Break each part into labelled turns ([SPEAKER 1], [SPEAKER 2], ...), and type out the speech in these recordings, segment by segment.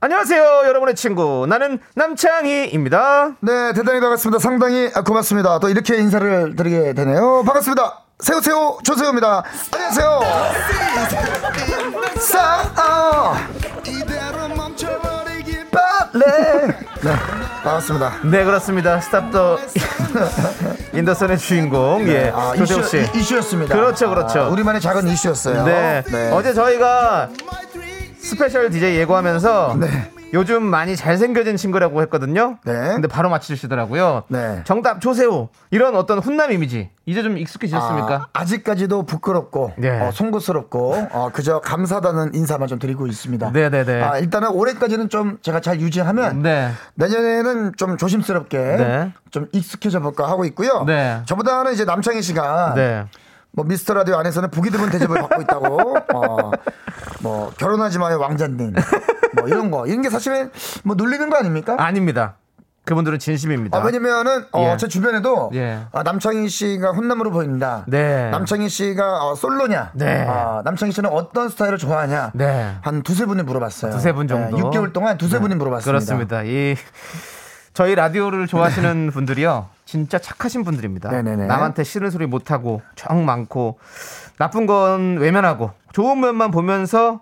[SPEAKER 1] 안녕하세요, 여러분의 친구. 나는 남창희입니다.
[SPEAKER 2] 네, 대단히 반갑습니다. 상당히 아, 고맙습니다. 또 이렇게 인사를 드리게 되네요. 반갑습니다. 새우 새우 조세호입니다. 안녕하세요. 싸어 빨래. 네, 반갑습니다.
[SPEAKER 1] 네, 그렇습니다. 스탑 더 인더선의 주인공, 예.
[SPEAKER 2] 아,
[SPEAKER 1] 조세호
[SPEAKER 2] 이슈,
[SPEAKER 1] 씨.
[SPEAKER 2] 이- 이슈였습니다.
[SPEAKER 1] 그렇죠, 그렇죠.
[SPEAKER 2] 아, 우리만의 작은 이슈였어요.
[SPEAKER 1] 네. 어제 저희가 스페셜 DJ 예고하면서
[SPEAKER 2] 네.
[SPEAKER 1] 요즘 많이 잘생겨진 친구라고 했거든요.
[SPEAKER 2] 네.
[SPEAKER 1] 근데 바로 맞히시더라고요.
[SPEAKER 2] 네.
[SPEAKER 1] 정답 조세호. 이런 어떤 훈남 이미지. 이제 좀 익숙해지셨습니까?
[SPEAKER 2] 아, 직까지도 부끄럽고
[SPEAKER 1] 네.
[SPEAKER 2] 어, 송구스럽고 어, 그저 감사하다는 인사만 좀 드리고 있습니다.
[SPEAKER 1] 네네네.
[SPEAKER 2] 아, 일단은 올해까지는 좀 제가 잘 유지하면
[SPEAKER 1] 네.
[SPEAKER 2] 내년에는 좀 조심스럽게
[SPEAKER 1] 네.
[SPEAKER 2] 좀 익숙해져 볼까 하고 있고요.
[SPEAKER 1] 네.
[SPEAKER 2] 저보다는 이제 남창희 씨가
[SPEAKER 1] 네.
[SPEAKER 2] 뭐 미스터 라디오 안에서는 보기 드문 대접을 받고 있다고 어, 뭐 결혼하지 마요 왕자님 뭐 이런 거 이런 게 사실은 뭐 놀리는 거 아닙니까?
[SPEAKER 1] 아닙니다. 그분들은 진심입니다.
[SPEAKER 2] 아, 왜냐면은 어,
[SPEAKER 1] 예.
[SPEAKER 2] 제 주변에도
[SPEAKER 1] 예.
[SPEAKER 2] 아, 남창희 씨가 혼남으로 보인다.
[SPEAKER 1] 네.
[SPEAKER 2] 남창희 씨가 어, 솔로냐?
[SPEAKER 1] 네.
[SPEAKER 2] 아, 남창희 씨는 어떤 스타일을 좋아하냐?
[SPEAKER 1] 네.
[SPEAKER 2] 한 두세 분이 물어봤어요. 예,
[SPEAKER 1] 두세 분 정도. 네.
[SPEAKER 2] 6개월 동안 두세 분이 물어봤습니다.
[SPEAKER 1] 그렇습니다. 이 저희 라디오를 좋아하시는 분들이요. 진짜 착하신 분들입니다.
[SPEAKER 2] 네네네.
[SPEAKER 1] 남한테 싫은 소리 못 하고 정 많고 나쁜 건 외면하고 좋은 면만 보면서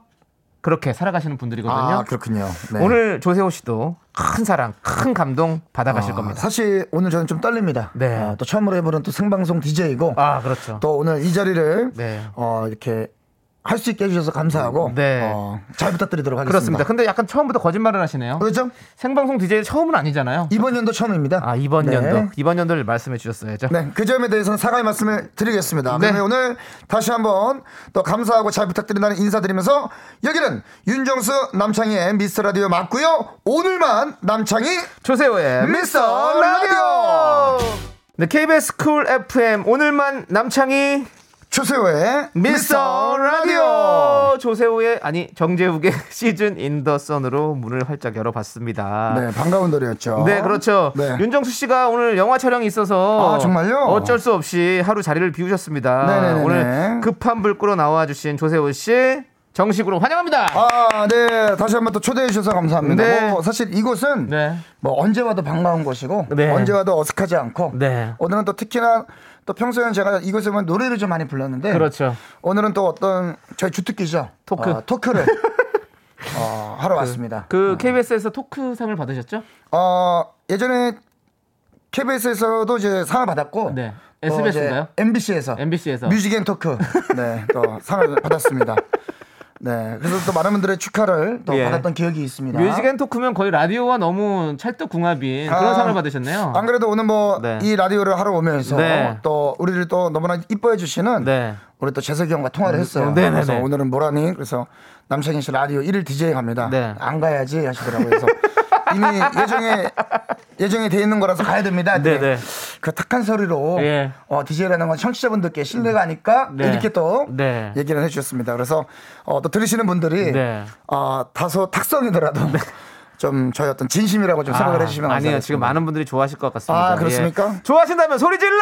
[SPEAKER 1] 그렇게 살아가시는 분들이거든요.
[SPEAKER 2] 아, 그렇군요. 네.
[SPEAKER 1] 오늘 조세호 씨도 큰 사랑, 큰 감동 받아가실
[SPEAKER 2] 아,
[SPEAKER 1] 겁니다.
[SPEAKER 2] 사실 오늘 저는 좀 떨립니다.
[SPEAKER 1] 네.
[SPEAKER 2] 아, 또 처음으로 해보는 또 생방송 DJ이고
[SPEAKER 1] 아, 그렇죠.
[SPEAKER 2] 또 오늘 이 자리를
[SPEAKER 1] 네.
[SPEAKER 2] 어, 이렇게 할 수 있게 해주셔서 감사하고
[SPEAKER 1] 네.
[SPEAKER 2] 어, 잘 부탁드리도록 하겠습니다.
[SPEAKER 1] 그렇습니다. 근데 약간 처음부터 거짓말을 하시네요.
[SPEAKER 2] 그렇죠?
[SPEAKER 1] 생방송 DJ 처음은 아니잖아요.
[SPEAKER 2] 이번 연도 처음입니다.
[SPEAKER 1] 아, 이번
[SPEAKER 2] 네.
[SPEAKER 1] 연도. 이번 연도를 말씀해 주셨어야죠.
[SPEAKER 2] 네, 그 점에 대해서는 사과의 말씀을 드리겠습니다.
[SPEAKER 1] 네.
[SPEAKER 2] 그러면 오늘 다시 한번 또 감사하고 잘 부탁드린다는 인사드리면서 여기는 윤정수 남창희의 미스터 라디오 맞고요. 오늘만 남창희 네.
[SPEAKER 1] 조세호의 미스터 라디오. 네, KBS 쿨 FM 오늘만 남창희
[SPEAKER 2] 추세호의
[SPEAKER 1] 미스터 라디오 조세호의 아니 정재욱의 시즌 인더선으로 문을 활짝 열어봤습니다.
[SPEAKER 2] 네, 반가운 노래였죠.
[SPEAKER 1] 네, 그렇죠.
[SPEAKER 2] 네.
[SPEAKER 1] 윤정수 씨가 오늘 영화 촬영이 있어서
[SPEAKER 2] 아, 정말요?
[SPEAKER 1] 어쩔 수 없이 하루 자리를 비우셨습니다.
[SPEAKER 2] 네네네네.
[SPEAKER 1] 오늘 급한 불끄러 나와 주신 조세호 씨 정식으로 환영합니다.
[SPEAKER 2] 아, 네. 다시 한번 또 초대해 주셔서 감사합니다.
[SPEAKER 1] 네.
[SPEAKER 2] 뭐, 사실 이곳은
[SPEAKER 1] 네.
[SPEAKER 2] 뭐 언제 와도 반가운 곳이고
[SPEAKER 1] 네.
[SPEAKER 2] 언제 와도 어색하지 않고
[SPEAKER 1] 네.
[SPEAKER 2] 오늘은 또 특히나 또 평소에는 제가 이곳에 오면 노래를 좀 많이 불렀는데
[SPEAKER 1] 그렇죠.
[SPEAKER 2] 오늘은 또 어떤 저희 주특기죠.
[SPEAKER 1] 토크.
[SPEAKER 2] 어, 토크를 어, 하러 왔습니다.
[SPEAKER 1] 그 KBS에서 토크상을 받으셨죠?
[SPEAKER 2] 어, 예전에 KBS에서도 이제 상을 받았고
[SPEAKER 1] 네.
[SPEAKER 2] 또 이제
[SPEAKER 1] SBS인가요?
[SPEAKER 2] MBC에서
[SPEAKER 1] MBC에서.
[SPEAKER 2] 뮤직 앤 토크 네, 또 상을 받았습니다. 네, 그래서 또 많은 분들의 축하를 또
[SPEAKER 1] 예.
[SPEAKER 2] 받았던 기억이 있습니다.
[SPEAKER 1] 뮤직 앤 토크면 거의 라디오와 너무 찰떡궁합인
[SPEAKER 2] 아,
[SPEAKER 1] 그런 상을 받으셨네요.
[SPEAKER 2] 안 그래도 오늘 뭐 이
[SPEAKER 1] 네.
[SPEAKER 2] 라디오를 하러 오면서
[SPEAKER 1] 네.
[SPEAKER 2] 또 우리를 또 너무나 이뻐해 주시는
[SPEAKER 1] 네.
[SPEAKER 2] 우리 또 재석이 형과 통화를 했어요.
[SPEAKER 1] 네, 네,
[SPEAKER 2] 그래서
[SPEAKER 1] 네.
[SPEAKER 2] 오늘은 뭐라니 그래서 남창희 씨 라디오 1일 DJ 갑니다.
[SPEAKER 1] 네.
[SPEAKER 2] 안 가야지 하시더라고요. 그래서 이미 예정에 예정에 돼 있는 거라서 가야 됩니다.
[SPEAKER 1] 네,
[SPEAKER 2] 근데
[SPEAKER 1] 네.
[SPEAKER 2] 그 탁한 소리로
[SPEAKER 1] 예.
[SPEAKER 2] 어, DJ라는 건 청취자분들께 신뢰가 가니까
[SPEAKER 1] 네.
[SPEAKER 2] 이렇게 또
[SPEAKER 1] 네.
[SPEAKER 2] 얘기를 해주셨습니다. 그래서 어, 또 들으시는 분들이
[SPEAKER 1] 네.
[SPEAKER 2] 어, 다소 탁성이더라도 좀 저희 어떤 진심이라고 좀 생각을 해주시면
[SPEAKER 1] 아, 아니요
[SPEAKER 2] 감사하겠습니다.
[SPEAKER 1] 지금 많은 분들이 좋아하실 것 같습니다.
[SPEAKER 2] 아, 그렇습니까?
[SPEAKER 1] 예. 좋아하신다면 소리 질러!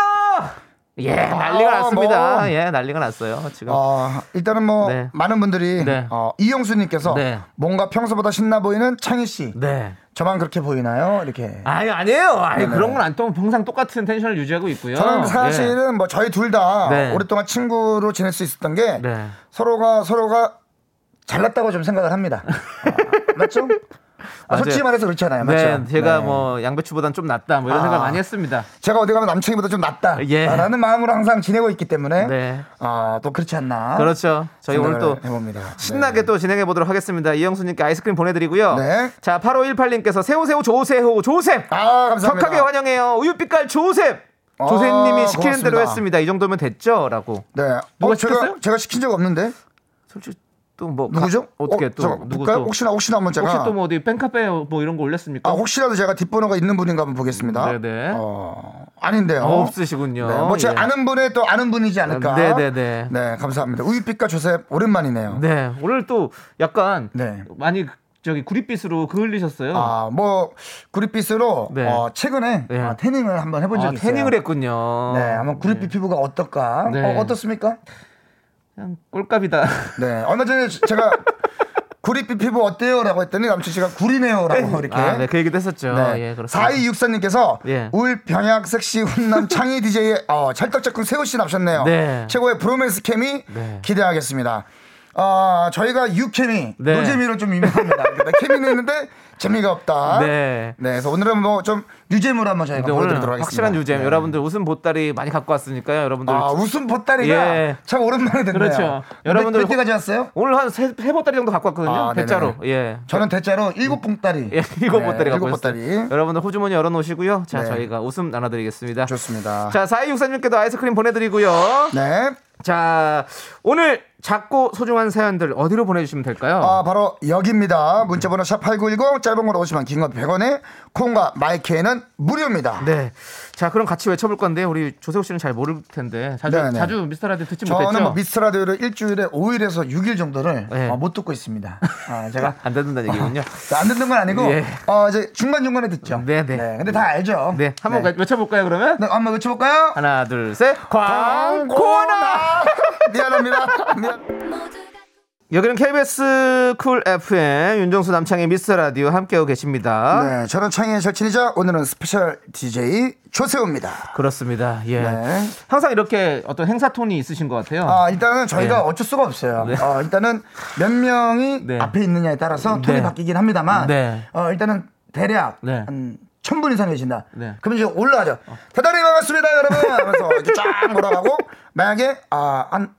[SPEAKER 1] 예 난리가
[SPEAKER 2] 아,
[SPEAKER 1] 났습니다.
[SPEAKER 2] 뭐.
[SPEAKER 1] 예 난리가 났어요 지금.
[SPEAKER 2] 어, 일단은 뭐
[SPEAKER 1] 네.
[SPEAKER 2] 많은 분들이
[SPEAKER 1] 네.
[SPEAKER 2] 어, 이영수님께서
[SPEAKER 1] 네.
[SPEAKER 2] 뭔가 평소보다 신나 보이는 창희 씨
[SPEAKER 1] 네.
[SPEAKER 2] 저만 그렇게 보이나요? 이렇게
[SPEAKER 1] 아니 아니에요. 아니
[SPEAKER 2] 네네.
[SPEAKER 1] 그런 건안 통고 평상 똑같은 텐션을 유지하고 있고요. 예.
[SPEAKER 2] 저는 사실은 뭐 저희 둘 다
[SPEAKER 1] 네.
[SPEAKER 2] 오랫동안 친구로 지낼 수 있었던 게
[SPEAKER 1] 네.
[SPEAKER 2] 서로가 서로가 잘났다고 좀 생각을 합니다. 아, 맞죠? 아,
[SPEAKER 1] 맞아요.
[SPEAKER 2] 솔직히 말해서 그렇잖아요.
[SPEAKER 1] 예.
[SPEAKER 2] 맞죠?
[SPEAKER 1] 네, 제가
[SPEAKER 2] 네.
[SPEAKER 1] 뭐 양배추보단 좀 낫다 뭐 이런
[SPEAKER 2] 아.
[SPEAKER 1] 생각 많이 했습니다.
[SPEAKER 2] 제가 어디 가면 남친이보다 좀 낫다.
[SPEAKER 1] 예.
[SPEAKER 2] 라는 마음으로 항상 지내고 있기 때문에
[SPEAKER 1] 네.
[SPEAKER 2] 아, 또 그렇지 않나?
[SPEAKER 1] 그렇죠. 저희 오늘
[SPEAKER 2] 생각을
[SPEAKER 1] 또
[SPEAKER 2] 해봅니다. 네.
[SPEAKER 1] 신나게 또 진행해 보도록 하겠습니다. 이영수님께 아이스크림 보내드리고요.
[SPEAKER 2] 네.
[SPEAKER 1] 자, 8518님께서 세우세우 조세호 조셉.
[SPEAKER 2] 아, 감사합니다.
[SPEAKER 1] 척하게 환영해요. 우유빛깔 조셉.
[SPEAKER 2] 아,
[SPEAKER 1] 조세님이 시키는
[SPEAKER 2] 고맙습니다.
[SPEAKER 1] 대로 했습니다. 이 정도면 됐죠?라고.
[SPEAKER 2] 네.
[SPEAKER 1] 누가
[SPEAKER 2] 제가
[SPEAKER 1] 시켰어요?
[SPEAKER 2] 제가 시킨 적 없는데.
[SPEAKER 1] 솔직히 또뭐
[SPEAKER 2] 누구죠?
[SPEAKER 1] 어떻게
[SPEAKER 2] 어,
[SPEAKER 1] 또
[SPEAKER 2] 저,
[SPEAKER 1] 누구
[SPEAKER 2] 볼까요?
[SPEAKER 1] 또 혹시
[SPEAKER 2] 혹시나 혹시나 한번 제가
[SPEAKER 1] 또 뭐 어디 팬카페 뭐 이런 거 올렸습니까?
[SPEAKER 2] 아 혹시라도 제가 뒷번호가 있는 분인가 한번 보겠습니다.
[SPEAKER 1] 네네.
[SPEAKER 2] 어 아닌데요.
[SPEAKER 1] 어, 없으시군요.
[SPEAKER 2] 네, 뭐제
[SPEAKER 1] 예.
[SPEAKER 2] 아는 분의 또 아는 분이지 않을까.
[SPEAKER 1] 네네네.
[SPEAKER 2] 네, 감사합니다. 우유빛과 조셉 오랜만이네요.
[SPEAKER 1] 네 오늘 또 약간
[SPEAKER 2] 네.
[SPEAKER 1] 많이 저기 구릿빛으로 그을리셨어요.
[SPEAKER 2] 아 뭐 구릿빛으로
[SPEAKER 1] 네.
[SPEAKER 2] 어, 최근에
[SPEAKER 1] 네.
[SPEAKER 2] 아, 태닝을 한번 해본 적이 있어요.
[SPEAKER 1] 태닝을 했군요.
[SPEAKER 2] 네, 한번 구릿빛 피부가 어떨까?
[SPEAKER 1] 네.
[SPEAKER 2] 어, 어떻습니까?
[SPEAKER 1] 그냥 꼴값이다.
[SPEAKER 2] 네, 얼마 전에 제가 구릿빛 피부 어때요라고 했더니 남친 씨가 구리네요라고 어, 이렇게.
[SPEAKER 1] 아, 네, 그 얘기도 했었죠. 예, 그렇습니다.
[SPEAKER 2] 4264님께서
[SPEAKER 1] 예.
[SPEAKER 2] 울 병약 섹시 훈남 창의 DJ의 어, 찰떡짝꿍 세훈 씨 납셨네요.
[SPEAKER 1] 네.
[SPEAKER 2] 최고의 브로맨스 케미
[SPEAKER 1] 네.
[SPEAKER 2] 기대하겠습니다. 아 저희가 유케미
[SPEAKER 1] 네.
[SPEAKER 2] 노재미로 좀 유명합니다. 그러니까 케미는 있는데 재미가 없다.
[SPEAKER 1] 네.
[SPEAKER 2] 그래서 오늘은 뭐 좀 유재물 한번 저희가
[SPEAKER 1] 근데 오늘
[SPEAKER 2] 보여드리도록 하겠습니다.
[SPEAKER 1] 확실한 유잼
[SPEAKER 2] 네.
[SPEAKER 1] 여러분들 웃음 보따리 많이 갖고 왔으니까요. 여러분들
[SPEAKER 2] 아 웃음 보따리가
[SPEAKER 1] 예.
[SPEAKER 2] 참 오랜만에 됐네요.
[SPEAKER 1] 그렇죠.
[SPEAKER 2] 여러분들
[SPEAKER 1] 여러분들
[SPEAKER 2] 몇 대까지 왔어요?
[SPEAKER 1] 오늘 한세 보따리 정도 갖고 왔거든요.
[SPEAKER 2] 아, 네네.
[SPEAKER 1] 대짜로. 예.
[SPEAKER 2] 저는 대짜로 일곱 봉따리.
[SPEAKER 1] 예, 일곱 보따리
[SPEAKER 2] 네,
[SPEAKER 1] 갖고
[SPEAKER 2] 일곱
[SPEAKER 1] 왔어요.
[SPEAKER 2] 보따리.
[SPEAKER 1] 여러분들 호주머니 열어놓으시고요. 자,
[SPEAKER 2] 네.
[SPEAKER 1] 저희가 웃음 나눠드리겠습니다.
[SPEAKER 2] 좋습니다.
[SPEAKER 1] 자, 4264님께도 아이스크림 보내드리고요.
[SPEAKER 2] 네.
[SPEAKER 1] 자, 오늘 작고 소중한 사연들 어디로 보내주시면 될까요?
[SPEAKER 2] 아, 바로 여기입니다. 문자번호 샵8910 짧은 걸 50원, 긴건 100원에 콩과 마이크에는 무료입니다.
[SPEAKER 1] 네. 자, 그럼 같이 외쳐볼 건데 우리 조세호 씨는 잘 모를 텐데 자주
[SPEAKER 2] 네네.
[SPEAKER 1] 자주 미스터 라디오 듣지
[SPEAKER 2] 저는
[SPEAKER 1] 못했죠?
[SPEAKER 2] 뭐 미스터 라디오를 일주일에 5일에서 6일 정도를
[SPEAKER 1] 네.
[SPEAKER 2] 어, 못 듣고 있습니다. 아, 제가
[SPEAKER 1] 안 듣는다는 얘기군요.
[SPEAKER 2] 안 듣는 건 아니고
[SPEAKER 1] 예.
[SPEAKER 2] 어, 이제 중간 중간에 듣죠.
[SPEAKER 1] 네, 네.
[SPEAKER 2] 근데 다 알죠.
[SPEAKER 1] 네, 한번 아,
[SPEAKER 2] 네.
[SPEAKER 1] 가- 외쳐볼까요 그러면?
[SPEAKER 2] 네, 한번 외쳐볼까요?
[SPEAKER 1] 하나, 둘, 셋, 광고나.
[SPEAKER 2] 광고나. 미안합니다. 미안.
[SPEAKER 1] 여기는 KBS 쿨 FM 윤정수 남창의 미스터 라디오 함께하고 계십니다.
[SPEAKER 2] 네, 저는 창의의 절친이자 오늘은 스페셜 DJ 조세호입니다.
[SPEAKER 1] 그렇습니다. 예.
[SPEAKER 2] 네.
[SPEAKER 1] 항상 이렇게 어떤 행사 톤이 있으신 것 같아요.
[SPEAKER 2] 아, 일단은 저희가
[SPEAKER 1] 네.
[SPEAKER 2] 어쩔 수가 없어요.
[SPEAKER 1] 네.
[SPEAKER 2] 어, 일단은 몇 명이
[SPEAKER 1] 네.
[SPEAKER 2] 앞에 있느냐에 따라서 톤이
[SPEAKER 1] 네.
[SPEAKER 2] 바뀌긴 합니다만,
[SPEAKER 1] 네.
[SPEAKER 2] 어, 일단은 대략
[SPEAKER 1] 네.
[SPEAKER 2] 한 천분 이상 계신다.
[SPEAKER 1] 네.
[SPEAKER 2] 그럼 이제 올라가죠. 대단히 반갑습니다, 여러분! 하면서 이렇게 쫙 올라가고, 만약에, 아, 한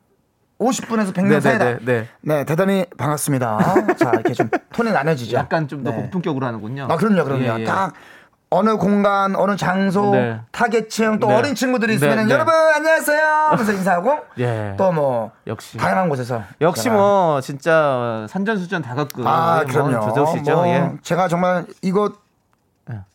[SPEAKER 2] 50분에서 100명
[SPEAKER 1] 네,
[SPEAKER 2] 사이다.
[SPEAKER 1] 네,
[SPEAKER 2] 네,
[SPEAKER 1] 네, 네.
[SPEAKER 2] 대단히 반갑습니다. 자, 이렇게 좀 톤이 나눠지죠.
[SPEAKER 1] 약간 좀 더
[SPEAKER 2] 네.
[SPEAKER 1] 공통격으로 하는군요.
[SPEAKER 2] 아, 그럼요, 그럼요.
[SPEAKER 1] 예, 예.
[SPEAKER 2] 딱 어느 공간, 어느 장소,
[SPEAKER 1] 네.
[SPEAKER 2] 타겟층 또
[SPEAKER 1] 네.
[SPEAKER 2] 어린 친구들이 있으면
[SPEAKER 1] 네,
[SPEAKER 2] 은
[SPEAKER 1] 네.
[SPEAKER 2] 여러분 안녕하세요 하면서 인사하고
[SPEAKER 1] 예.
[SPEAKER 2] 또 뭐
[SPEAKER 1] 역시.
[SPEAKER 2] 다양한 곳에서
[SPEAKER 1] 역시
[SPEAKER 2] 제가-
[SPEAKER 1] 뭐 진짜 산전수전 다 겪은
[SPEAKER 2] 아,
[SPEAKER 1] 예, 뭐
[SPEAKER 2] 그럼요.
[SPEAKER 1] 조세호 씨죠.
[SPEAKER 2] 뭐
[SPEAKER 1] 예.
[SPEAKER 2] 제가 정말 이거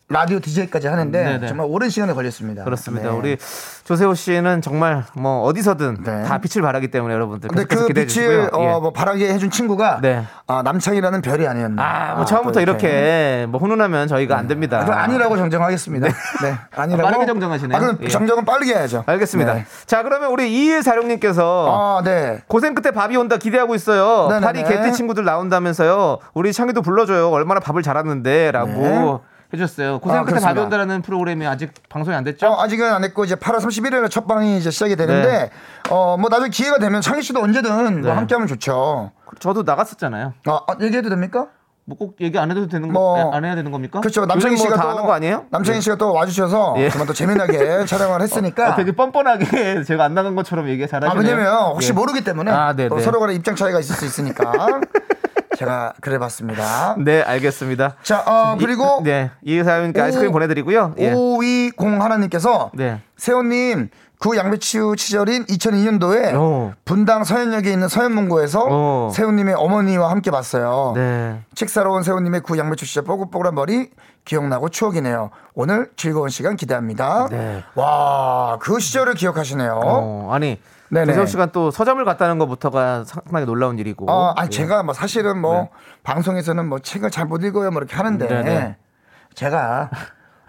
[SPEAKER 2] 라디오 DJ까지 하는데
[SPEAKER 1] 네, 네.
[SPEAKER 2] 정말 오랜 시간이 걸렸습니다. 네.
[SPEAKER 1] 그렇습니다. 우리 조세호 씨는 정말 뭐 어디서든
[SPEAKER 2] 네.
[SPEAKER 1] 다 빛을 발하기 때문에 여러분들
[SPEAKER 2] 근데
[SPEAKER 1] 계속해서
[SPEAKER 2] 그
[SPEAKER 1] 기대해
[SPEAKER 2] 빛을
[SPEAKER 1] 주시고요.
[SPEAKER 2] 어,
[SPEAKER 1] 예.
[SPEAKER 2] 뭐 바라게 해준 친구가
[SPEAKER 1] 네.
[SPEAKER 2] 아, 남창이라는 별이 아니었나.
[SPEAKER 1] 아, 뭐 처음부터
[SPEAKER 2] 또
[SPEAKER 1] 이렇게. 뭐 훈훈하면 저희가 안 됩니다.
[SPEAKER 2] 아, 그럼 아니라고 정정하겠습니다. 네, 아니라고.
[SPEAKER 1] 빠르게 정정하시네요.
[SPEAKER 2] 아, 그럼
[SPEAKER 1] 예.
[SPEAKER 2] 정정은 빠르게 해야죠.
[SPEAKER 1] 알겠습니다.
[SPEAKER 2] 네.
[SPEAKER 1] 자, 그러면 우리 2146님께서
[SPEAKER 2] 아, 네.
[SPEAKER 1] 고생 끝에 밥이 온다 기대하고 있어요.
[SPEAKER 2] 네네네.
[SPEAKER 1] 파리 개띠 친구들 나온다면서요. 우리 창희도 불러줘요. 얼마나 밥을 잘하는데라고
[SPEAKER 2] 네.
[SPEAKER 1] 해주셨어요. 고생
[SPEAKER 2] 아,
[SPEAKER 1] 끝에 밥이
[SPEAKER 2] 그렇습니다.
[SPEAKER 1] 온다라는 프로그램이 아직 방송이 안 됐죠?
[SPEAKER 2] 어, 아직은 안 했고 이제 8월 31일에 첫 방이 이제 시작이 되는데 어 뭐 나중에 기회가 되면 창희 씨도 언제든
[SPEAKER 1] 네.
[SPEAKER 2] 뭐 함께하면 좋죠.
[SPEAKER 1] 저도 나갔었잖아요.
[SPEAKER 2] 아, 아, 얘기해도 됩니까?
[SPEAKER 1] 뭐 꼭 얘기 안 해도 되는
[SPEAKER 2] 뭐,
[SPEAKER 1] 거, 안 해야 되는 겁니까?
[SPEAKER 2] 그렇죠.
[SPEAKER 1] 요즘
[SPEAKER 2] 남창희
[SPEAKER 1] 뭐
[SPEAKER 2] 씨가
[SPEAKER 1] 다
[SPEAKER 2] 또
[SPEAKER 1] 아는 거 아니에요? 네.
[SPEAKER 2] 남창희 씨가 또 와주셔서
[SPEAKER 1] 예.
[SPEAKER 2] 정말 또 재미나게 촬영을 했으니까.
[SPEAKER 1] 어, 되게 뻔뻔하게 제가 안 나간 것처럼 얘기
[SPEAKER 2] 아
[SPEAKER 1] 잘하시네요.
[SPEAKER 2] 왜냐면 혹시
[SPEAKER 1] 예.
[SPEAKER 2] 모르기 때문에
[SPEAKER 1] 아, 네,
[SPEAKER 2] 또
[SPEAKER 1] 네.
[SPEAKER 2] 서로 간에 입장 차이가 있을 수 있으니까 제가 그래봤습니다.
[SPEAKER 1] 네, 알겠습니다.
[SPEAKER 2] 자, 어, 그리고
[SPEAKER 1] 이, 네, 이 사연님께 아이스크림
[SPEAKER 2] 오-
[SPEAKER 1] 보내드리고요. 예.
[SPEAKER 2] 오이공 하나님께서
[SPEAKER 1] 네.
[SPEAKER 2] 세호님 구 양배추 시절인 2002년도에
[SPEAKER 1] 오.
[SPEAKER 2] 분당 서현역에 있는 서현문고에서
[SPEAKER 1] 오.
[SPEAKER 2] 세호님의 어머니와 함께 봤어요.
[SPEAKER 1] 네.
[SPEAKER 2] 식사로 온 세호님의 구 양배추 시절 뽀글뽀글한 머리 기억나고 추억이네요. 오늘 즐거운 시간 기대합니다.
[SPEAKER 1] 네.
[SPEAKER 2] 와, 그 시절을 기억하시네요.
[SPEAKER 1] 어, 아니.
[SPEAKER 2] 네네.
[SPEAKER 1] 조세호 씨가 또 서점을 갔다는 것부터가 상당히 놀라운 일이고.
[SPEAKER 2] 아, 아니
[SPEAKER 1] 예.
[SPEAKER 2] 제가 뭐 사실은 뭐
[SPEAKER 1] 네.
[SPEAKER 2] 방송에서는 뭐 책을 잘 못 읽어요 뭐 이렇게 하는데
[SPEAKER 1] 네네.
[SPEAKER 2] 제가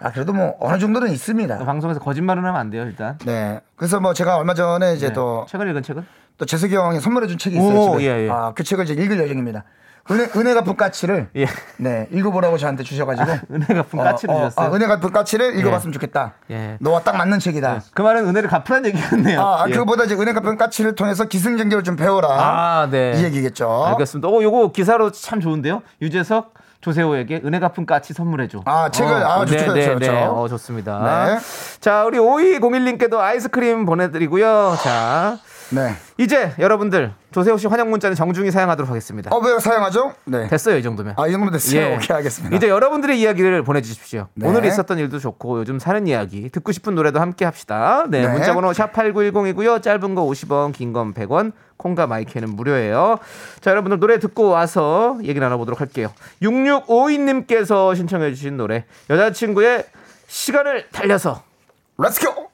[SPEAKER 2] 아 그래도 뭐 어느 정도는 있습니다.
[SPEAKER 1] 방송에서 거짓말은 하면 안 돼요, 일단.
[SPEAKER 2] 네. 그래서 뭐 제가 얼마 전에 이제
[SPEAKER 1] 네.
[SPEAKER 2] 또,
[SPEAKER 1] 책을 읽은 책은?
[SPEAKER 2] 또 재석이 형이 선물해준 책이 있어요.
[SPEAKER 1] 오,
[SPEAKER 2] 집에.
[SPEAKER 1] 예, 예.
[SPEAKER 2] 아, 그 책을 이제 읽을 예정입니다. 은혜, 은혜 갚은 까치를
[SPEAKER 1] 예. 아,
[SPEAKER 2] 네 읽어보라고 저한테 주셔가지고
[SPEAKER 1] 은혜 갚은 까치를 주셨어요?
[SPEAKER 2] 아, 은혜 갚은 까치를 읽어봤으면 좋겠다.
[SPEAKER 1] 예.
[SPEAKER 2] 너와 딱 맞는 책이다.
[SPEAKER 1] 그 말은 은혜를 갚으란 얘기였네요.
[SPEAKER 2] 아, 아,
[SPEAKER 1] 예.
[SPEAKER 2] 그거보다 이제 은혜 갚은 까치를 통해서 기승전결을 좀 배워라.
[SPEAKER 1] 아, 네.
[SPEAKER 2] 이 얘기겠죠.
[SPEAKER 1] 알겠습니다. 어, 요거 기사로 참 좋은데요. 유재석 조세호에게 은혜 갚은 까치 선물해줘.
[SPEAKER 2] 아, 책을, 아, 좋죠,
[SPEAKER 1] 네,
[SPEAKER 2] 좋죠,
[SPEAKER 1] 네,
[SPEAKER 2] 좋죠.
[SPEAKER 1] 네. 어, 좋습니다.
[SPEAKER 2] 네.
[SPEAKER 1] 자, 우리 5201님께도 아이스크림 보내드리고요. 자,
[SPEAKER 2] 네.
[SPEAKER 1] 이제 여러분들 조세호 씨 환영 문자는 정중히 사용하도록 하겠습니다.
[SPEAKER 2] 어, 왜 사용하죠? 네.
[SPEAKER 1] 됐어요 이 정도면.
[SPEAKER 2] 아, 이 정도 됐어요. 오케이, 알겠습니다.
[SPEAKER 1] 예. 이제 여러분들의 이야기를 보내주십시오.
[SPEAKER 2] 네.
[SPEAKER 1] 오늘 있었던 일도 좋고 요즘 사는 이야기 듣고 싶은 노래도 함께 합시다. 네,
[SPEAKER 2] 네.
[SPEAKER 1] 문자번호 샵 #8910이고요. 짧은 거 50원, 긴 건 100원. 콩과 마이크는 무료예요. 자, 여러분들 노래 듣고 와서 얘기 나눠보도록 할게요. 6652님께서 신청해주신 노래 여자친구의 시간을 달려서
[SPEAKER 2] 렛츠고!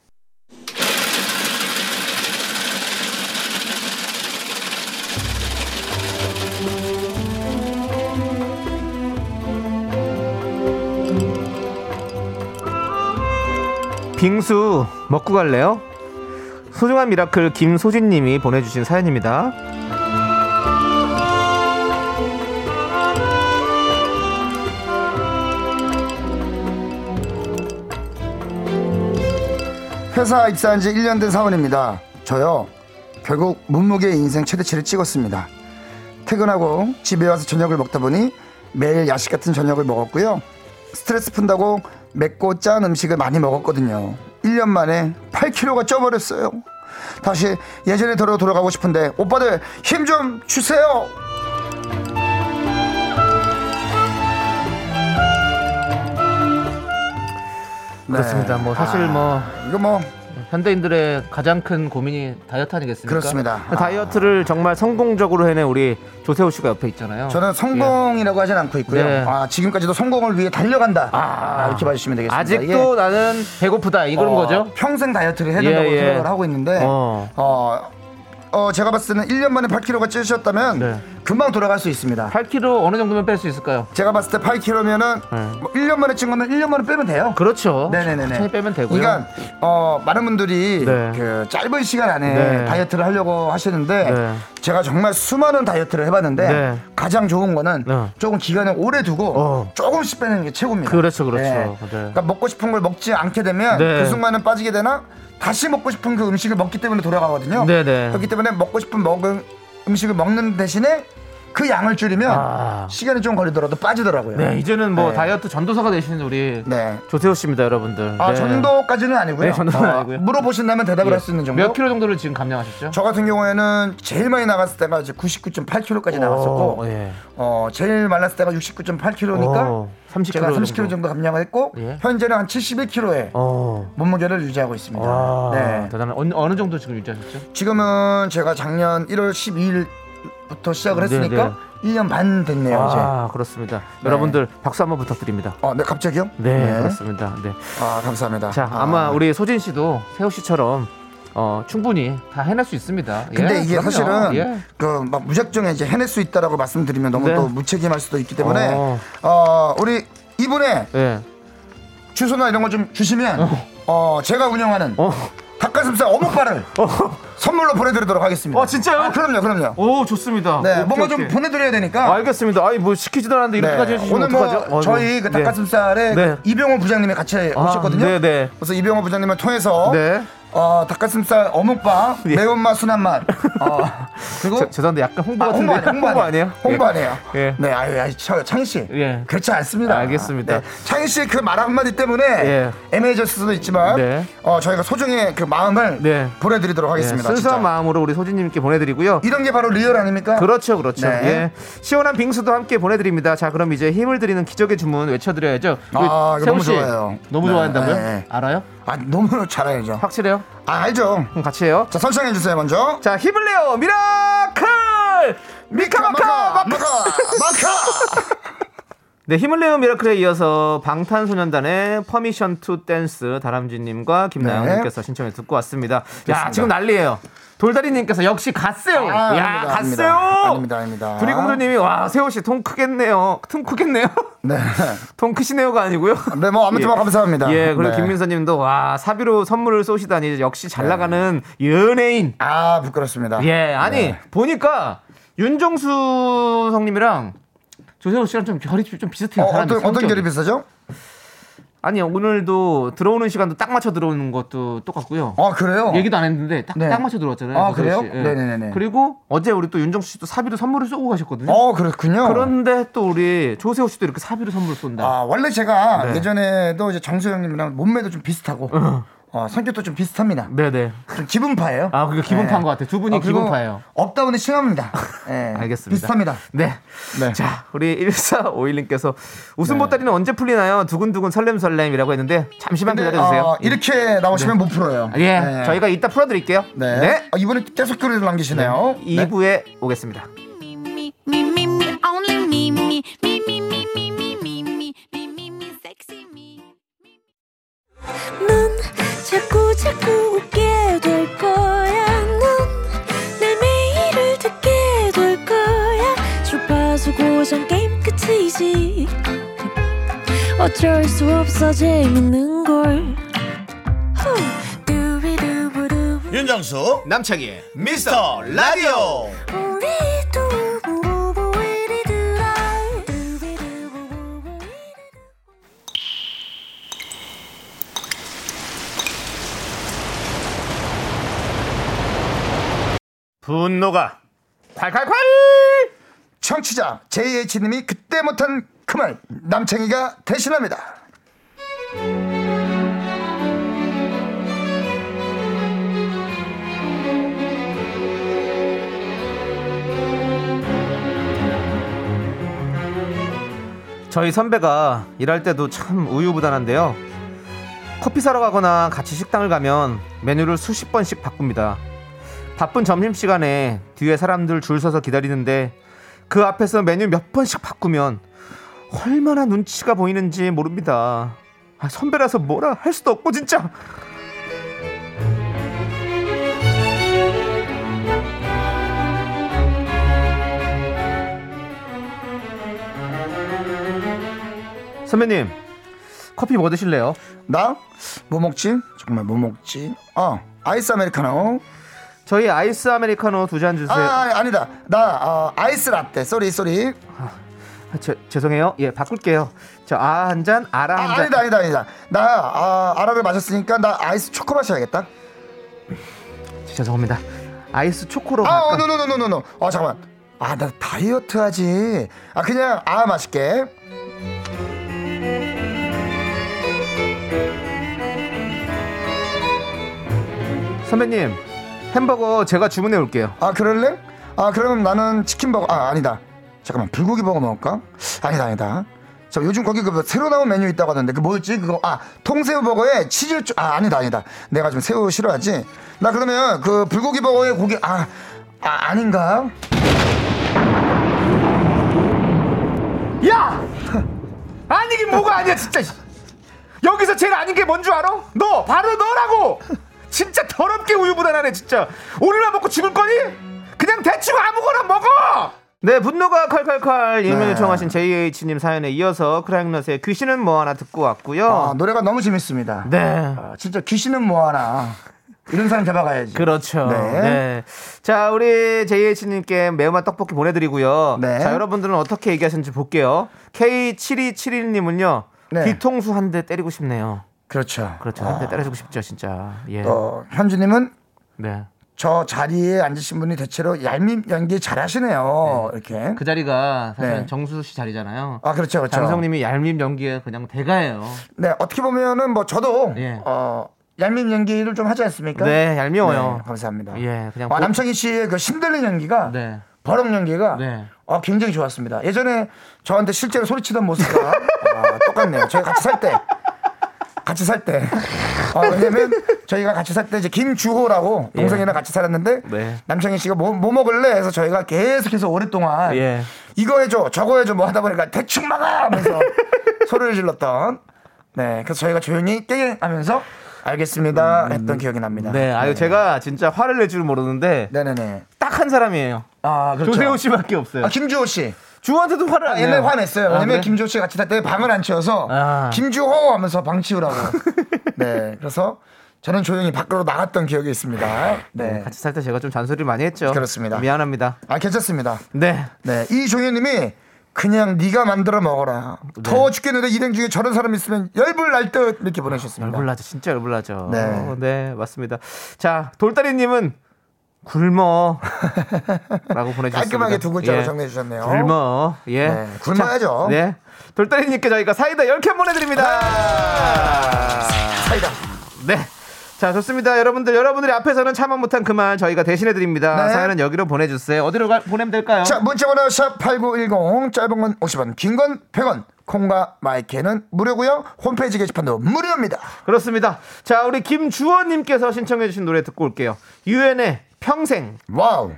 [SPEAKER 1] 빙수 먹고 갈래요? 소중한 미라클 김소진님이 보내주신 사연입니다.
[SPEAKER 2] 네. 회사 입사한 지 1년 된 사원입니다. 저요. 결국 몸무게 인생 최대치를 찍었습니다. 퇴근하고 집에 와서 저녁을 먹다 보니 매일 야식 같은 저녁을 먹었고요. 스트레스 푼다고 맵고 짠 음식을 많이 먹었거든요. 1년 만에 8kg가 쪄버렸어요. 다시 예전에 돌아 돌아가고 싶은데 오빠들 힘 좀 주세요.
[SPEAKER 1] 그렇습니다. 뭐 사실 뭐
[SPEAKER 2] 네. 이거 뭐
[SPEAKER 1] 현대인들의 가장 큰 고민이 다이어트 아니겠습니까?
[SPEAKER 2] 그렇습니다. 아.
[SPEAKER 1] 다이어트를 정말 성공적으로 해낸 우리 조세호 씨가 옆에 있잖아요.
[SPEAKER 2] 저는 성공이라고 하진 않고 있고요.
[SPEAKER 1] 어. 네.
[SPEAKER 2] 아, 지금까지도 성공을 위해 달려간다. 아, 이렇게 봐주시면 되겠습니다. 예.
[SPEAKER 1] 아직도 나는 배고프다 이런
[SPEAKER 2] 어,
[SPEAKER 1] 거죠?
[SPEAKER 2] 평생 다이어트를 해야 된다고
[SPEAKER 1] 예, 예.
[SPEAKER 2] 생각을 하고 있는데
[SPEAKER 1] 어.
[SPEAKER 2] 어. 어, 제가 봤을 때는 1년 만에 8kg가 찌셨다면
[SPEAKER 1] 네.
[SPEAKER 2] 금방 돌아갈 수 있습니다.
[SPEAKER 1] 8kg 어느 정도면 뺄 수 있을까요?
[SPEAKER 2] 제가 봤을 때 8kg면은 뭐
[SPEAKER 1] 네.
[SPEAKER 2] 1년 만에 찐 거면 1년 만에 빼면 돼요.
[SPEAKER 1] 그렇죠.
[SPEAKER 2] 네네네네.
[SPEAKER 1] 천천히 빼면 되고요.
[SPEAKER 2] 그러니까 어, 많은 분들이
[SPEAKER 1] 네.
[SPEAKER 2] 그 짧은 시간 안에
[SPEAKER 1] 네.
[SPEAKER 2] 다이어트를 하려고 하시는데
[SPEAKER 1] 네.
[SPEAKER 2] 제가 정말 수많은 다이어트를 해봤는데
[SPEAKER 1] 네.
[SPEAKER 2] 가장 좋은 거는
[SPEAKER 1] 네.
[SPEAKER 2] 조금 기간을 오래 두고
[SPEAKER 1] 어.
[SPEAKER 2] 조금씩 빼는 게 최고입니다.
[SPEAKER 1] 그렇죠, 그렇죠. 네.
[SPEAKER 2] 그러니까 먹고 싶은 걸 먹지 않게 되면
[SPEAKER 1] 네.
[SPEAKER 2] 그 순간은 빠지게 되나 다시 먹고 싶은 그 음식을 먹기 때문에 돌아가거든요.
[SPEAKER 1] 네네.
[SPEAKER 2] 그렇기 때문에 먹고 싶은 먹은 음식을 먹는 대신에 그 양을 줄이면
[SPEAKER 1] 아.
[SPEAKER 2] 시간이 좀 걸리더라도 빠지더라고요.
[SPEAKER 1] 네, 이제는 뭐
[SPEAKER 2] 네.
[SPEAKER 1] 다이어트 전도사가 되시는 우리
[SPEAKER 2] 네.
[SPEAKER 1] 조세호 씨입니다, 여러분들.
[SPEAKER 2] 아
[SPEAKER 1] 네.
[SPEAKER 2] 전도까지는 아니고요. 어,
[SPEAKER 1] 네, 전도는 아니고요. 예.
[SPEAKER 2] 물어보신다면 대답을 할 수 있는 정도.
[SPEAKER 1] 몇 킬로 정도를 지금 감량하셨죠?
[SPEAKER 2] 저 같은 경우에는 제일 많이 나갔을 때가 이제 99.8kg까지 나갔었고,
[SPEAKER 1] 어, 예.
[SPEAKER 2] 어 제일 말랐을 때가 69.8kg니까
[SPEAKER 1] 어,
[SPEAKER 2] 그러니까
[SPEAKER 1] 30kg
[SPEAKER 2] 제가 30kg
[SPEAKER 1] 정도.
[SPEAKER 2] 정도, 감량을 했고
[SPEAKER 1] 예.
[SPEAKER 2] 현재는 한 71kg에
[SPEAKER 1] 어.
[SPEAKER 2] 몸무게를 유지하고 있습니다.
[SPEAKER 1] 와,
[SPEAKER 2] 네.
[SPEAKER 1] 대단한. 어느, 어느 정도 지금 유지하셨죠?
[SPEAKER 2] 지금은 제가 작년 1월 12일부터 시작을
[SPEAKER 1] 네,
[SPEAKER 2] 했으니까 1년 반 됐네요 예, 이제.
[SPEAKER 1] 아, 그렇습니다. 여러분들 박수 한번 부탁드립니다.
[SPEAKER 2] 어, 네 갑자기요?
[SPEAKER 1] 네, 그렇습니다. 네.
[SPEAKER 2] 아 감사합니다.
[SPEAKER 1] 자,
[SPEAKER 2] 아.
[SPEAKER 1] 아마 우리 소진 씨도 세호 씨처럼 어, 충분히 다 해낼 수 있습니다. 예,
[SPEAKER 2] 근데 이게
[SPEAKER 1] 그럼요.
[SPEAKER 2] 사실은
[SPEAKER 1] 예.
[SPEAKER 2] 그 막 무작정에 이제 해낼 수 있다라고 말씀드리면 너무
[SPEAKER 1] 네.
[SPEAKER 2] 또 무책임할 수도 있기 때문에
[SPEAKER 1] 어.
[SPEAKER 2] 어, 우리 이분의
[SPEAKER 1] 예.
[SPEAKER 2] 주소나 이런 거 좀 주시면 어 제가 운영하는
[SPEAKER 1] 어.
[SPEAKER 2] 닭가슴살 어묵발을 선물로 보내드리도록 하겠습니다.
[SPEAKER 1] 어, 진짜요?
[SPEAKER 2] 아, 그럼요, 그럼요.
[SPEAKER 1] 오, 좋습니다.
[SPEAKER 2] 네,
[SPEAKER 1] 오케이,
[SPEAKER 2] 뭔가
[SPEAKER 1] 오케이.
[SPEAKER 2] 좀 보내드려야 되니까.
[SPEAKER 1] 알겠습니다. 아니 뭐 시키지도 않았는데
[SPEAKER 2] 네,
[SPEAKER 1] 이렇게까지 해주시면
[SPEAKER 2] 오늘 뭐
[SPEAKER 1] 어떡하죠? 어이구.
[SPEAKER 2] 저희 그
[SPEAKER 1] 네.
[SPEAKER 2] 닭가슴살에
[SPEAKER 1] 네.
[SPEAKER 2] 이병호 부장님이 같이
[SPEAKER 1] 아,
[SPEAKER 2] 오셨거든요.
[SPEAKER 1] 네, 네.
[SPEAKER 2] 그래서 이병호 부장님을 통해서
[SPEAKER 1] 네.
[SPEAKER 2] 어, 닭가슴살 어묵밥
[SPEAKER 1] 예.
[SPEAKER 2] 매운맛 순한맛 어, 그리고
[SPEAKER 1] 저- 죄송한데 약간 홍보
[SPEAKER 2] 아,
[SPEAKER 1] 같은데
[SPEAKER 2] 홍보 아니에요? 홍보 아니에요? 홍보
[SPEAKER 1] 예.
[SPEAKER 2] 아니에요?
[SPEAKER 1] 예.
[SPEAKER 2] 네, 아유, 아유, 저, 창희 씨.
[SPEAKER 1] 예.
[SPEAKER 2] 그렇지 않습니다.
[SPEAKER 1] 알겠습니다.
[SPEAKER 2] 창희 씨 그 말 한마디 때문에
[SPEAKER 1] 예.
[SPEAKER 2] 애매해졌을 수도 있지만
[SPEAKER 1] 네.
[SPEAKER 2] 어, 저희가 소중히 그 마음을
[SPEAKER 1] 네.
[SPEAKER 2] 보내드리도록
[SPEAKER 1] 예,
[SPEAKER 2] 하겠습니다.
[SPEAKER 1] 순수한
[SPEAKER 2] 진짜.
[SPEAKER 1] 마음으로 우리 소진님께 보내드리고요.
[SPEAKER 2] 이런 게 바로 리얼 아닙니까?
[SPEAKER 1] 그렇죠, 그렇죠.
[SPEAKER 2] 네.
[SPEAKER 1] 예. 시원한 빙수도 함께 보내드립니다. 자, 그럼 이제 힘을 드리는 기적의 주문 외쳐드려야죠.
[SPEAKER 2] 아,
[SPEAKER 1] 우리
[SPEAKER 2] 이거
[SPEAKER 1] 세훈
[SPEAKER 2] 너무
[SPEAKER 1] 씨,
[SPEAKER 2] 좋아요.
[SPEAKER 1] 너무
[SPEAKER 2] 네,
[SPEAKER 1] 좋아한다고요?
[SPEAKER 2] 네.
[SPEAKER 1] 알아요?
[SPEAKER 2] 아, 너무 잘 알죠.
[SPEAKER 1] 확실해요?
[SPEAKER 2] 아, 알죠.
[SPEAKER 1] 그럼 같이 해요.
[SPEAKER 2] 자, 선창해 주세요, 먼저.
[SPEAKER 1] 자, 힘을 내요, 미라클, 미카마카, 마카.
[SPEAKER 2] 마카! 마카!
[SPEAKER 1] 네, 힘을 내요 미라클에 이어서 방탄소년단의 퍼미션 투 댄스 다람쥐님과 김나영님께서 신청해 듣고 왔습니다. 야,
[SPEAKER 2] 네. 좋습니다.
[SPEAKER 1] 지금 난리예요. 돌다리님께서 역시 갔어요.
[SPEAKER 2] 아,
[SPEAKER 1] 야,
[SPEAKER 2] 아닙니다,
[SPEAKER 1] 갔어요.
[SPEAKER 2] 아닙니다. 아닙니다, 아닙니다.
[SPEAKER 1] 두리공주님이 와 세호 씨통 크겠네요. 통 크겠네요.
[SPEAKER 2] 네.
[SPEAKER 1] 통 크시네요가 아니고요.
[SPEAKER 2] 네, 뭐, 아무튼 뭐 감사합니다.
[SPEAKER 1] 예, 그리고
[SPEAKER 2] 네.
[SPEAKER 1] 김민서님도 와 사비로 선물을 쏘시다니 역시 잘 나가는 연예인.
[SPEAKER 2] 아, 부끄럽습니다.
[SPEAKER 1] 예, 아니
[SPEAKER 2] 네.
[SPEAKER 1] 보니까 윤종수 성님이랑 조세호 씨랑 좀 결이 좀 비슷해요.
[SPEAKER 2] 어,
[SPEAKER 1] 사람이
[SPEAKER 2] 어떤, 어떤
[SPEAKER 1] 성격이.
[SPEAKER 2] 결이 비슷하죠?
[SPEAKER 1] 아니 오늘도 들어오는 시간도 딱 맞춰 들어오는 것도 똑같고요.
[SPEAKER 2] 아, 그래요?
[SPEAKER 1] 얘기도 안 했는데 딱,
[SPEAKER 2] 네.
[SPEAKER 1] 딱 맞춰 들어왔잖아요.
[SPEAKER 2] 아,
[SPEAKER 1] 조세호
[SPEAKER 2] 그래요?
[SPEAKER 1] 씨. 예.
[SPEAKER 2] 네네네네.
[SPEAKER 1] 그리고 어제 우리 또 윤정수 씨도 사비로 선물을 쏘고 가셨거든요.
[SPEAKER 2] 어, 그렇군요.
[SPEAKER 1] 그런데 또 우리 조세호 씨도 이렇게 사비로 선물을 쏜다.
[SPEAKER 2] 아, 원래 제가
[SPEAKER 1] 네.
[SPEAKER 2] 예전에도 이제 정수 형님이랑 몸매도 좀 비슷하고, 어, 어, 성격도 좀 비슷합니다.
[SPEAKER 1] 네네.
[SPEAKER 2] 좀 기분파예요.
[SPEAKER 1] 아, 그거 기분파인
[SPEAKER 2] 예.
[SPEAKER 1] 것 같아요. 두 분이
[SPEAKER 2] 그리고
[SPEAKER 1] 기분파예요.
[SPEAKER 2] 업다운이 심합니다. 예.
[SPEAKER 1] 알겠습니다.
[SPEAKER 2] 비슷합니다.
[SPEAKER 1] 네.
[SPEAKER 2] 네.
[SPEAKER 1] 자, 우리 1451님께서 웃음 보따리는 언제 풀리나요? 두근두근 설렘설렘이라고 했는데 잠시만
[SPEAKER 2] 근데,
[SPEAKER 1] 기다려주세요. 네.
[SPEAKER 2] 어, 이렇게 나오시면 못 풀어요.
[SPEAKER 1] 예,
[SPEAKER 2] 네.
[SPEAKER 1] 저희가 이따 풀어드릴게요.
[SPEAKER 2] 네.
[SPEAKER 1] 네.
[SPEAKER 2] 아, 이번에 계속 글을 남기시네요. 네.
[SPEAKER 1] 2부에 오겠습니다.
[SPEAKER 3] me, me, me, me, me, only me, me, me, me, me, me, me, me, me, me, me, me, sexy me.
[SPEAKER 4] 넌 자꾸 자꾸 웃게 될 거야. 넌내 매일을 듣게 될 거야. 주파수 고정 게임 끝이지. 어쩔 수 없어 재밌는 걸. 후. 두비두부두.
[SPEAKER 5] 윤정수
[SPEAKER 1] 남창희의
[SPEAKER 5] 미스터 라디오
[SPEAKER 4] 우리 두부부부 우리 두라. 두비두부부부 우리 두라.
[SPEAKER 1] 분노가 콸콸콸!
[SPEAKER 2] 청취자 JH님이 그때 못한 그 말 남창희가 대신합니다.
[SPEAKER 1] 저희 선배가 일할 때도 참 우유부단한데요. 커피 사러 가거나 같이 식당을 가면 메뉴를 수십 번씩 바꿉니다. 바쁜 점심시간에 뒤에 사람들 줄 서서 기다리는데 그 앞에서 메뉴 몇 번씩 바꾸면 얼마나 눈치가 보이는지 모릅니다. 아, 선배라서 뭐라 할 수도 없고 진짜 선배님 커피 뭐 드실래요?
[SPEAKER 2] 나? 뭐 먹지? 정말 뭐 먹지? 어, 아이스 아메리카노.
[SPEAKER 1] 저희 아이스 아메리카노 두 잔 주세요.
[SPEAKER 2] 아, 아니다. 나 어, 아이스 라떼. 쏘리, 쏘리.
[SPEAKER 1] 아, 죄- 죄송해요. 예, 바꿀게요. 저 아 한 잔, 아라 한
[SPEAKER 2] 아,
[SPEAKER 1] 잔.
[SPEAKER 2] 아니다, 아니다, 아니다. 나 아, 아라를 마셨으니까 나 아이스 초코 마셔야겠다.
[SPEAKER 1] 죄송합니다. 아이스 초코로
[SPEAKER 2] 아,
[SPEAKER 1] 갈까?
[SPEAKER 2] 어, 노노노노노노. 어, 잠깐만. 아, 나 다이어트 하지. 아, 그냥 아 마실게.
[SPEAKER 1] 선배님, 햄버거 제가 주문해 올게요.
[SPEAKER 2] 아, 그럴래? 아, 그러면 나는 치킨 버거. 아, 아니다. 잠깐만. 불고기 버거 먹을까? 아니다, 아니다. 저 요즘 거기 그 새로 나온 메뉴 있다고 하던데 그 뭐였지? 그거 아, 통새우 버거에 치즈 조... 아, 아니다, 아니다. 내가 좀 새우 싫어하지. 나 그러면 그 불고기 버거에 고기 아, 아 아닌가?
[SPEAKER 1] 야! 아니 이게 뭐가 아니야, 진짜. 여기서 제일 아닌 게 뭔 줄 알아? 너, 바로 너라고. 진짜 더럽게 우유부단하네, 진짜. 오늘만 먹고 죽을 거니? 그냥 대충 아무거나 먹어. 네, 분노가 칼칼칼 예명
[SPEAKER 2] 네.
[SPEAKER 1] 요청하신 JH님 사연에 이어서 크라잉넛의 귀신은 뭐 하나 듣고 왔고요.
[SPEAKER 2] 아, 노래가 너무 재밌습니다.
[SPEAKER 1] 네.
[SPEAKER 2] 아, 진짜 귀신은 뭐 하나. 이런 사람 잡아가야지.
[SPEAKER 1] 그렇죠.
[SPEAKER 2] 네.
[SPEAKER 1] 네. 자, 우리 JH님께 매운맛 떡볶이 보내드리고요.
[SPEAKER 2] 네.
[SPEAKER 1] 자, 여러분들은 어떻게 얘기하시는지 볼게요. K7271님은요.
[SPEAKER 2] 네.
[SPEAKER 1] 뒤통수 한 대 때리고 싶네요.
[SPEAKER 2] 그렇죠.
[SPEAKER 1] 그렇죠. 한 대 때려주고 싶죠, 진짜. 예.
[SPEAKER 2] 어, 현주님은
[SPEAKER 1] 네.
[SPEAKER 2] 저 자리에 앉으신 분이 대체로 얄밉 연기 잘하시네요. 이렇게.
[SPEAKER 1] 그 자리가 사실
[SPEAKER 2] 네.
[SPEAKER 1] 정수 씨 자리잖아요.
[SPEAKER 2] 아 그렇죠, 그렇죠.
[SPEAKER 1] 장성님이 얄밉 연기에 그냥 대가예요.
[SPEAKER 2] 네 어떻게 보면은 뭐 저도
[SPEAKER 1] 예.
[SPEAKER 2] 어 얄밉 연기를 좀 하지 않습니까?
[SPEAKER 1] 네, 얄미워요.
[SPEAKER 2] 네, 감사합니다.
[SPEAKER 1] 예, 그냥
[SPEAKER 2] 아,
[SPEAKER 1] 보-
[SPEAKER 2] 남창희 씨의 그 힘들린 연기가
[SPEAKER 1] 네.
[SPEAKER 2] 버럭 연기가
[SPEAKER 1] 네.
[SPEAKER 2] 어, 굉장히 좋았습니다. 예전에 저한테 실제로 소리치던 모습과 어, 똑같네요. 저희 같이 살 때. 같이 살 때. 어, 왜냐면 저희가 같이 살 때 이제 김주호라고 동생이랑 같이 살았는데
[SPEAKER 1] 예. 네.
[SPEAKER 2] 남창희 씨가 뭐, 뭐 먹을래 해서 저희가 계속해서 오랫동안
[SPEAKER 1] 예.
[SPEAKER 2] 이거 해줘 저거 해줘 뭐 하다 보니까 대충 막아 하면서 소리를 질렀던 네 그래서 저희가 조용히 깨 하면서 알겠습니다 했던 기억이 납니다.
[SPEAKER 1] 음, 네, 아유, 제가 진짜 화를 낼 줄 모르는데
[SPEAKER 2] 네네네.
[SPEAKER 1] 딱 한 사람이에요.
[SPEAKER 2] 아 그렇죠.
[SPEAKER 1] 조세호 씨밖에 없어요.
[SPEAKER 2] 아 김주호 씨.
[SPEAKER 1] 주호한테도 화를 안
[SPEAKER 2] 아,
[SPEAKER 1] 내요.
[SPEAKER 2] 옛날에 화냈어요.
[SPEAKER 1] 아,
[SPEAKER 2] 왜냐면
[SPEAKER 1] 그래?
[SPEAKER 2] 김주호 씨 같이 다때 방을 안 치워서
[SPEAKER 1] 아.
[SPEAKER 2] 김주호 하면서 방 치우라고. 네. 그래서 저는 조용히 밖으로 나갔던 기억이 있습니다.
[SPEAKER 1] 네,
[SPEAKER 2] 네.
[SPEAKER 1] 같이 살 때 제가 좀 잔소리를 많이 했죠.
[SPEAKER 2] 그렇습니다.
[SPEAKER 1] 미안합니다.
[SPEAKER 2] 아 괜찮습니다.
[SPEAKER 1] 네.
[SPEAKER 2] 네. 이종현님이 그냥 네가 만들어 먹어라.
[SPEAKER 1] 네.
[SPEAKER 2] 더워 죽겠는데 일행 중에 저런 사람 있으면 열불 날 듯 이렇게 보내셨습니다.
[SPEAKER 1] 열불나죠. 진짜 열불나죠.
[SPEAKER 2] 네.
[SPEAKER 1] 어, 네, 맞습니다. 자, 돌다리님은 굶어. 라고 보내주셨습니다. 예.
[SPEAKER 2] 깔끔하게 두 글자로 정리해주셨네요.
[SPEAKER 1] 굶어. 예.
[SPEAKER 2] 네, 굶어야죠.
[SPEAKER 1] 자, 네. 아. 돌다리님께 저희가 사이다 10캔 보내드립니다.
[SPEAKER 2] 사이다.
[SPEAKER 1] 네. 자, 좋습니다. 여러분들, 여러분들이 앞에서는 참아 못한 그 말 저희가 대신해 드립니다.
[SPEAKER 2] 네.
[SPEAKER 1] 사연은 여기로 보내주세요. 어디로 가- 보내면 될까요?
[SPEAKER 2] 자, 문자번호 샵8910 짧은 건 50원, 긴 건 100원. 콩과 마이크는 무료고요. 홈페이지 게시판도 무료입니다.
[SPEAKER 1] 그렇습니다. 자, 우리 김주원님께서 신청해주신 노래 듣고 올게요. 유엔의 평생.
[SPEAKER 2] 와우.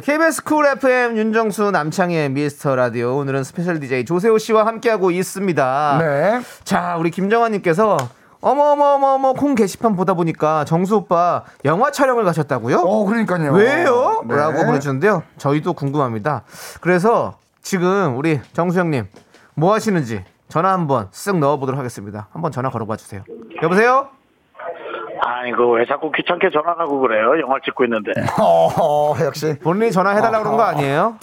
[SPEAKER 1] KBS 쿨 FM 윤정수 남창의 미스터 라디오. 오늘은 스페셜 DJ 조세호 씨와 함께하고 있습니다.
[SPEAKER 2] 네.
[SPEAKER 1] 자, 우리 김정환님께서 어머어머어머 콩 게시판 보다 보니까 정수 오빠 영화 촬영을 가셨다고요?
[SPEAKER 2] 어, 그러니까요.
[SPEAKER 1] 왜요?
[SPEAKER 2] 네.
[SPEAKER 1] 라고 보내주는데요. 저희도 궁금합니다. 그래서 지금 우리 정수 형님 뭐 하시는지 전화 한번 쓱 넣어보도록 하겠습니다. 한번 전화 걸어봐 주세요. 여보세요?
[SPEAKER 6] 아니 그 왜 자꾸 귀찮게 전화하고 그래요? 영화 찍고 있는데
[SPEAKER 1] 네.
[SPEAKER 2] 어, 역시.
[SPEAKER 1] 본인이 전화해달라고 그런 거 아니에요?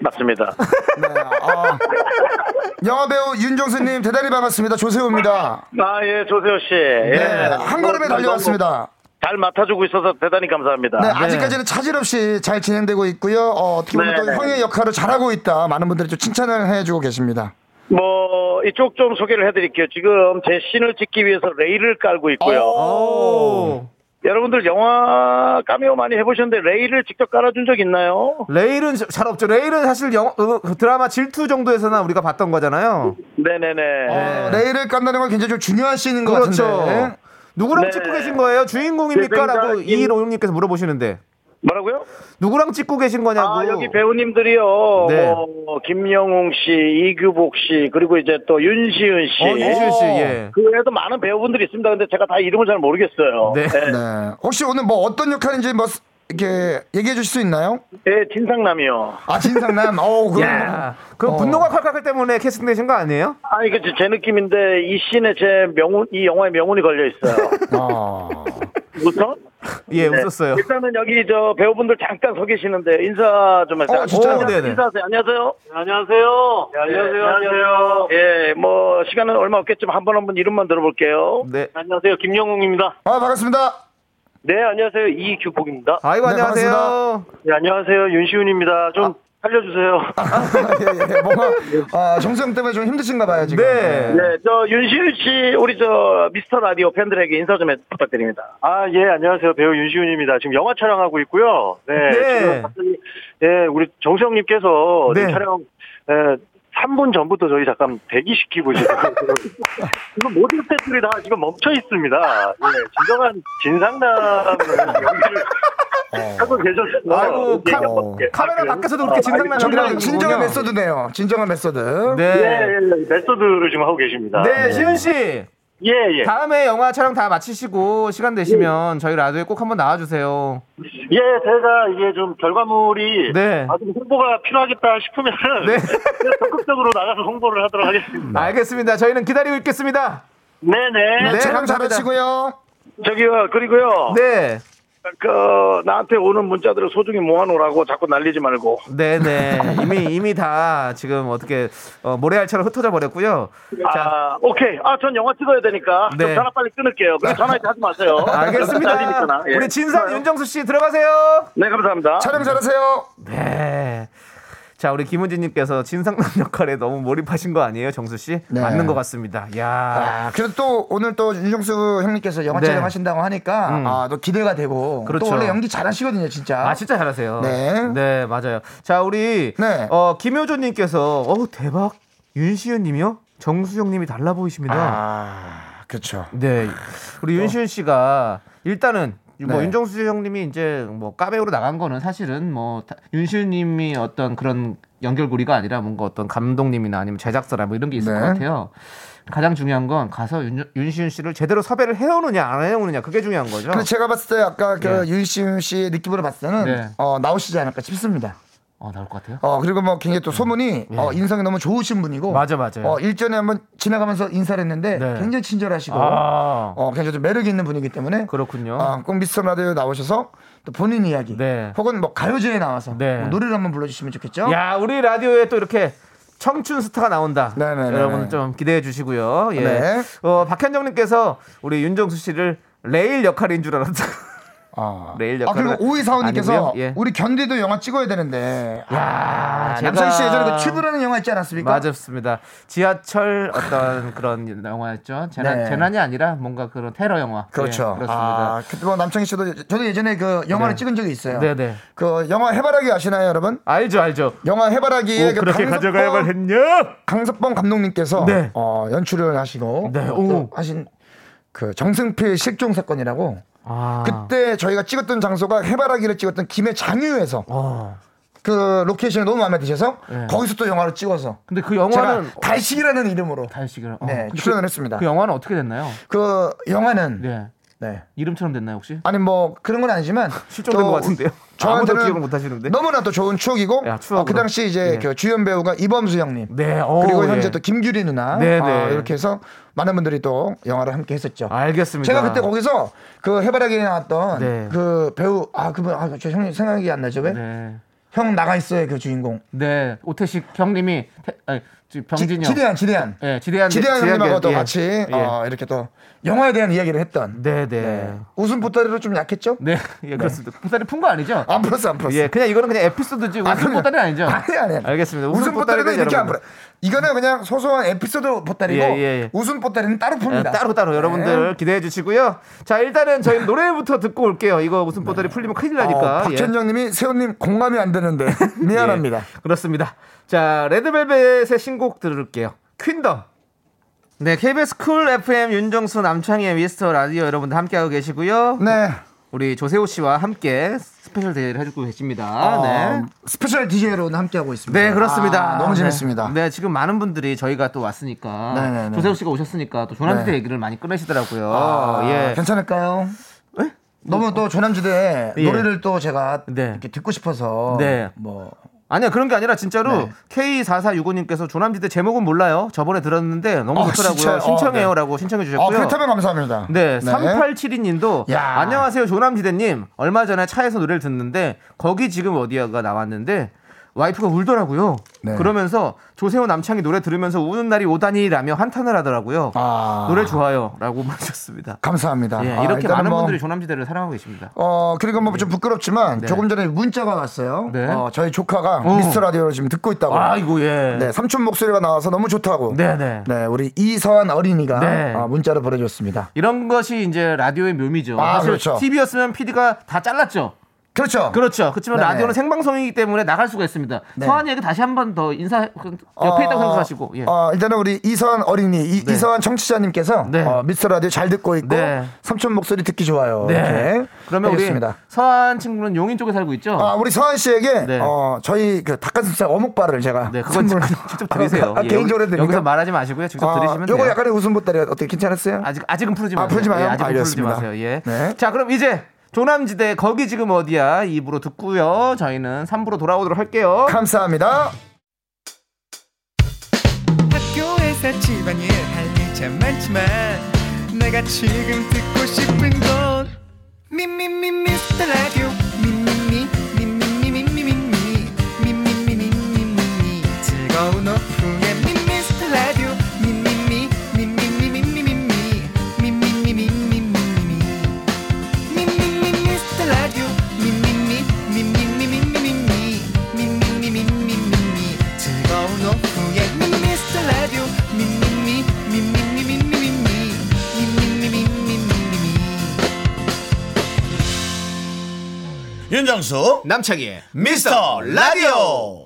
[SPEAKER 6] 맞습니다.
[SPEAKER 2] 네. 아. 영화배우 윤정수님 대단히 반갑습니다. 조세호입니다.
[SPEAKER 6] 아 예 조세호 씨. 예.
[SPEAKER 2] 네. 한 걸음에
[SPEAKER 6] 너무
[SPEAKER 2] 달려왔습니다.
[SPEAKER 6] 잘 맡아주고 있어서 대단히 감사합니다.
[SPEAKER 2] 네, 아직까지는 차질 없이 잘 진행되고 있고요. 어, 어떻게 보면
[SPEAKER 6] 네,
[SPEAKER 2] 또
[SPEAKER 6] 네.
[SPEAKER 2] 형의 역할을 잘하고 있다. 많은 분들이 좀 칭찬을 해주고 계십니다.
[SPEAKER 6] 뭐 이쪽 좀 소개를 해드릴게요. 지금 제 신을 찍기 위해서 레일을 깔고 있고요.
[SPEAKER 1] 어? 오.
[SPEAKER 6] 여러분들 영화 까메오 많이 해보셨는데 레일을 직접 깔아준 적 있나요?
[SPEAKER 1] 레일은 잘 없죠. 레일은 사실 영화, 어, 드라마 질투 정도에서나 우리가 봤던 거잖아요.
[SPEAKER 6] 네네네.
[SPEAKER 2] 어, 레일을 깐다는 건 굉장히 좀 중요한 씬인 것
[SPEAKER 1] 그렇죠.
[SPEAKER 2] 같은데.
[SPEAKER 1] 누구랑
[SPEAKER 6] 네.
[SPEAKER 1] 찍고 계신 거예요? 주인공입니까?
[SPEAKER 6] 네,
[SPEAKER 1] 라고
[SPEAKER 6] 그러니까 임-
[SPEAKER 1] 이일오육님께서 물어보시는데
[SPEAKER 6] 뭐라고요?
[SPEAKER 1] 누구랑 찍고 계신 거냐고.
[SPEAKER 6] 아 여기 배우님들이요.
[SPEAKER 1] 뭐. 네.
[SPEAKER 6] 뭐, 김영웅 씨, 이규복 씨, 그리고 이제 또 윤시은 씨.
[SPEAKER 1] 어, 윤시은 씨, 예.
[SPEAKER 6] 그 외에도 많은 배우분들이 있습니다. 근데 제가 다 이름을 잘 모르겠어요.
[SPEAKER 1] 네.
[SPEAKER 6] 예,
[SPEAKER 2] 네. 혹시 오늘 뭐 어떤 역할인지 뭐 스- 이렇게 얘기해 주실 수 있나요?
[SPEAKER 6] 예, 진상남이요.
[SPEAKER 2] 아, 진상남. 어우, 그럼.
[SPEAKER 1] 야, 그럼
[SPEAKER 2] 어.
[SPEAKER 1] 분노가 칼칼 때문에 캐스팅되신 거 아니에요?
[SPEAKER 6] 아니 그제 제 느낌인데 이 씬에 제 명운 이 영화의 명운이 걸려 있어요.
[SPEAKER 2] 어.
[SPEAKER 6] 우선
[SPEAKER 1] 예,
[SPEAKER 6] 네.
[SPEAKER 1] 웃었어요.
[SPEAKER 6] 일단은 여기 저 배우분들 잠깐 서 계시는데 인사 좀 하세요.
[SPEAKER 2] 어,
[SPEAKER 1] 뭐,
[SPEAKER 2] 진짜요?
[SPEAKER 6] 오, 네네. 인사하세요. 안녕하세요. 네, 안녕하세요. 안녕하세요.
[SPEAKER 7] 네, 안녕하세요.
[SPEAKER 6] 예, 뭐 시간은 얼마 없겠지만 한 번 한 번 이름만 들어볼게요.
[SPEAKER 1] 네.
[SPEAKER 7] 안녕하세요. 김영웅입니다.
[SPEAKER 2] 아, 반갑습니다.
[SPEAKER 7] 네, 안녕하세요. 이규복입니다.
[SPEAKER 1] 아이고
[SPEAKER 2] 네,
[SPEAKER 1] 안녕하세요.
[SPEAKER 7] 네, 안녕하세요. 윤시훈입니다.
[SPEAKER 1] 아.
[SPEAKER 7] 좀 살려주세요.
[SPEAKER 2] 예, 예. 뭔가 아, 정수영 때문에 좀 힘드신가 봐요, 지금.
[SPEAKER 1] 네.
[SPEAKER 6] 네, 저 윤시윤 씨 우리 저 미스터 라디오 팬들에게 인사 좀 해- 부탁드립니다.
[SPEAKER 7] 아, 예, 안녕하세요. 배우 윤시훈입니다. 지금 영화 촬영하고 있고요. 네.
[SPEAKER 1] 네.
[SPEAKER 7] 지금 갑자기, 예, 우리 정수영님께서
[SPEAKER 1] 네.
[SPEAKER 7] 지금 촬영, 예, 3분 전부터 저희 잠깐 대기시키고 지금 지금 모든 스태프들이 다 지금 멈춰 있습니다. 예, 진정한 진상남을 연기를 하고 계셔서
[SPEAKER 1] 어. 아이고,
[SPEAKER 7] 예,
[SPEAKER 1] 카-
[SPEAKER 7] 한번, 예,
[SPEAKER 1] 카메라
[SPEAKER 7] 아, 그래요?
[SPEAKER 1] 밖에서도 그렇게 진상만
[SPEAKER 2] 정말
[SPEAKER 1] 연기하는
[SPEAKER 2] 진정한
[SPEAKER 1] 거군요.
[SPEAKER 2] 메소드네요. 진정한 메소드.
[SPEAKER 7] 예,
[SPEAKER 1] 네.
[SPEAKER 7] 예, 예, 메소드를 지금 하고 계십니다.
[SPEAKER 1] 네, 시은 씨.
[SPEAKER 7] 예, 예.
[SPEAKER 1] 다음에 영화 촬영 다 마치시고 시간
[SPEAKER 6] 네.
[SPEAKER 1] 되시면 저희 라디오에 꼭 한번 나와 주세요.
[SPEAKER 7] 예, 제가 이게 좀 결과물이
[SPEAKER 1] 네.
[SPEAKER 7] 아, 좀 홍보가 필요하겠다 싶으면은
[SPEAKER 1] 네.
[SPEAKER 7] 제가 적극적으로 나가서 홍보를 하도록
[SPEAKER 2] 네.
[SPEAKER 7] 하겠습니다.
[SPEAKER 1] 알겠습니다. 저희는 기다리고 있겠습니다.
[SPEAKER 7] 네네.
[SPEAKER 1] 네,
[SPEAKER 2] 촬영
[SPEAKER 1] 감사합니다.
[SPEAKER 2] 잘하시고요.
[SPEAKER 6] 저기요, 그리고요.
[SPEAKER 1] 네.
[SPEAKER 6] 그 나한테 오는 문자들을 소중히 모아놓으라고 자꾸 날리지 말고.
[SPEAKER 1] 네, 네. 이미 이미 다 지금 어떻게 어, 모래알처럼 흩어져 버렸고요. 자,
[SPEAKER 6] 아, 오케이. 아, 전 영화 찍어야 되니까
[SPEAKER 1] 네.
[SPEAKER 6] 좀 전화 빨리 끊을게요. 그리고 전화 이제 하지 마세요.
[SPEAKER 1] 알겠습니다.
[SPEAKER 8] 아,
[SPEAKER 6] 날리니까나. 예.
[SPEAKER 1] 우리 진상 윤정수 씨 들어가세요.
[SPEAKER 6] 네, 감사합니다.
[SPEAKER 2] 촬영 잘하세요.
[SPEAKER 1] 네. 자 우리 김은진님께서 진상남 역할에 너무 몰입하신 거 아니에요, 정수 씨?
[SPEAKER 2] 네.
[SPEAKER 1] 맞는 것 같습니다. 야,
[SPEAKER 2] 아, 그래도 또 오늘 또 윤정수 형님께서 영화
[SPEAKER 1] 네.
[SPEAKER 2] 촬영하신다고 하니까
[SPEAKER 1] 음.
[SPEAKER 2] 아, 또 기대가 되고
[SPEAKER 1] 그렇죠.
[SPEAKER 2] 또 원래 연기 잘하시거든요, 진짜.
[SPEAKER 1] 아 진짜 잘하세요.
[SPEAKER 2] 네.
[SPEAKER 1] 네, 맞아요. 자 우리
[SPEAKER 2] 네.
[SPEAKER 1] 어 김효조님께서 어 대박 윤시윤님이요, 정수영님이 달라 보이십니다.
[SPEAKER 2] 아, 그렇죠.
[SPEAKER 1] 네, 우리 윤시윤 씨가 일단은 뭐
[SPEAKER 2] 네.
[SPEAKER 1] 윤정수 형님이 이제 뭐 까베오로 나간 거는 사실은 뭐 다- 윤시윤님이 어떤 그런 연결고리가 아니라 뭔가 어떤 감독님이나 아니면 제작사나 뭐 이런 게 있을
[SPEAKER 2] 네.
[SPEAKER 1] 것 같아요. 가장 중요한 건 가서 윤, 윤시윤 씨를 제대로 섭외를 해오느냐 안 해오느냐 그게 중요한 거죠.
[SPEAKER 2] 근데 제가 봤을 때 아까 그
[SPEAKER 1] 네.
[SPEAKER 2] 윤시윤 씨의 느낌으로 봤을 때는
[SPEAKER 1] 네.
[SPEAKER 2] 어, 나오시지 않을까 싶습니다.
[SPEAKER 1] 어 나올 것 같아요.
[SPEAKER 2] 어 그리고 뭐 굉장히 또 소문이 어, 인성이 너무 좋으신 분이고
[SPEAKER 1] 예. 맞아, 맞아요.
[SPEAKER 2] 어 일전에 한번 지나가면서 인사를 했는데
[SPEAKER 1] 네.
[SPEAKER 2] 굉장히 친절하시고
[SPEAKER 1] 아.
[SPEAKER 2] 어 굉장히 좀 매력 있는 분이기 때문에
[SPEAKER 1] 그렇군요.
[SPEAKER 2] 어, 꼭 미스터 라디오 나오셔서 또 본인 이야기
[SPEAKER 1] 네.
[SPEAKER 2] 혹은 뭐 가요제에 나와서
[SPEAKER 1] 네.
[SPEAKER 2] 뭐 노래를 한번 불러주시면 좋겠죠.
[SPEAKER 1] 야 우리 라디오에 또 이렇게 청춘 스타가 나온다.
[SPEAKER 2] 네네네네.
[SPEAKER 1] 여러분 좀 기대해 주시고요. 예.
[SPEAKER 2] 네.
[SPEAKER 1] 어 박현정님께서 우리 윤정수 씨를 레일 역할인 줄 알았다.
[SPEAKER 2] 아,
[SPEAKER 1] 레일
[SPEAKER 2] 아
[SPEAKER 1] 역할은
[SPEAKER 2] 그리고 오이사원님께서
[SPEAKER 1] 아니고요. 예.
[SPEAKER 2] 우리 견디도 영화 찍어야 되는데 아,
[SPEAKER 1] 야, 제가-
[SPEAKER 2] 남선 씨 예전에 그 튜브라는 영화 있지 않았습니까? 아.
[SPEAKER 1] 맞았습니다. 지하철 어떤 그런 영화였죠. 재난,
[SPEAKER 2] 네.
[SPEAKER 1] 재난이 아니라 뭔가 그런 테러 영화.
[SPEAKER 2] 그렇죠.
[SPEAKER 1] 예, 그렇습니다.
[SPEAKER 2] 아, 그때 뭐 남창희 씨도 저도 예전에 그 영화를
[SPEAKER 1] 네.
[SPEAKER 2] 찍은 적이 있어요.
[SPEAKER 1] 네네.
[SPEAKER 2] 그 영화 해바라기 아시나요, 여러분?
[SPEAKER 1] 알죠, 알죠. 뭐
[SPEAKER 2] 영화 해바라기에 그 강석범,
[SPEAKER 1] 했냐?
[SPEAKER 2] 강석범 감독님께서
[SPEAKER 1] 네.
[SPEAKER 2] 어, 연출을 하시고
[SPEAKER 1] 네,
[SPEAKER 2] 또
[SPEAKER 1] 오.
[SPEAKER 2] 하신 그 정승필 실종 사건이라고
[SPEAKER 1] 아,
[SPEAKER 2] 그때 저희가 찍었던 장소가 해바라기를 찍었던 김해 장유에서
[SPEAKER 1] 어.
[SPEAKER 2] 그 로케이션이 너무 마음에 드셔서
[SPEAKER 1] 네.
[SPEAKER 2] 거기서 또 영화를 찍어서
[SPEAKER 1] 근데 그 영화는
[SPEAKER 2] 제가 달식이라는 이름으로
[SPEAKER 1] 달식을 어.
[SPEAKER 2] 네,
[SPEAKER 1] 근데
[SPEAKER 2] 출연을
[SPEAKER 1] 그,
[SPEAKER 2] 했습니다.
[SPEAKER 1] 그
[SPEAKER 2] 그,
[SPEAKER 1] 영화는 어떻게 됐나요?
[SPEAKER 2] 영화는
[SPEAKER 1] 네.
[SPEAKER 2] 네.
[SPEAKER 1] 이름처럼 됐나요, 혹시?
[SPEAKER 2] 아니 뭐 그런 건 아니지만
[SPEAKER 1] 실종된
[SPEAKER 2] 또
[SPEAKER 1] 것 같은데요. 아무도 기억을 못 하시는데.
[SPEAKER 2] 너무나 또 좋은 추억이고
[SPEAKER 1] 야, 추억으로.
[SPEAKER 2] 어, 그 당시 이제
[SPEAKER 1] 예.
[SPEAKER 2] 그 주연 배우가 이범수 형님
[SPEAKER 1] 네. 어,
[SPEAKER 2] 그리고
[SPEAKER 1] 예.
[SPEAKER 2] 현재 또 김규리 누나
[SPEAKER 1] 네,
[SPEAKER 2] 아,
[SPEAKER 1] 네.
[SPEAKER 2] 이렇게 해서 많은 분들이 또 영화를 함께 했었죠.
[SPEAKER 1] 알겠습니다.
[SPEAKER 2] 제가 그때 거기서 그 해바라기에 나왔던
[SPEAKER 1] 아, 네.
[SPEAKER 2] 그 배우 아 그분 아저 형님 생각이 안 나죠 왜?
[SPEAKER 1] 네.
[SPEAKER 2] 형 나가 있어요 그 주인공
[SPEAKER 1] 네. 오태식 형님이 태, 아니, 지- 병진이 형.
[SPEAKER 2] 지대한 지대한
[SPEAKER 1] 예, 지대한
[SPEAKER 2] 지대한 형님하고 또
[SPEAKER 1] 예.
[SPEAKER 2] 같이
[SPEAKER 1] 예.
[SPEAKER 2] 어, 이렇게 또 영화에 대한 이야기를 했던
[SPEAKER 1] 네,
[SPEAKER 2] 네.
[SPEAKER 1] 네.
[SPEAKER 2] 웃음 보따리로 좀 약했죠?
[SPEAKER 1] 네. 예, 그렇습니다. 부산이 푼 거 아니죠?
[SPEAKER 2] 안 풀었어 안 풀었어.
[SPEAKER 1] 예, 그냥 이거는 그냥 에피소드지 웃음 보따리 아니죠?
[SPEAKER 2] 아니 아니. 아니.
[SPEAKER 1] 알겠습니다.
[SPEAKER 2] 웃음 보따리는 이렇게 안 풀어.
[SPEAKER 1] 여러분들.
[SPEAKER 2] 이거는 그냥 소소한 에피소드 보따리고
[SPEAKER 1] 예, 예, 예.
[SPEAKER 2] 웃음 보따리는 따로
[SPEAKER 1] 예,
[SPEAKER 2] 풉니다.
[SPEAKER 1] 따로 따로
[SPEAKER 2] 네.
[SPEAKER 1] 여러분들 기대해 주시고요. 자, 일단은 저희 노래부터 듣고 올게요. 이거 웃음 보따리 풀리면 큰일 나니까.
[SPEAKER 2] 어, 박현정님이 세훈님 공감이 안 되는데
[SPEAKER 1] 예.
[SPEAKER 2] 미안합니다.
[SPEAKER 1] 예, 그렇습니다. 자, 레드벨벳의 신곡 들을게요. 퀸덤. 네, KBS 쿨 FM 윤정수 남창희의 미스터 라디오 여러분들 함께하고 계시고요.
[SPEAKER 2] 네.
[SPEAKER 1] 우리 조세호 씨와 함께 스페셜 대회를 해주고 계십니다.
[SPEAKER 2] 어,
[SPEAKER 1] 네.
[SPEAKER 2] 스페셜 DJ로 함께 하고 있습니다.
[SPEAKER 1] 네, 그렇습니다.
[SPEAKER 2] 아, 너무
[SPEAKER 1] 네.
[SPEAKER 2] 재밌습니다.
[SPEAKER 1] 네, 지금 많은 분들이 저희가 또 왔으니까
[SPEAKER 2] 네, 네, 네.
[SPEAKER 1] 조세호 씨가 오셨으니까 또 조남지대
[SPEAKER 2] 네.
[SPEAKER 1] 얘기를 많이 꺼내시더라고요.
[SPEAKER 2] 아,
[SPEAKER 1] 예.
[SPEAKER 2] 괜찮을까요? 너무 또 조남지대
[SPEAKER 1] 예.
[SPEAKER 2] 노래를 또 제가
[SPEAKER 1] 네.
[SPEAKER 2] 이렇게 듣고 싶어서
[SPEAKER 1] 네.
[SPEAKER 2] 뭐
[SPEAKER 1] 아니야 그런 게 아니라 진짜로
[SPEAKER 2] 네.
[SPEAKER 1] K4465님께서 조남지대 제목은 몰라요. 저번에 들었는데 너무
[SPEAKER 2] 아, 진짜요?
[SPEAKER 1] 좋더라고요.
[SPEAKER 2] 어, 네.
[SPEAKER 1] 신청해요라고 신청해
[SPEAKER 2] 아,
[SPEAKER 1] 주셨고요.
[SPEAKER 2] 그렇다면 감사합니다.
[SPEAKER 1] 네, 3872님도
[SPEAKER 2] 야.
[SPEAKER 1] 안녕하세요 조남지대님 얼마 전에 차에서 노래를 듣는데 거기 지금 어디야가 나왔는데 와이프가 울더라고요.
[SPEAKER 2] 네.
[SPEAKER 1] 그러면서 조세호 남창이 노래 들으면서 우는 날이 오다니라며 한탄을 하더라고요.
[SPEAKER 2] 아.
[SPEAKER 1] 노래 좋아요라고 하셨습니다.
[SPEAKER 2] 감사합니다.
[SPEAKER 1] 예,
[SPEAKER 2] 아,
[SPEAKER 1] 이렇게
[SPEAKER 2] 일단은
[SPEAKER 1] 많은
[SPEAKER 2] 뭐
[SPEAKER 1] 분들이 조남지대를 사랑하고 계십니다.
[SPEAKER 2] 어 그리고 뭐 좀 부끄럽지만 조금 전에 문자가 왔어요.
[SPEAKER 1] 네.
[SPEAKER 2] 어, 저희 조카가
[SPEAKER 1] 어.
[SPEAKER 2] 미스터 라디오를 지금 듣고 있다고.
[SPEAKER 1] 아이고 예.
[SPEAKER 2] 어, 네 삼촌 목소리가 나와서 너무 좋다고.
[SPEAKER 1] 네네.
[SPEAKER 2] 네, 우리 이서한 어린이가
[SPEAKER 1] 네.
[SPEAKER 2] 어, 문자를 보내줬습니다.
[SPEAKER 1] 이런 것이 이제 라디오의 묘미죠.
[SPEAKER 2] 아,
[SPEAKER 1] 사실
[SPEAKER 2] 그렇죠.
[SPEAKER 1] TV였으면 PD가 다 잘랐죠.
[SPEAKER 2] 그렇죠.
[SPEAKER 1] 그렇죠. 그렇지만
[SPEAKER 2] 네네.
[SPEAKER 1] 라디오는 생방송이기 때문에 나갈 수가 있습니다.
[SPEAKER 2] 네.
[SPEAKER 1] 서한이에게 다시 한 번 더 인사 그, 옆에
[SPEAKER 2] 어,
[SPEAKER 1] 있다고 생각하시고. 예.
[SPEAKER 2] 어, 일단은 우리 이서한 어린이 이,
[SPEAKER 1] 네.
[SPEAKER 2] 서한 청취자님께서
[SPEAKER 1] 네.
[SPEAKER 2] 어, 미스터 라디오 잘 듣고 있고
[SPEAKER 1] 네.
[SPEAKER 2] 삼촌 목소리 듣기 좋아요. 이렇게
[SPEAKER 1] 그러면
[SPEAKER 2] 해줬습니다.
[SPEAKER 1] 우리 서한 친구는 용인 쪽에 살고 있죠.
[SPEAKER 2] 아, 우리 서한 씨에게
[SPEAKER 1] 네.
[SPEAKER 2] 어, 저희 그 닭가슴살 어묵바를 제가
[SPEAKER 1] 네, 그건
[SPEAKER 2] 선물-
[SPEAKER 1] 직접 드리세요.
[SPEAKER 2] 아,
[SPEAKER 1] 예,
[SPEAKER 2] 개인적으로
[SPEAKER 1] 여기-
[SPEAKER 2] 드립니까?
[SPEAKER 1] 여기서 말하지 마시고요. 직접 드리시면 돼요.
[SPEAKER 2] 이거 약간의 웃음 보따리 어떻게 괜찮았어요?
[SPEAKER 1] 아직 아직은 풀지
[SPEAKER 2] 아,
[SPEAKER 1] 마세요.
[SPEAKER 2] 풀지 마요?
[SPEAKER 1] 예, 아직은
[SPEAKER 2] 알겠습니다.
[SPEAKER 1] 풀지 마세요. 예.
[SPEAKER 2] 네.
[SPEAKER 1] 자, 그럼 이제 조남지대 거기 지금 어디야 2부로 듣고요. 저희는 3부로 돌아오도록 할게요.
[SPEAKER 2] 감사합니다.
[SPEAKER 9] 학교에서 집안일 할 일 참 많지만 내가 지금 듣고 싶은 건 미미미 미스터 라디오 미미미 미미미 미미미 미미미 미미미 즐거운 오후에 미미스터 라디오 미미미 미미미 미미미 미미미 미미미
[SPEAKER 5] 윤정수
[SPEAKER 1] 남창희.
[SPEAKER 5] 미스터 라디오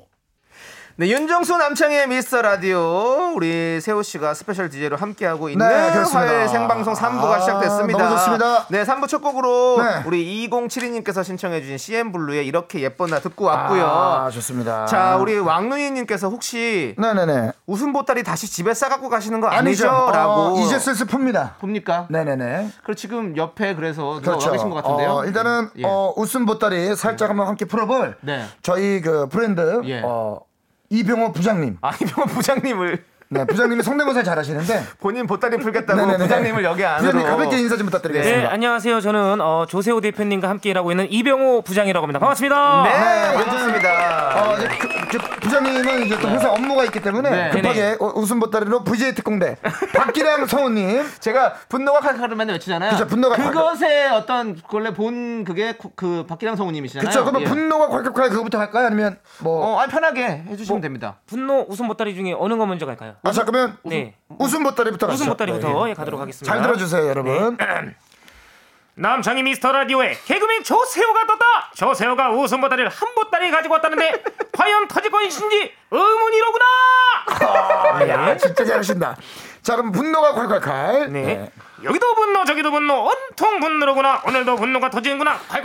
[SPEAKER 1] 네, 윤정수 남창희의 미스터 라디오 우리 세호 씨가 스페셜 DJ로 함께하고 있는
[SPEAKER 2] 네, 그렇습니다.
[SPEAKER 1] 화요일 생방송 3부가
[SPEAKER 2] 아,
[SPEAKER 1] 시작됐습니다.
[SPEAKER 2] 너무 좋습니다.
[SPEAKER 1] 네, 3부 첫 곡으로
[SPEAKER 2] 네.
[SPEAKER 1] 우리 2072님께서 신청해 주신 CM 블루의 이렇게 예뻤나 듣고 왔고요.
[SPEAKER 2] 아, 좋습니다.
[SPEAKER 1] 자, 우리 왕누이님께서 혹시
[SPEAKER 2] 네네네.
[SPEAKER 1] 웃음 보따리 다시 집에 싸갖고 가시는 거
[SPEAKER 2] 아니죠.
[SPEAKER 1] 아니죠?
[SPEAKER 2] 어,
[SPEAKER 1] 라고
[SPEAKER 2] 이제 슬슬 풉니다.
[SPEAKER 1] 봅니까?
[SPEAKER 2] 네네네.
[SPEAKER 1] 그리고 지금 옆에 그래서 누가
[SPEAKER 2] 그렇죠.
[SPEAKER 1] 와 계신 것 같은데요.
[SPEAKER 2] 어, 일단은
[SPEAKER 1] 예.
[SPEAKER 2] 어, 웃음 보따리 살짝 한번 함께 풀어볼
[SPEAKER 1] 네.
[SPEAKER 2] 저희 그 브랜드
[SPEAKER 1] 예.
[SPEAKER 2] 어, 이병호 부장님.
[SPEAKER 1] 아니면 부장님을
[SPEAKER 2] 네, 부장님이 성대모사 잘하시는데
[SPEAKER 1] 본인 보따리 풀겠다고
[SPEAKER 2] 네네네.
[SPEAKER 1] 부장님을 여기 안으로.
[SPEAKER 2] 부장님 가볍게 인사 좀 부탁드리겠습니다.
[SPEAKER 8] 네, 안녕하세요. 저는 어, 조세호 대표님과 함께 일하고 있는 이병호 부장이라고 합니다. 반갑습니다.
[SPEAKER 1] 네, 괜찮습니다.
[SPEAKER 2] 어, 이제 그, 저 부장님은 이제 또 회사 업무가 있기 때문에
[SPEAKER 1] 네.
[SPEAKER 2] 급하게 어, 웃음 보따리로 VJ 특공대 박기량 성우님
[SPEAKER 1] 제가 분노가 칼칼하면 외치잖아요.
[SPEAKER 2] 그쵸, 분노가
[SPEAKER 1] 그것의 어떤 원래 본 그게 구- 그 박기량 성우님이시잖아요.
[SPEAKER 2] 그쵸 그러면
[SPEAKER 1] 예.
[SPEAKER 2] 분노가 콸콸콸 그거부터 할까요 아니면 뭐
[SPEAKER 1] 어, 아니, 편하게 해주시면 됩니다.
[SPEAKER 8] 분노 웃음 보따리 중에 어느 거 먼저 갈까요?
[SPEAKER 2] 아, 자 그러면
[SPEAKER 8] 네.
[SPEAKER 2] 웃음 보따리부터 가시죠
[SPEAKER 1] 아,
[SPEAKER 8] 웃음 보따리부터
[SPEAKER 2] 네.
[SPEAKER 8] 예, 가도록 하겠습니다.
[SPEAKER 2] 잘 들어주세요
[SPEAKER 1] 네.
[SPEAKER 2] 여러분
[SPEAKER 8] 남창희 미스터 라디오에 개그맨 조세호가 떴다. 조세호가 웃음 보따리를 한 보따리 가지고 왔다는데 과연 터질 것인지 의문이로구나.
[SPEAKER 2] 아, 진짜 잘하신다 자 그럼 분노가 콸콸콸
[SPEAKER 8] 네.
[SPEAKER 2] 네.
[SPEAKER 8] 여기도 분노 저기도 분노 온통 분노로구나. 오늘도 분노가 터지는구나. 콸콸콸콸.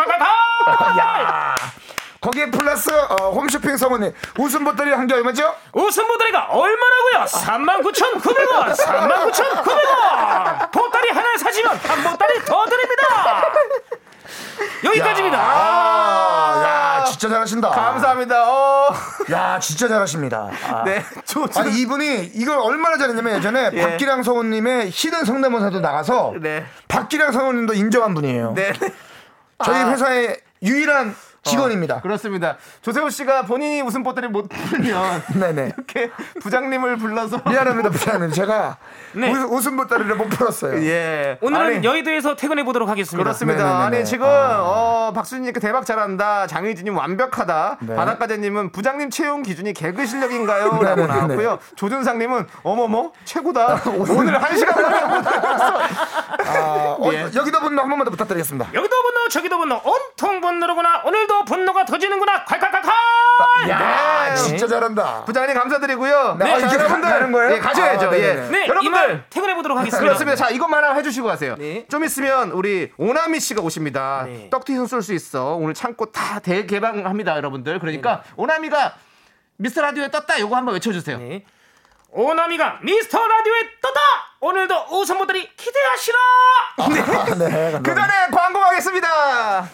[SPEAKER 2] 거기에 플러스 어, 홈쇼핑 성우님 웃음 보따리 한 개 얼마죠?
[SPEAKER 8] 웃음 보따리가 얼마라고요? 39,900원. 39,900원. 보따리 하나를 사시면 한 보따리 더 드립니다. 여기까지입니다.
[SPEAKER 2] 아, 야 진짜 잘하신다
[SPEAKER 1] 감사합니다. 어.
[SPEAKER 2] 야 진짜 잘하십니다 아.
[SPEAKER 1] 네, 조
[SPEAKER 2] 아니 이분이 이걸 얼마나 잘했냐면 예전에
[SPEAKER 1] 예.
[SPEAKER 2] 박기량 성우님의 히든 성대모사도 나가서
[SPEAKER 1] 네.
[SPEAKER 2] 박기량 성우님도 인정한 분이에요.
[SPEAKER 1] 네.
[SPEAKER 2] 저희 회사의 유일한 직원입니다.
[SPEAKER 1] 어, 그렇습니다. 조세호 씨가 본인이 웃음 보따리 못 풀면
[SPEAKER 2] 네네.
[SPEAKER 1] 이렇게 부장님을 불러서
[SPEAKER 2] 미안합니다, 부장님. 제가
[SPEAKER 8] 네.
[SPEAKER 2] 웃- 웃음 보따리를 못 풀었어요.
[SPEAKER 1] 예.
[SPEAKER 8] 오늘은
[SPEAKER 1] 아니,
[SPEAKER 8] 여의도에서 퇴근해 보도록 하겠습니다.
[SPEAKER 1] 그렇습니다.
[SPEAKER 2] 네네네네.
[SPEAKER 1] 아니 지금 어, 박수진님께 대박 잘한다. 장희진님 완벽하다.
[SPEAKER 2] 네.
[SPEAKER 1] 바닷가재님은 부장님 채용 기준이 개그 실력인가요?라고
[SPEAKER 2] 네네네네.
[SPEAKER 1] 나왔고요. 조준상님은 어머머 최고다. 오늘 한 시간 만에
[SPEAKER 2] 아, 어,
[SPEAKER 1] 예.
[SPEAKER 2] 여기다 분노 한 번만 더 부탁드리겠습니다.
[SPEAKER 8] 여기도 분노 저기도 분노 온통 분노로구나. 오늘도 분노가 터지는구나. 콸콸콸콸.
[SPEAKER 2] 아, 야,
[SPEAKER 1] 네.
[SPEAKER 2] 진짜 잘한다.
[SPEAKER 1] 부장님 감사드리고요.
[SPEAKER 2] 네, 아, 이게 가는 거예요?
[SPEAKER 1] 예, 가셔야죠.
[SPEAKER 2] 아, 네네네.
[SPEAKER 1] 예.
[SPEAKER 8] 네,
[SPEAKER 1] 여러분들
[SPEAKER 8] 이만 퇴근해 보도록 하겠습니다.
[SPEAKER 1] 그렇습니다. 자, 이것만 하나 해주시고 가세요.
[SPEAKER 8] 네.
[SPEAKER 1] 좀 있으면 우리 오나미 씨가 오십니다.
[SPEAKER 8] 네.
[SPEAKER 1] 떡튀순 쏠수 있어. 오늘 창고 다 대개방합니다, 여러분들. 그러니까 오나미가 미스터 라디오에 떴다. 요거 한번 외쳐주세요.
[SPEAKER 8] 네. 오나미가 미스터 라디오에 떴다. 오늘도 웃음 모델이 기대하시라.
[SPEAKER 2] 아, 네, 감사합니다.
[SPEAKER 1] 그 전에 광고 가겠습니다.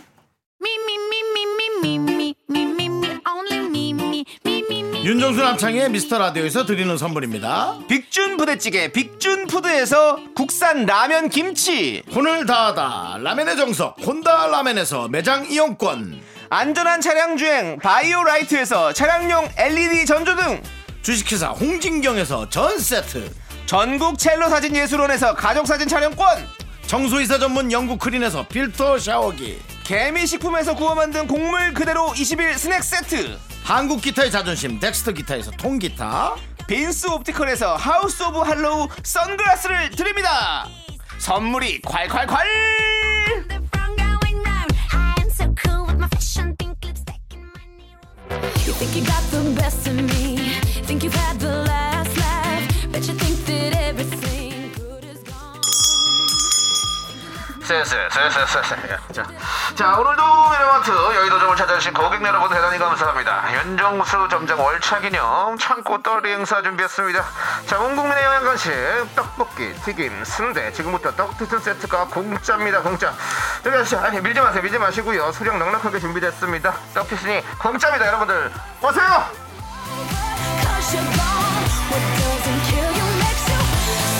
[SPEAKER 3] Me, me, me, me, me, me, me, me, me, me, only me, me, me, me, me.
[SPEAKER 5] 윤정수 남창의 미스터 라디오에서 드리는 선물입니다.
[SPEAKER 1] 빅준 부대찌개 빅준 푸드에서 국산 라면 김치
[SPEAKER 5] 혼을 다하다 라멘의 정석 혼다 라멘에서 매장 이용권
[SPEAKER 1] 안전한 차량 주행 바이오라이트에서 차량용 LED 전조등
[SPEAKER 5] 주식회사 홍진경에서 전세트
[SPEAKER 1] 전국 첼로 사진 예술원에서 가족 사진 촬영권
[SPEAKER 5] 청소이사 전문 영국 크린에서 필터 샤워기
[SPEAKER 1] 개미식품에서 구워 만든 곡물 그대로 20일 스낵 세트
[SPEAKER 5] 한국 기타의 자존심 덱스터 기타에서 통기타
[SPEAKER 1] 빈스 옵티컬에서 하우스 오브 할로우 선글라스를 드립니다 선물이
[SPEAKER 3] The wrong
[SPEAKER 1] 콸콸콸
[SPEAKER 3] going round. I am so cool with my fashion, pink lipstick and my nails.
[SPEAKER 4] You think you got the best of me. Think you've had the last laugh. Bet you think that everything good is gone.
[SPEAKER 10] 예, 자, 자 오늘도 이마트 여의도점을 찾아주신 고객 여러분 대단히 감사합니다. 윤정수 점장 월차 기념 창고 떨이 행사 준비했습니다. 자, 온 국민의 영양간식 떡볶이, 튀김, 순대 지금부터 떡튀순 세트가 공짜입니다. 공짜. 저기 아저씨, 아니, 밀지 마세요. 밀지 마시고요. 수량 넉넉하게 준비됐습니다. 떡튀순이 공짜입니다, 여러분들. 오세요.
[SPEAKER 4] Cause you're gone. What doesn't kill you makes you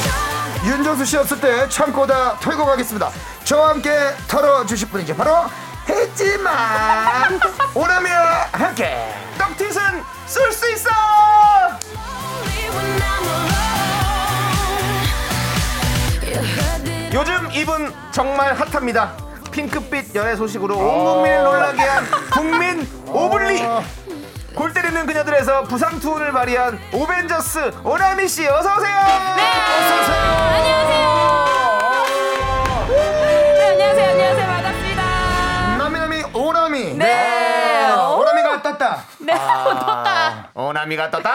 [SPEAKER 4] stronger.
[SPEAKER 2] 윤정수 씨 없을 때 참고다 털고 가겠습니다. 저와 함께 털어주실 분이죠. 바로 했지만 오라미와 함께 떡튀순 쏠 수 있어.
[SPEAKER 4] Only when I'm alone. You heard that
[SPEAKER 1] 요즘 이분 정말 핫합니다 핑크빛 연애 소식으로 온 국민을 놀라게 한 국민 오블리 골 때리는 그녀들에서 부상 투혼을 발휘한 오벤져스 오나미 씨 어서 오세요.
[SPEAKER 4] 네, 안녕하세요. 안녕하세요. 반갑습니다.
[SPEAKER 2] 나미나미 오라미.
[SPEAKER 4] 네.
[SPEAKER 2] 아,
[SPEAKER 4] 오,
[SPEAKER 2] 오라미가 떴다.
[SPEAKER 4] 네. 덥다.
[SPEAKER 1] 오나미가
[SPEAKER 2] 아,
[SPEAKER 1] 떴다.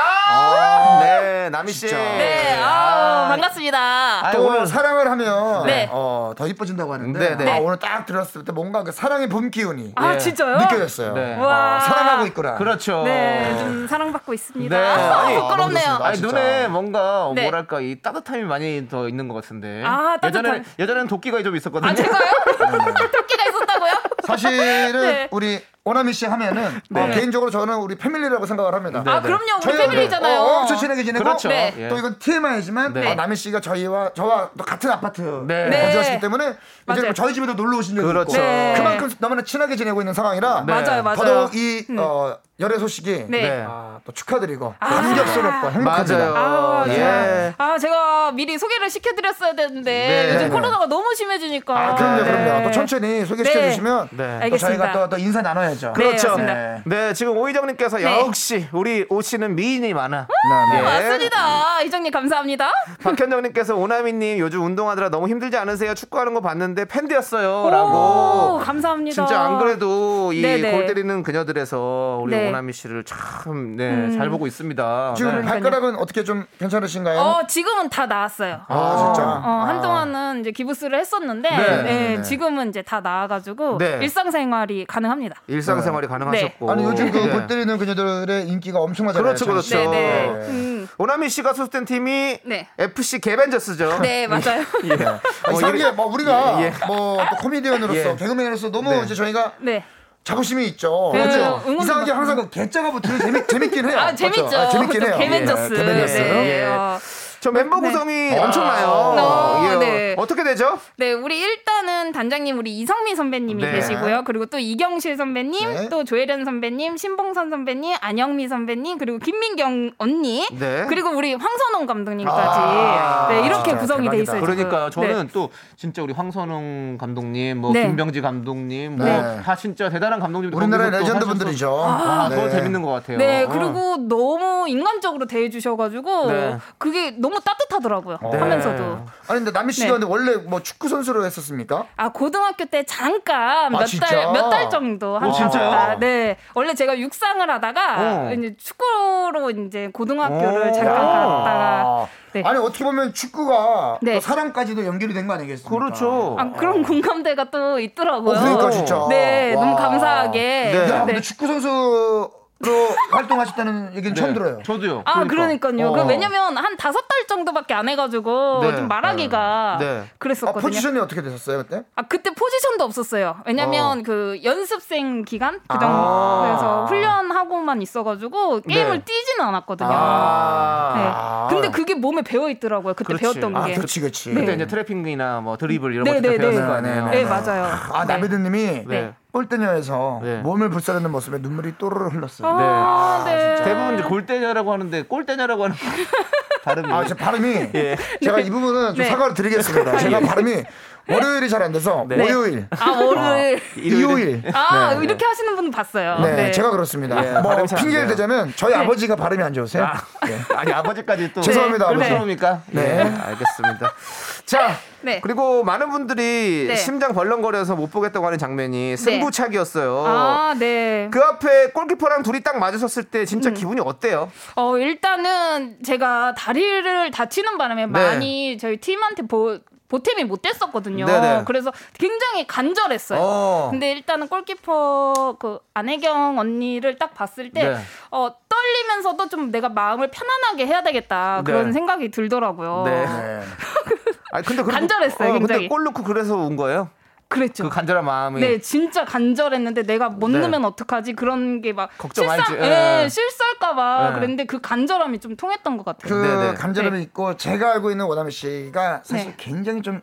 [SPEAKER 1] 네 나미 씨.
[SPEAKER 4] 네. 아, 반갑습니다.
[SPEAKER 1] 아,
[SPEAKER 2] 또
[SPEAKER 1] 오늘
[SPEAKER 2] 사랑을 하면
[SPEAKER 4] 네.
[SPEAKER 2] 어, 더 이뻐진다고 하는데
[SPEAKER 1] 네, 네.
[SPEAKER 2] 아, 오늘 딱 들었을 때 뭔가 그 사랑의 봄 기운이
[SPEAKER 4] 아, 진짜요?
[SPEAKER 2] 느껴졌어요.
[SPEAKER 1] 네.
[SPEAKER 2] 어, 사랑하고 있구나.
[SPEAKER 1] 그렇죠.
[SPEAKER 4] 네, 좀 사랑받고 있습니다.
[SPEAKER 1] 네, 아니,
[SPEAKER 4] 아, 부끄럽네요.
[SPEAKER 2] 너무
[SPEAKER 1] 아니
[SPEAKER 2] 진짜.
[SPEAKER 1] 눈에 뭔가
[SPEAKER 4] 네.
[SPEAKER 1] 뭐랄까 이 따뜻함이 많이 더 있는 것 같은데.
[SPEAKER 4] 아, 따뜻함.
[SPEAKER 1] 예전에는 예전에는 도끼가 좀 있었거든요.
[SPEAKER 4] 아, 제가요? 토끼가 있었다고요?
[SPEAKER 2] 사실은
[SPEAKER 4] 네.
[SPEAKER 2] 우리 오나미 씨 하면은
[SPEAKER 11] 네.
[SPEAKER 2] 어, 개인적으로 저는 우리 패밀리라고 생각을 합니다.
[SPEAKER 11] 아, 그럼요. 우리
[SPEAKER 2] 저희와
[SPEAKER 11] 패밀리잖아요.
[SPEAKER 2] 어, 엄청 친하게 지내고
[SPEAKER 11] 그렇죠. 네.
[SPEAKER 2] 또 이건 TMI지만 어,
[SPEAKER 11] 네.
[SPEAKER 2] 남희 씨가 저희와 저와 또 같은 아파트
[SPEAKER 11] 네.
[SPEAKER 2] 거주하시기 때문에 이제
[SPEAKER 11] 맞아요.
[SPEAKER 2] 그럼 저희 집에도 놀러 오신 적이
[SPEAKER 11] 그렇죠.
[SPEAKER 2] 있고
[SPEAKER 11] 네.
[SPEAKER 2] 그만큼 너무나 친하게 지내고 있는 상황이라
[SPEAKER 11] 네. 맞아요, 맞아요.
[SPEAKER 2] 더더욱 이 어, 열애 소식이
[SPEAKER 11] 네.
[SPEAKER 2] 아, 또 축하드리고 감격스럽고 행복합니다.
[SPEAKER 11] 아,
[SPEAKER 2] 예.
[SPEAKER 11] 제가- 아, 제가 미리 소개를 시켜드렸어야 되는데
[SPEAKER 2] 네.
[SPEAKER 11] 요즘
[SPEAKER 2] 네.
[SPEAKER 11] 코로나가 너무 심해지니까.
[SPEAKER 2] 아, 그럼요,
[SPEAKER 1] 네.
[SPEAKER 2] 그럼요. 또 천천히 소개시켜
[SPEAKER 11] 네.
[SPEAKER 2] 주시면 또
[SPEAKER 11] 알겠습니다.
[SPEAKER 2] 저희가 또, 또 인사 나눠야죠.
[SPEAKER 1] 그렇죠.
[SPEAKER 2] 네.
[SPEAKER 1] 네, 지금 오희정님께서
[SPEAKER 11] 네.
[SPEAKER 1] 역시 우리 오 씨는 미인이 많아.
[SPEAKER 11] 아,
[SPEAKER 2] 네.
[SPEAKER 1] 예.
[SPEAKER 11] 맞습니다. 이정님 감사합니다.
[SPEAKER 1] 박현정님께서 오나미님 요즘 운동하느라 너무 힘들지 않으세요? 축구하는 거 봤는데 팬되었어요.
[SPEAKER 11] 오,
[SPEAKER 1] 라고.
[SPEAKER 11] 감사합니다.
[SPEAKER 1] 진짜 안 그래도 이
[SPEAKER 11] 네네.
[SPEAKER 1] 골 때리는 그녀들에서 우리
[SPEAKER 11] 네.
[SPEAKER 1] 오나미 씨를 참, 네,
[SPEAKER 11] 음.
[SPEAKER 1] 잘 보고 있습니다.
[SPEAKER 2] 지금
[SPEAKER 1] 네.
[SPEAKER 2] 발가락은 어떻게 좀 괜찮으신가요?
[SPEAKER 11] 어, 지금은 다 나았어요.
[SPEAKER 2] 아, 진짜?
[SPEAKER 11] 어, 한동안은 이제 기부스를 했었는데 네,
[SPEAKER 1] 네. 네.
[SPEAKER 11] 지금은 이제 다 나아가지고
[SPEAKER 1] 네.
[SPEAKER 11] 일상생활이 가능합니다.
[SPEAKER 1] 일상생활이 가능하셨고.
[SPEAKER 11] 어.
[SPEAKER 2] 네. 아니 요즘 그
[SPEAKER 1] 네.
[SPEAKER 2] 골 때리는 그녀들의 인기가 엄청나잖아요. 네.
[SPEAKER 1] 그렇죠, 그렇죠.
[SPEAKER 2] 참.
[SPEAKER 11] 네. 음.
[SPEAKER 1] 오나미 씨가 소속된 팀이
[SPEAKER 11] 네.
[SPEAKER 1] FC 개벤져스죠.
[SPEAKER 11] 네, 맞아요.
[SPEAKER 1] 예.
[SPEAKER 2] 아, 이상하게
[SPEAKER 1] 이래-
[SPEAKER 2] 뭐 우리가
[SPEAKER 1] 예, 예.
[SPEAKER 2] 뭐또 코미디언으로서
[SPEAKER 1] 예.
[SPEAKER 2] 개그맨으로서 너무
[SPEAKER 1] 네.
[SPEAKER 2] 이제 저희가
[SPEAKER 11] 네.
[SPEAKER 2] 자부심이 있죠.
[SPEAKER 11] 네,
[SPEAKER 2] 그렇죠.
[SPEAKER 11] 응원도 받고.
[SPEAKER 2] 이상하게 항상 그 개짜가 붙으면 재밌 재밌긴 해요.
[SPEAKER 11] 아,
[SPEAKER 2] 맞죠?
[SPEAKER 11] 재밌죠.
[SPEAKER 2] 아, 재밌긴
[SPEAKER 11] 또
[SPEAKER 2] 해요.
[SPEAKER 11] 개벤져스.
[SPEAKER 2] 예, 개벤져스.
[SPEAKER 11] 네.
[SPEAKER 1] 예.
[SPEAKER 11] 어,
[SPEAKER 1] 저 멤버 구성이
[SPEAKER 11] 네.
[SPEAKER 1] 엄청나요.
[SPEAKER 11] 어,
[SPEAKER 1] 예.
[SPEAKER 11] 네.
[SPEAKER 1] 어떻게 되죠?
[SPEAKER 11] 네, 우리 일단은 단장님 우리 이성미 선배님이
[SPEAKER 1] 네.
[SPEAKER 11] 계시고요. 그리고 또 이경실 선배님,
[SPEAKER 1] 네.
[SPEAKER 11] 또 조혜련 선배님, 신봉선 선배님, 안영미 선배님, 그리고 김민경 언니,
[SPEAKER 1] 네. 아,
[SPEAKER 11] 그리고 우리 황선홍 감독님까지 네, 이렇게
[SPEAKER 1] 진짜
[SPEAKER 11] 구성이 돼
[SPEAKER 1] 대박이다.
[SPEAKER 11] 있어요. 지금.
[SPEAKER 1] 그러니까요. 저는
[SPEAKER 11] 네.
[SPEAKER 1] 또 진짜 우리 황선홍 감독님, 뭐
[SPEAKER 11] 네.
[SPEAKER 1] 김병지 감독님, 뭐
[SPEAKER 11] 네.
[SPEAKER 1] 다 진짜 대단한 감독님들.
[SPEAKER 2] 우리나라의
[SPEAKER 1] 거기서 또
[SPEAKER 2] 레전드
[SPEAKER 1] 하셔서-
[SPEAKER 2] 분들이죠.
[SPEAKER 1] 아,
[SPEAKER 2] 네.
[SPEAKER 1] 그거 재밌는 것 같아요.
[SPEAKER 11] 네,
[SPEAKER 1] 어.
[SPEAKER 11] 그리고 너무 인간적으로 대해주셔가지고
[SPEAKER 1] 네.
[SPEAKER 11] 그게 너무 따뜻하더라고요.
[SPEAKER 2] 네.
[SPEAKER 11] 하면서도.
[SPEAKER 2] 아니 근데 남희 씨가
[SPEAKER 11] 네.
[SPEAKER 2] 근데 원래 뭐 축구 선수로 했었습니까?
[SPEAKER 11] 아 고등학교 때 잠깐
[SPEAKER 2] 아,
[SPEAKER 11] 몇 달
[SPEAKER 2] 진짜?
[SPEAKER 11] 몇 달 정도
[SPEAKER 2] 오,
[SPEAKER 11] 한
[SPEAKER 2] 진짜요?
[SPEAKER 11] 잠깐. 네 원래 제가 육상을 하다가
[SPEAKER 2] 어.
[SPEAKER 11] 이제 축구로 이제 고등학교를
[SPEAKER 2] 오.
[SPEAKER 11] 잠깐 갔다가 네.
[SPEAKER 2] 아니 어떻게 보면 축구가
[SPEAKER 11] 네.
[SPEAKER 2] 또 사랑까지도 연결이 된 거 아니겠습니까? 그렇죠.
[SPEAKER 11] 아, 그런 공감대가 또 있더라고요.
[SPEAKER 2] 어, 그러니까 진짜.
[SPEAKER 11] 네
[SPEAKER 2] 와.
[SPEAKER 11] 너무 감사하게.
[SPEAKER 2] 야,
[SPEAKER 11] 네.
[SPEAKER 2] 근데 축구 선수로 활동하셨다는 얘기는 처음 들어요.
[SPEAKER 1] 네. 저도요.
[SPEAKER 11] 아, 그러니까요. 그
[SPEAKER 2] 어.
[SPEAKER 11] 왜냐면 한 다섯 달 정도밖에 안 해가지고
[SPEAKER 2] 네.
[SPEAKER 11] 좀 말하기가
[SPEAKER 2] 아,
[SPEAKER 11] 그랬었거든요.
[SPEAKER 2] 포지션이 어떻게 되셨어요 그때?
[SPEAKER 11] 아 그때 포지션도 없었어요. 왜냐면
[SPEAKER 2] 어.
[SPEAKER 11] 그 연습생 기간 그
[SPEAKER 2] 아.
[SPEAKER 11] 정도 그래서 훈련하고만 있어가지고 게임을
[SPEAKER 2] 네.
[SPEAKER 11] 뛰지는 않았거든요.
[SPEAKER 1] 아.
[SPEAKER 11] 네. 근데 그게 몸에 배어 있더라고요. 그때 배웠던 게.
[SPEAKER 2] 아, 그렇지.
[SPEAKER 1] 그때
[SPEAKER 11] 네.
[SPEAKER 1] 이제 트래핑이나 뭐 드리블 이런
[SPEAKER 11] 네,
[SPEAKER 1] 것들
[SPEAKER 11] 네,
[SPEAKER 1] 배웠을
[SPEAKER 11] 네.
[SPEAKER 1] 거 아니에요.
[SPEAKER 11] 네, 맞아요.
[SPEAKER 2] 아 나베드님이
[SPEAKER 1] 네.
[SPEAKER 2] 골대녀에서 몸을 불사르는 모습에 눈물이 또르르 흘렀어요.
[SPEAKER 1] 네. 아,
[SPEAKER 11] 네.
[SPEAKER 1] 대부분 이제 골대냐라고 하는데 골대냐라고 하는 발음이.
[SPEAKER 2] 아, 제 발음이
[SPEAKER 1] 예.
[SPEAKER 2] 제가 이 부분은 좀
[SPEAKER 1] 네.
[SPEAKER 2] 사과를 드리겠습니다. 제가
[SPEAKER 1] 예.
[SPEAKER 2] 발음이 월요일이 잘 안 돼서
[SPEAKER 1] 네.
[SPEAKER 2] 월요일,
[SPEAKER 11] 아 월요일.
[SPEAKER 2] 일요일.
[SPEAKER 11] 아
[SPEAKER 2] 네.
[SPEAKER 11] 이렇게 하시는 분 봤어요.
[SPEAKER 2] 네, 제가 그렇습니다.
[SPEAKER 1] 예,
[SPEAKER 2] 뭐
[SPEAKER 1] 발음이 잘안
[SPEAKER 2] 핑계를
[SPEAKER 1] 돼요.
[SPEAKER 2] 대자면 저희
[SPEAKER 1] 네.
[SPEAKER 2] 아버지가 발음이 안 좋으세요. 네.
[SPEAKER 1] 아니 아버지까지 또
[SPEAKER 2] 죄송합니다, 아버지.
[SPEAKER 1] 그러니까
[SPEAKER 2] 네.
[SPEAKER 1] 네. 알겠습니다. 자
[SPEAKER 11] 네.
[SPEAKER 1] 그리고 많은 분들이
[SPEAKER 11] 네.
[SPEAKER 1] 심장 벌렁거려서 못 보겠다고 하는 장면이 승부차기였어요.
[SPEAKER 11] 아 네.
[SPEAKER 1] 그 앞에 골키퍼랑 둘이 딱 마주섰을 때
[SPEAKER 11] 음.
[SPEAKER 1] 진짜 기분이 어때요?
[SPEAKER 11] 어 일단은 제가 다리를 다치는 바람에
[SPEAKER 1] 네.
[SPEAKER 11] 많이 저희 팀한테 보 보탬이 못 됐었거든요.
[SPEAKER 1] 네네.
[SPEAKER 11] 그래서 굉장히 간절했어요.
[SPEAKER 1] 어.
[SPEAKER 11] 근데 일단은 골키퍼 그 안혜경 언니를 딱 봤을 때
[SPEAKER 1] 네.
[SPEAKER 11] 어, 떨리면서도 좀 내가 마음을 편안하게 해야 되겠다 그런
[SPEAKER 1] 네.
[SPEAKER 11] 생각이 들더라고요.
[SPEAKER 2] 네.
[SPEAKER 1] 아 근데 그래도-
[SPEAKER 11] 간절했어요,
[SPEAKER 1] 근데
[SPEAKER 11] 굉장히.
[SPEAKER 1] 골 넣고 그래서 온 거예요?
[SPEAKER 11] 그랬죠.
[SPEAKER 1] 그 간절한 마음이.
[SPEAKER 11] 네, 진짜 간절했는데 내가 못
[SPEAKER 1] 네.
[SPEAKER 11] 넣으면 어떡하지 그런 게 막
[SPEAKER 1] 걱정
[SPEAKER 11] 실상,
[SPEAKER 1] 알지. 네. 예.
[SPEAKER 11] 예, 실수할까봐
[SPEAKER 2] 예.
[SPEAKER 11] 그랬는데 그 간절함이 좀 통했던 것 같아요.
[SPEAKER 2] 그
[SPEAKER 1] 네,
[SPEAKER 2] 감자를 있고 제가 알고 있는 오남희 씨가 사실
[SPEAKER 11] 네.
[SPEAKER 2] 굉장히 좀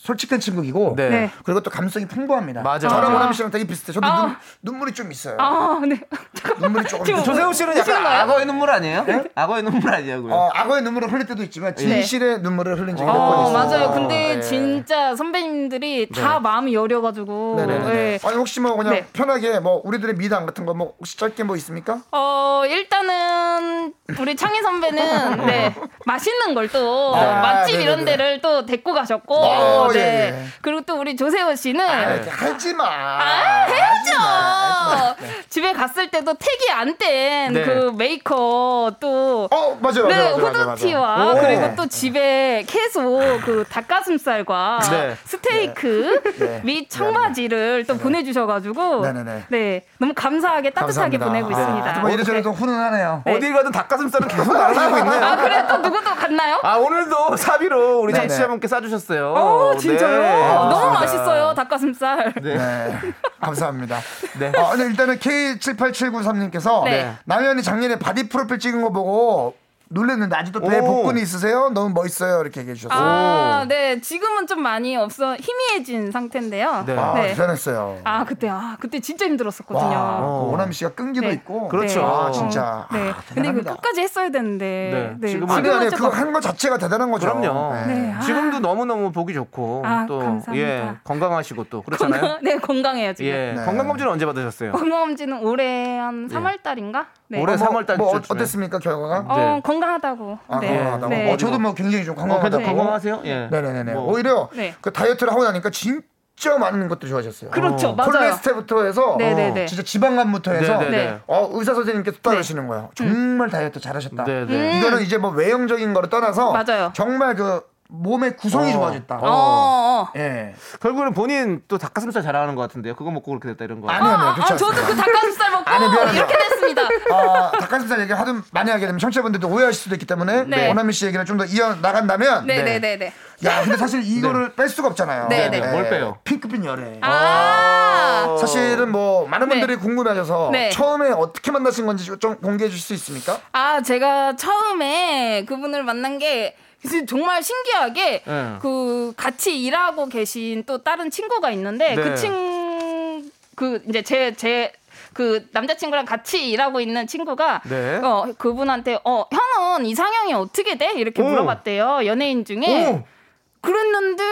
[SPEAKER 2] 솔직한 친구이고
[SPEAKER 1] 네. 네.
[SPEAKER 2] 그리고 또 감성이 풍부합니다.
[SPEAKER 1] 맞아요.
[SPEAKER 2] 저랑
[SPEAKER 1] 맞아요.
[SPEAKER 2] 오남희 씨랑 되게 비슷해. 저도
[SPEAKER 11] 아.
[SPEAKER 2] 눈, 눈물이 좀 있어요.
[SPEAKER 11] 아, 네.
[SPEAKER 2] 눈물이 조금.
[SPEAKER 11] 지금
[SPEAKER 2] 있어요.
[SPEAKER 1] 조세호 씨는 약간 악어의 눈물 아니에요? 악어의 눈물 아니냐고요?
[SPEAKER 2] 어, 악어의 눈물을 흘릴 때도 있지만
[SPEAKER 1] 네.
[SPEAKER 2] 진실의 눈물을 흘린 적이 몇 번
[SPEAKER 11] 어,
[SPEAKER 2] 있어요.
[SPEAKER 11] 맞아요. 근데
[SPEAKER 2] 네.
[SPEAKER 11] 진짜 선배님들이 다
[SPEAKER 2] 네.
[SPEAKER 11] 마음이 여려가지고.
[SPEAKER 2] 네네네.
[SPEAKER 11] 예.
[SPEAKER 2] 아니 혹시 뭐 그냥
[SPEAKER 11] 네.
[SPEAKER 2] 편하게 뭐 우리들의 미담 같은 거 뭐 혹시 짧게 뭐 있습니까?
[SPEAKER 11] 어, 일단은 우리 창희 선배는 네, 맛있는 걸 또
[SPEAKER 2] 네.
[SPEAKER 11] 맛집
[SPEAKER 2] 아,
[SPEAKER 11] 이런
[SPEAKER 2] 네네네.
[SPEAKER 11] 데를 또 데리고 가셨고.
[SPEAKER 2] 어,
[SPEAKER 11] 네.
[SPEAKER 2] 예, 예.
[SPEAKER 11] 그리고 또 우리 조세호 씨는
[SPEAKER 2] 아, 하지 마.
[SPEAKER 11] 해야죠. 집에 갔을 때도 택이 안 뗀
[SPEAKER 2] 네.
[SPEAKER 11] 그 메이커 또
[SPEAKER 2] 어, 맞아요, 맞아요,
[SPEAKER 11] 네,
[SPEAKER 2] 맞아요, 맞아요,
[SPEAKER 11] 후드티와
[SPEAKER 2] 맞아요. 오.
[SPEAKER 11] 그리고 또 집에 계속 그 닭가슴살과
[SPEAKER 2] 네.
[SPEAKER 11] 스테이크
[SPEAKER 2] 네.
[SPEAKER 11] 및 청바지를 또 보내주셔가지고
[SPEAKER 2] 네, 네, 네.
[SPEAKER 11] 네, 너무 감사하게 따뜻하게
[SPEAKER 2] 감사합니다.
[SPEAKER 11] 보내고
[SPEAKER 2] 아,
[SPEAKER 11] 있습니다.
[SPEAKER 2] 뭐 이래저래 좀 훈훈하네요.
[SPEAKER 11] 네.
[SPEAKER 1] 어디 가든 닭가슴살은 계속 날아가고 있네요.
[SPEAKER 11] 아 그래 또 누구 또 갔나요?
[SPEAKER 1] 아 오늘도 사비로 우리
[SPEAKER 11] 네,
[SPEAKER 1] 정치자분께 싸주셨어요. 아,
[SPEAKER 11] 오, 진짜요?
[SPEAKER 2] 네,
[SPEAKER 11] 너무
[SPEAKER 2] 맞습니다.
[SPEAKER 11] 맛있어요 닭가슴살.
[SPEAKER 2] 네. 감사합니다.
[SPEAKER 1] 네.
[SPEAKER 2] 아, 근데 일단은 K78793님께서
[SPEAKER 11] 네.
[SPEAKER 2] 남현이 작년에 바디 프로필 찍은 거 보고 놀랐는데 아직도 배에
[SPEAKER 1] 오.
[SPEAKER 2] 복근이 있으세요? 너무 멋있어요. 이렇게 얘기해 주셨어요.
[SPEAKER 11] 아, 네. 지금은 좀 많이 없어 희미해진 상태인데요.
[SPEAKER 2] 네. 아, 대단했어요.
[SPEAKER 11] 아, 그때 아, 그때 진짜 힘들었었거든요.
[SPEAKER 2] 와, 그 오남 씨가 끈기도
[SPEAKER 11] 네.
[SPEAKER 2] 있고.
[SPEAKER 11] 네.
[SPEAKER 2] 아,
[SPEAKER 11] 어,
[SPEAKER 2] 진짜.
[SPEAKER 11] 네. 근데 그 끝까지 했어야 되는데. 네.
[SPEAKER 2] 지금은 아니, 아니, 그거 한 거 자체가 대단한 거죠.
[SPEAKER 1] 그럼요.
[SPEAKER 11] 네, 아.
[SPEAKER 1] 지금도 너무 너무 보기 좋고
[SPEAKER 11] 아,
[SPEAKER 1] 또
[SPEAKER 11] 감사합니다.
[SPEAKER 1] 예, 건강하시고 또 그렇잖아요.
[SPEAKER 11] 건강, 네, 건강해요, 지금.
[SPEAKER 1] 예, 건강 검진 언제 받으셨어요?
[SPEAKER 11] 건강검진은 올해 한
[SPEAKER 2] 예.
[SPEAKER 11] 3월 달인가? 네.
[SPEAKER 1] 올해
[SPEAKER 11] 어, 뭐-
[SPEAKER 1] 3월 달
[SPEAKER 2] 뭐 어-
[SPEAKER 1] 주쯤에.
[SPEAKER 2] 어땠습니까 결과가?
[SPEAKER 11] 어, 건강하다고.
[SPEAKER 2] 아,
[SPEAKER 11] 네.
[SPEAKER 2] 건강하다고.
[SPEAKER 11] 네.
[SPEAKER 2] 어, 저도 뭐 굉장히 좀 건강하다고.
[SPEAKER 1] 어, 괜찮- 건강하세요? 예.
[SPEAKER 2] 네네네.
[SPEAKER 1] 뭐.
[SPEAKER 2] 오히려
[SPEAKER 11] 네.
[SPEAKER 2] 그 다이어트를 하고 나니까 진짜 많은 것들이 좋아졌어요.
[SPEAKER 11] 그렇죠,
[SPEAKER 2] 어.
[SPEAKER 11] 맞아요.
[SPEAKER 2] 콜레스테부터 해서
[SPEAKER 11] 네네네. 네.
[SPEAKER 2] 어, 진짜 지방간부터 해서
[SPEAKER 1] 네네네.
[SPEAKER 2] 어, 의사 선생님께서 떠나시는 거예요. 정말 다이어트 잘하셨다.
[SPEAKER 1] 네네.
[SPEAKER 11] 음.
[SPEAKER 2] 이거는 이제 뭐 외형적인 거를 떠나서
[SPEAKER 11] 맞아요.
[SPEAKER 2] 정말 그 몸의 구성이
[SPEAKER 1] 어.
[SPEAKER 2] 좋아졌다.
[SPEAKER 1] 어. 어,
[SPEAKER 2] 예.
[SPEAKER 1] 결국은 본인 또 닭가슴살 잘하는 것 같은데요. 그거 먹고 그렇게 됐다 이런 거.
[SPEAKER 2] 아니요, 아니요. 그렇지
[SPEAKER 11] 아, 저도 그
[SPEAKER 2] 않습니다.
[SPEAKER 11] 닭가슴살 먹고
[SPEAKER 2] 아니, 네, 미안합니다.
[SPEAKER 11] 이렇게 됐습니다. 네,
[SPEAKER 2] 아, 닭가슴살 얘기를 하도 많이 하게 되면 청취자분들도 오해하실 수도 있기 때문에
[SPEAKER 11] 네.
[SPEAKER 2] 원하민 씨 얘기를 좀 더 이어 나간다면
[SPEAKER 11] 네, 네, 네, 네.
[SPEAKER 2] 야, 근데 사실 이거를 뺄 수가 없잖아요.
[SPEAKER 11] 네, 네. 뭘
[SPEAKER 1] 빼요?
[SPEAKER 2] 핑크빛 열애.
[SPEAKER 11] 아.
[SPEAKER 2] 사실은 뭐 많은 분들이 궁금해하셔서
[SPEAKER 11] 네.
[SPEAKER 2] 처음에 어떻게 만나신 건지 좀 공개해 주실 수 있습니까?
[SPEAKER 11] 아, 제가 처음에 그분을 만난 게 그래서 정말 신기하게
[SPEAKER 12] 예.
[SPEAKER 2] 네.
[SPEAKER 11] 그 같이 일하고 계신 또 다른 친구가 있는데
[SPEAKER 12] 네.
[SPEAKER 11] 그 친구 그 이제 제 제 그 남자친구랑 같이 일하고 있는 친구가
[SPEAKER 12] 네.
[SPEAKER 11] 어, 그분한테 어 형은 이상형이 어떻게 돼 이렇게
[SPEAKER 12] 오.
[SPEAKER 11] 물어봤대요 연예인 중에
[SPEAKER 12] 오.
[SPEAKER 11] 그랬는데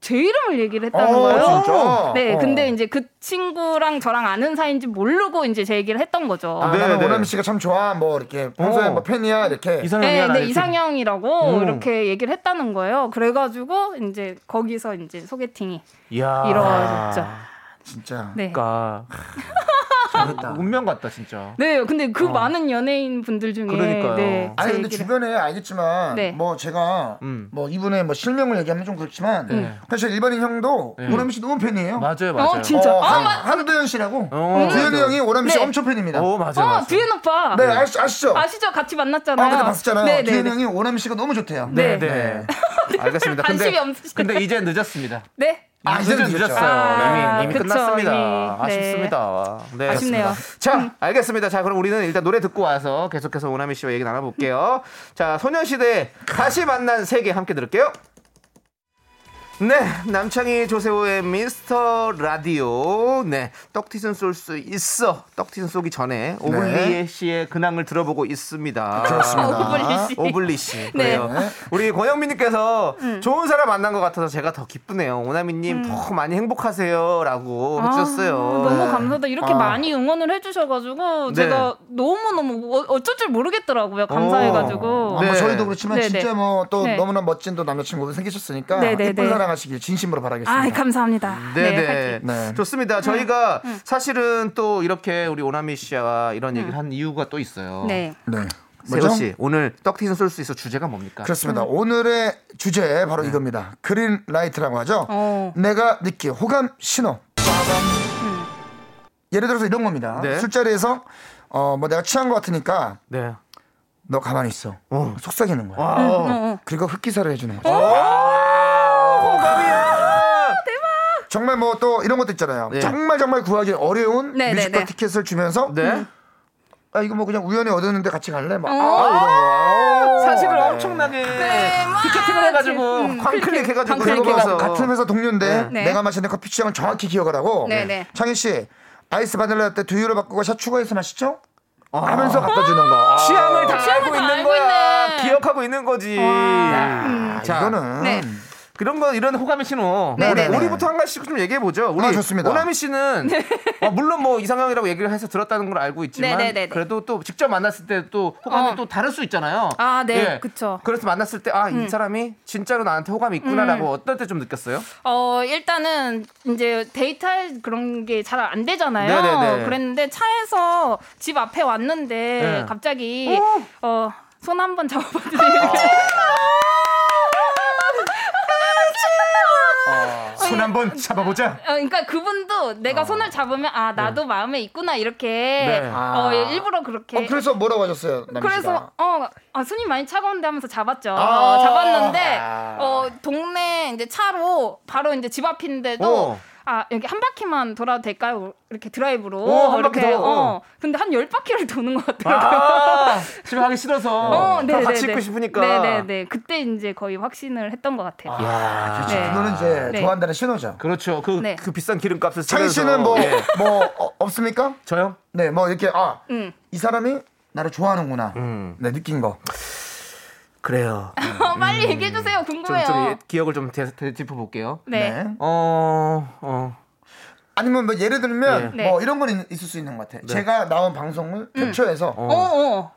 [SPEAKER 11] 제 이름을 얘기를 했다는
[SPEAKER 12] 어,
[SPEAKER 11] 거예요.
[SPEAKER 12] 진짜?
[SPEAKER 11] 네,
[SPEAKER 12] 어.
[SPEAKER 11] 근데 이제 그 친구랑 저랑 아는 사이인지 모르고 이제 제 얘기를 했던 거죠.
[SPEAKER 2] 아, 나는 원하민 씨가 참 좋아. 뭐 이렇게 평소에
[SPEAKER 1] 어.
[SPEAKER 2] 뭐 팬이야 이렇게.
[SPEAKER 11] 네, 네, 이상형이라고
[SPEAKER 2] 음.
[SPEAKER 11] 이렇게 얘기를 했다는 거예요. 그래가지고 이제 거기서 이제 소개팅이
[SPEAKER 1] 이야.
[SPEAKER 11] 이루어졌죠.
[SPEAKER 2] 진짜.
[SPEAKER 11] 네.
[SPEAKER 1] 그러니까. 참 운명 같다 진짜.
[SPEAKER 11] 네, 근데 그
[SPEAKER 1] 어.
[SPEAKER 11] 많은 연예인 분들 중에
[SPEAKER 1] 그러니까요.
[SPEAKER 11] 네,
[SPEAKER 2] 아니
[SPEAKER 11] 제
[SPEAKER 2] 근데
[SPEAKER 11] 얘기를-
[SPEAKER 2] 주변에 알겠지만
[SPEAKER 11] 네.
[SPEAKER 2] 뭐 제가 뭐 이분의 뭐 실명을 얘기하면 좀 그렇지만
[SPEAKER 1] 네.
[SPEAKER 2] 사실 일반인 형도
[SPEAKER 1] 네.
[SPEAKER 2] 오남민 씨 너무 팬이에요. 어,
[SPEAKER 1] 맞아요, 맞아요.
[SPEAKER 11] 진짜? 아,
[SPEAKER 2] 한,
[SPEAKER 11] 맞-
[SPEAKER 2] 한도현 씨라고
[SPEAKER 1] 어,
[SPEAKER 2] 두현이
[SPEAKER 1] 맞아요.
[SPEAKER 2] 형이 오남민 씨
[SPEAKER 11] 네.
[SPEAKER 2] 엄청 팬입니다.
[SPEAKER 1] 오, 맞아요,
[SPEAKER 11] 어, 두현 오빠.
[SPEAKER 2] 네, 아시- 아시죠?
[SPEAKER 11] 아시죠? 같이 만났잖아요.
[SPEAKER 2] 아 그때 봤었잖아요.
[SPEAKER 11] 네, 네,
[SPEAKER 2] 두현이
[SPEAKER 11] 네.
[SPEAKER 2] 형이 오남민 씨가 너무 좋대요.
[SPEAKER 1] 네, 네. 알겠습니다.
[SPEAKER 11] 관심이
[SPEAKER 1] 근데
[SPEAKER 11] 없으시다.
[SPEAKER 1] 근데 이제 늦었습니다.
[SPEAKER 11] 네.
[SPEAKER 1] 아, 이제 늦었어요.
[SPEAKER 11] 아,
[SPEAKER 1] 이미, 이미
[SPEAKER 11] 그쵸,
[SPEAKER 1] 끝났습니다.
[SPEAKER 11] 이미. 네.
[SPEAKER 1] 아쉽습니다. 네.
[SPEAKER 11] 아쉽네요. 음.
[SPEAKER 1] 그렇습니다. 자, 알겠습니다. 자, 그럼 우리는 일단 노래 듣고 와서 계속해서 오나미 씨와 얘기 나눠볼게요. 자, 소녀시대 다시 만난 세계 함께 들을게요. 네, 남창희 조세호의 미스터 라디오. 네, 떡튀순 쏠 수 있어. 떡튀순 쏘기 전에 오블리
[SPEAKER 5] 네.
[SPEAKER 1] 씨의 근황을 들어보고 있습니다.
[SPEAKER 11] 아, 어,
[SPEAKER 5] 그렇습니다. 오블리 씨.
[SPEAKER 1] 아, 오블리 씨.
[SPEAKER 5] 네.
[SPEAKER 1] 그래요. 우리 권영민님께서 좋은 사람 만난 것 같아서 제가 더 기쁘네요. 오나미님
[SPEAKER 11] 음.
[SPEAKER 1] 더 많이 행복하세요라고 해주셨어요.
[SPEAKER 11] 아, 너무 감사하다. 이렇게
[SPEAKER 1] 아.
[SPEAKER 11] 많이 응원을 해주셔가지고
[SPEAKER 1] 네.
[SPEAKER 11] 제가 너무 너무 어쩔 줄 모르겠더라고요. 감사해가지고.
[SPEAKER 1] 네.
[SPEAKER 2] 아, 뭐 저희도 그렇지만
[SPEAKER 11] 네네.
[SPEAKER 2] 진짜 뭐 또
[SPEAKER 11] 네.
[SPEAKER 2] 너무나 멋진 또 남자친구분 생기셨으니까
[SPEAKER 11] 네네네.
[SPEAKER 2] 예쁜 사랑하시길 진심으로 바라겠습니다.
[SPEAKER 11] 아, 감사합니다. 네,
[SPEAKER 1] 네네.
[SPEAKER 11] 화이팅. 음.
[SPEAKER 1] 좋습니다. 저희가 사실은 또 이렇게 우리 오나미 씨와 이런 얘기를 한 이유가 또 있어요.
[SPEAKER 11] 음. 네.
[SPEAKER 1] 세호 씨 오늘 떡튀순 쏠 수 있어 주제가 뭡니까?
[SPEAKER 2] 그렇습니다.
[SPEAKER 11] 음.
[SPEAKER 2] 오늘의 주제 바로
[SPEAKER 1] 네.
[SPEAKER 2] 이겁니다. 그린 라이트라고 하죠.
[SPEAKER 11] 어.
[SPEAKER 2] 내가 느끼 호감 신호.
[SPEAKER 11] 음.
[SPEAKER 2] 예를 들어서 이런 겁니다.
[SPEAKER 1] 네.
[SPEAKER 2] 술자리에서 어 뭐 내가 취한 것 같으니까
[SPEAKER 11] 음,
[SPEAKER 1] 네. 아,
[SPEAKER 2] 너 가만히 있어. 속삭이는 거야.
[SPEAKER 1] 와. 응,
[SPEAKER 11] 음.
[SPEAKER 1] 응,
[SPEAKER 2] 그리고 흑기사를 해주는
[SPEAKER 1] 오,
[SPEAKER 2] 거야.
[SPEAKER 1] 아, 호감이야.
[SPEAKER 2] 정말 뭐 또 이런 것도 있잖아요. 정말 정말 구하기 어려운
[SPEAKER 11] 네,
[SPEAKER 2] 뮤지컬
[SPEAKER 11] 네, 네.
[SPEAKER 2] 티켓을 주면서
[SPEAKER 11] 음.
[SPEAKER 1] 네.
[SPEAKER 2] 아 이거 뭐 그냥 우연히 얻었는데 같이 갈래? 막 아,
[SPEAKER 1] 어.
[SPEAKER 2] 이런 거. 아,
[SPEAKER 1] 사실을
[SPEAKER 2] 네.
[SPEAKER 1] 엄청나게
[SPEAKER 11] 아,
[SPEAKER 1] 티켓팅을 해가지고 음,
[SPEAKER 11] 음,
[SPEAKER 1] 광클릭 해가지고
[SPEAKER 2] 그리고
[SPEAKER 1] 들어가서
[SPEAKER 2] 같은 회사 동료인데
[SPEAKER 1] 네.
[SPEAKER 2] 내가 마시는 커피 취향은 정확히 기억을 하고
[SPEAKER 1] 네, 네.
[SPEAKER 2] 창희 씨 아이스 바닐라 때 두유로 바꾸고 샷 추가해서 마시죠? 하면서 갖다 주는 거.
[SPEAKER 1] 취향을 다
[SPEAKER 2] 취향을
[SPEAKER 1] 알고
[SPEAKER 2] 다
[SPEAKER 1] 있는
[SPEAKER 2] 알고
[SPEAKER 1] 거야.
[SPEAKER 2] 있네.
[SPEAKER 1] 기억하고 있는 거지. 음.
[SPEAKER 2] 와. 이거는. 네.
[SPEAKER 1] 그런 거 이런 호감의 신호.
[SPEAKER 2] 네,
[SPEAKER 1] 우리,
[SPEAKER 2] 네, 네.
[SPEAKER 1] 우리부터 한 가지씩 좀 얘기해 보죠. 우리
[SPEAKER 2] 아, 좋습니다.
[SPEAKER 1] 오나미 씨는 어, 물론 뭐 이상형이라고 얘기를 해서 들었다는 걸 알고 있지만
[SPEAKER 11] 네, 네, 네, 네.
[SPEAKER 1] 그래도 또 직접 만났을 때 또 호감이
[SPEAKER 11] 어.
[SPEAKER 1] 또 다를 수 있잖아요.
[SPEAKER 11] 아, 네,
[SPEAKER 1] 예.
[SPEAKER 11] 그쵸.
[SPEAKER 1] 그래서 만났을 때 아 이
[SPEAKER 11] 음.
[SPEAKER 1] 사람이 진짜로 나한테 호감이 있구나라고 어떨 때 좀 느꼈어요?
[SPEAKER 11] 어 일단은 이제 데이트할 그런 게 잘 안 되잖아요.
[SPEAKER 1] 네네네.
[SPEAKER 11] 그랬는데 차에서 집 앞에 왔는데
[SPEAKER 1] 네.
[SPEAKER 11] 갑자기 어 손 한번 잡아봐도 될지.
[SPEAKER 12] 손 한번 잡아보자.
[SPEAKER 11] 어, 그러니까 그분도 내가 손을 잡으면 아 나도 마음에 있구나 이렇게
[SPEAKER 2] 네.
[SPEAKER 11] 어, 예, 일부러 그렇게
[SPEAKER 2] 어, 그래서 뭐라고 하셨어요, 남희
[SPEAKER 11] 그래서
[SPEAKER 2] 씨가?
[SPEAKER 11] 어 아, 손이 많이 차가운데 하면서 잡았죠.
[SPEAKER 2] 아.
[SPEAKER 11] 잡았는데
[SPEAKER 2] 아.
[SPEAKER 11] 어 동네 이제 차로 바로 이제 집 앞인데도
[SPEAKER 12] 어.
[SPEAKER 11] 아 여기 한 바퀴만 돌아도 될까요? 이렇게 드라이브로
[SPEAKER 12] 어, 한 바퀴
[SPEAKER 11] 이렇게,
[SPEAKER 12] 더, 어.
[SPEAKER 11] 어. 근데 한 열 바퀴를 도는 것 같더라고요.
[SPEAKER 1] 아, 집에 가기 싫어서
[SPEAKER 11] 어,
[SPEAKER 1] 아, 다
[SPEAKER 11] 네네네.
[SPEAKER 1] 같이 있고 싶으니까.
[SPEAKER 11] 네네네. 그때 이제 거의 확신을 했던 것 같아요.
[SPEAKER 1] 야,
[SPEAKER 11] 그렇죠. 네. 그거는 이제 네.
[SPEAKER 2] 좋아한다는 신호죠.
[SPEAKER 1] 그렇죠. 그,
[SPEAKER 11] 네.
[SPEAKER 1] 그 비싼 기름값을 예.
[SPEAKER 2] 창희 씨는 뭐,
[SPEAKER 1] 네.
[SPEAKER 2] 뭐, 어, 없습니까?
[SPEAKER 1] 저요?
[SPEAKER 2] 네, 뭐, 이렇게, 아,
[SPEAKER 11] 음.
[SPEAKER 2] 이 사람이 나를 좋아하는구나.
[SPEAKER 1] 음.
[SPEAKER 2] 네, 느낀 거.
[SPEAKER 1] 그래요.
[SPEAKER 11] 어, 빨리 얘기해 주세요. 궁금해요.
[SPEAKER 1] 좀, 좀 기억을 좀 되, 짚어 볼게요.
[SPEAKER 11] 네.
[SPEAKER 1] 어, 어.
[SPEAKER 2] 아니면 뭐 예를 들면
[SPEAKER 11] 네.
[SPEAKER 2] 뭐 이런 건 있- 있을 수 있는 것 같아.
[SPEAKER 1] 네.
[SPEAKER 2] 제가 나온 방송을 캡처해서
[SPEAKER 11] 어, 어.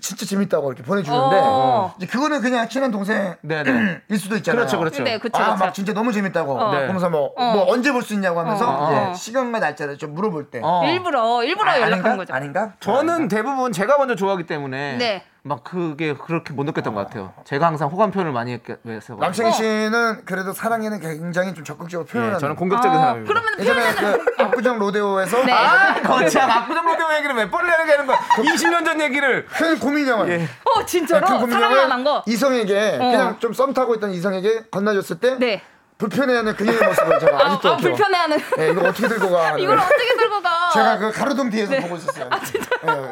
[SPEAKER 2] 진짜 재밌다고 이렇게 보내주는데
[SPEAKER 11] 어.
[SPEAKER 2] 이제 그거는 그냥 친한 동생
[SPEAKER 1] 네네.
[SPEAKER 2] 일 수도 있잖아요.
[SPEAKER 1] 그렇죠, 그렇죠. 네, 그쵸,
[SPEAKER 2] 아,
[SPEAKER 1] 그쵸.
[SPEAKER 2] 막 진짜 너무 재밌다고.
[SPEAKER 1] 어. 네.
[SPEAKER 2] 그러면서 뭐,
[SPEAKER 11] 어.
[SPEAKER 2] 뭐 언제 볼 수 있냐고 하면서
[SPEAKER 1] 어, 어.
[SPEAKER 2] 이제 시간과 날짜를 좀 물어볼 때.
[SPEAKER 11] 일부러 일부러
[SPEAKER 2] 아,
[SPEAKER 11] 연락한
[SPEAKER 2] 아닌가?
[SPEAKER 11] 거죠.
[SPEAKER 2] 아닌가? 네.
[SPEAKER 1] 저는 대부분 제가 먼저 좋아하기 때문에
[SPEAKER 11] 네.
[SPEAKER 1] 막 그게 그렇게 못 느꼈던 것 같아요. 제가 항상 호감 표현을 많이 했- 해서
[SPEAKER 2] 남창희 씨는 그래도 사랑에는 굉장히 좀 적극적으로 표현하는.
[SPEAKER 1] 저는 공격적인 아, 사람입니다. 그러면
[SPEAKER 2] 예전에 그 압구정 로데오에서
[SPEAKER 1] 네. 아, 거참. 압구정 로데오 얘기를 몇 번을 하는 게 하는 거야.
[SPEAKER 2] 그
[SPEAKER 1] 20년 전 얘기를.
[SPEAKER 2] 큰 고민형을.
[SPEAKER 1] 예.
[SPEAKER 11] 어 진짜로 사랑만 한 거.
[SPEAKER 2] 그 이성에게
[SPEAKER 11] 어.
[SPEAKER 2] 그냥 좀 썸 타고 있던 이성에게 건너줬을 때 불편해하는 그녀의 모습을 제가
[SPEAKER 11] 네. 아,
[SPEAKER 2] 아직도
[SPEAKER 11] 아,
[SPEAKER 2] 기억.
[SPEAKER 11] 불편해하는.
[SPEAKER 2] 예, 이거 어떻게 들고 가? 네.
[SPEAKER 11] 이걸 네. 아, 어떻게 들고 가?
[SPEAKER 2] 제가 그 가로등 뒤에서 보고 있었어요.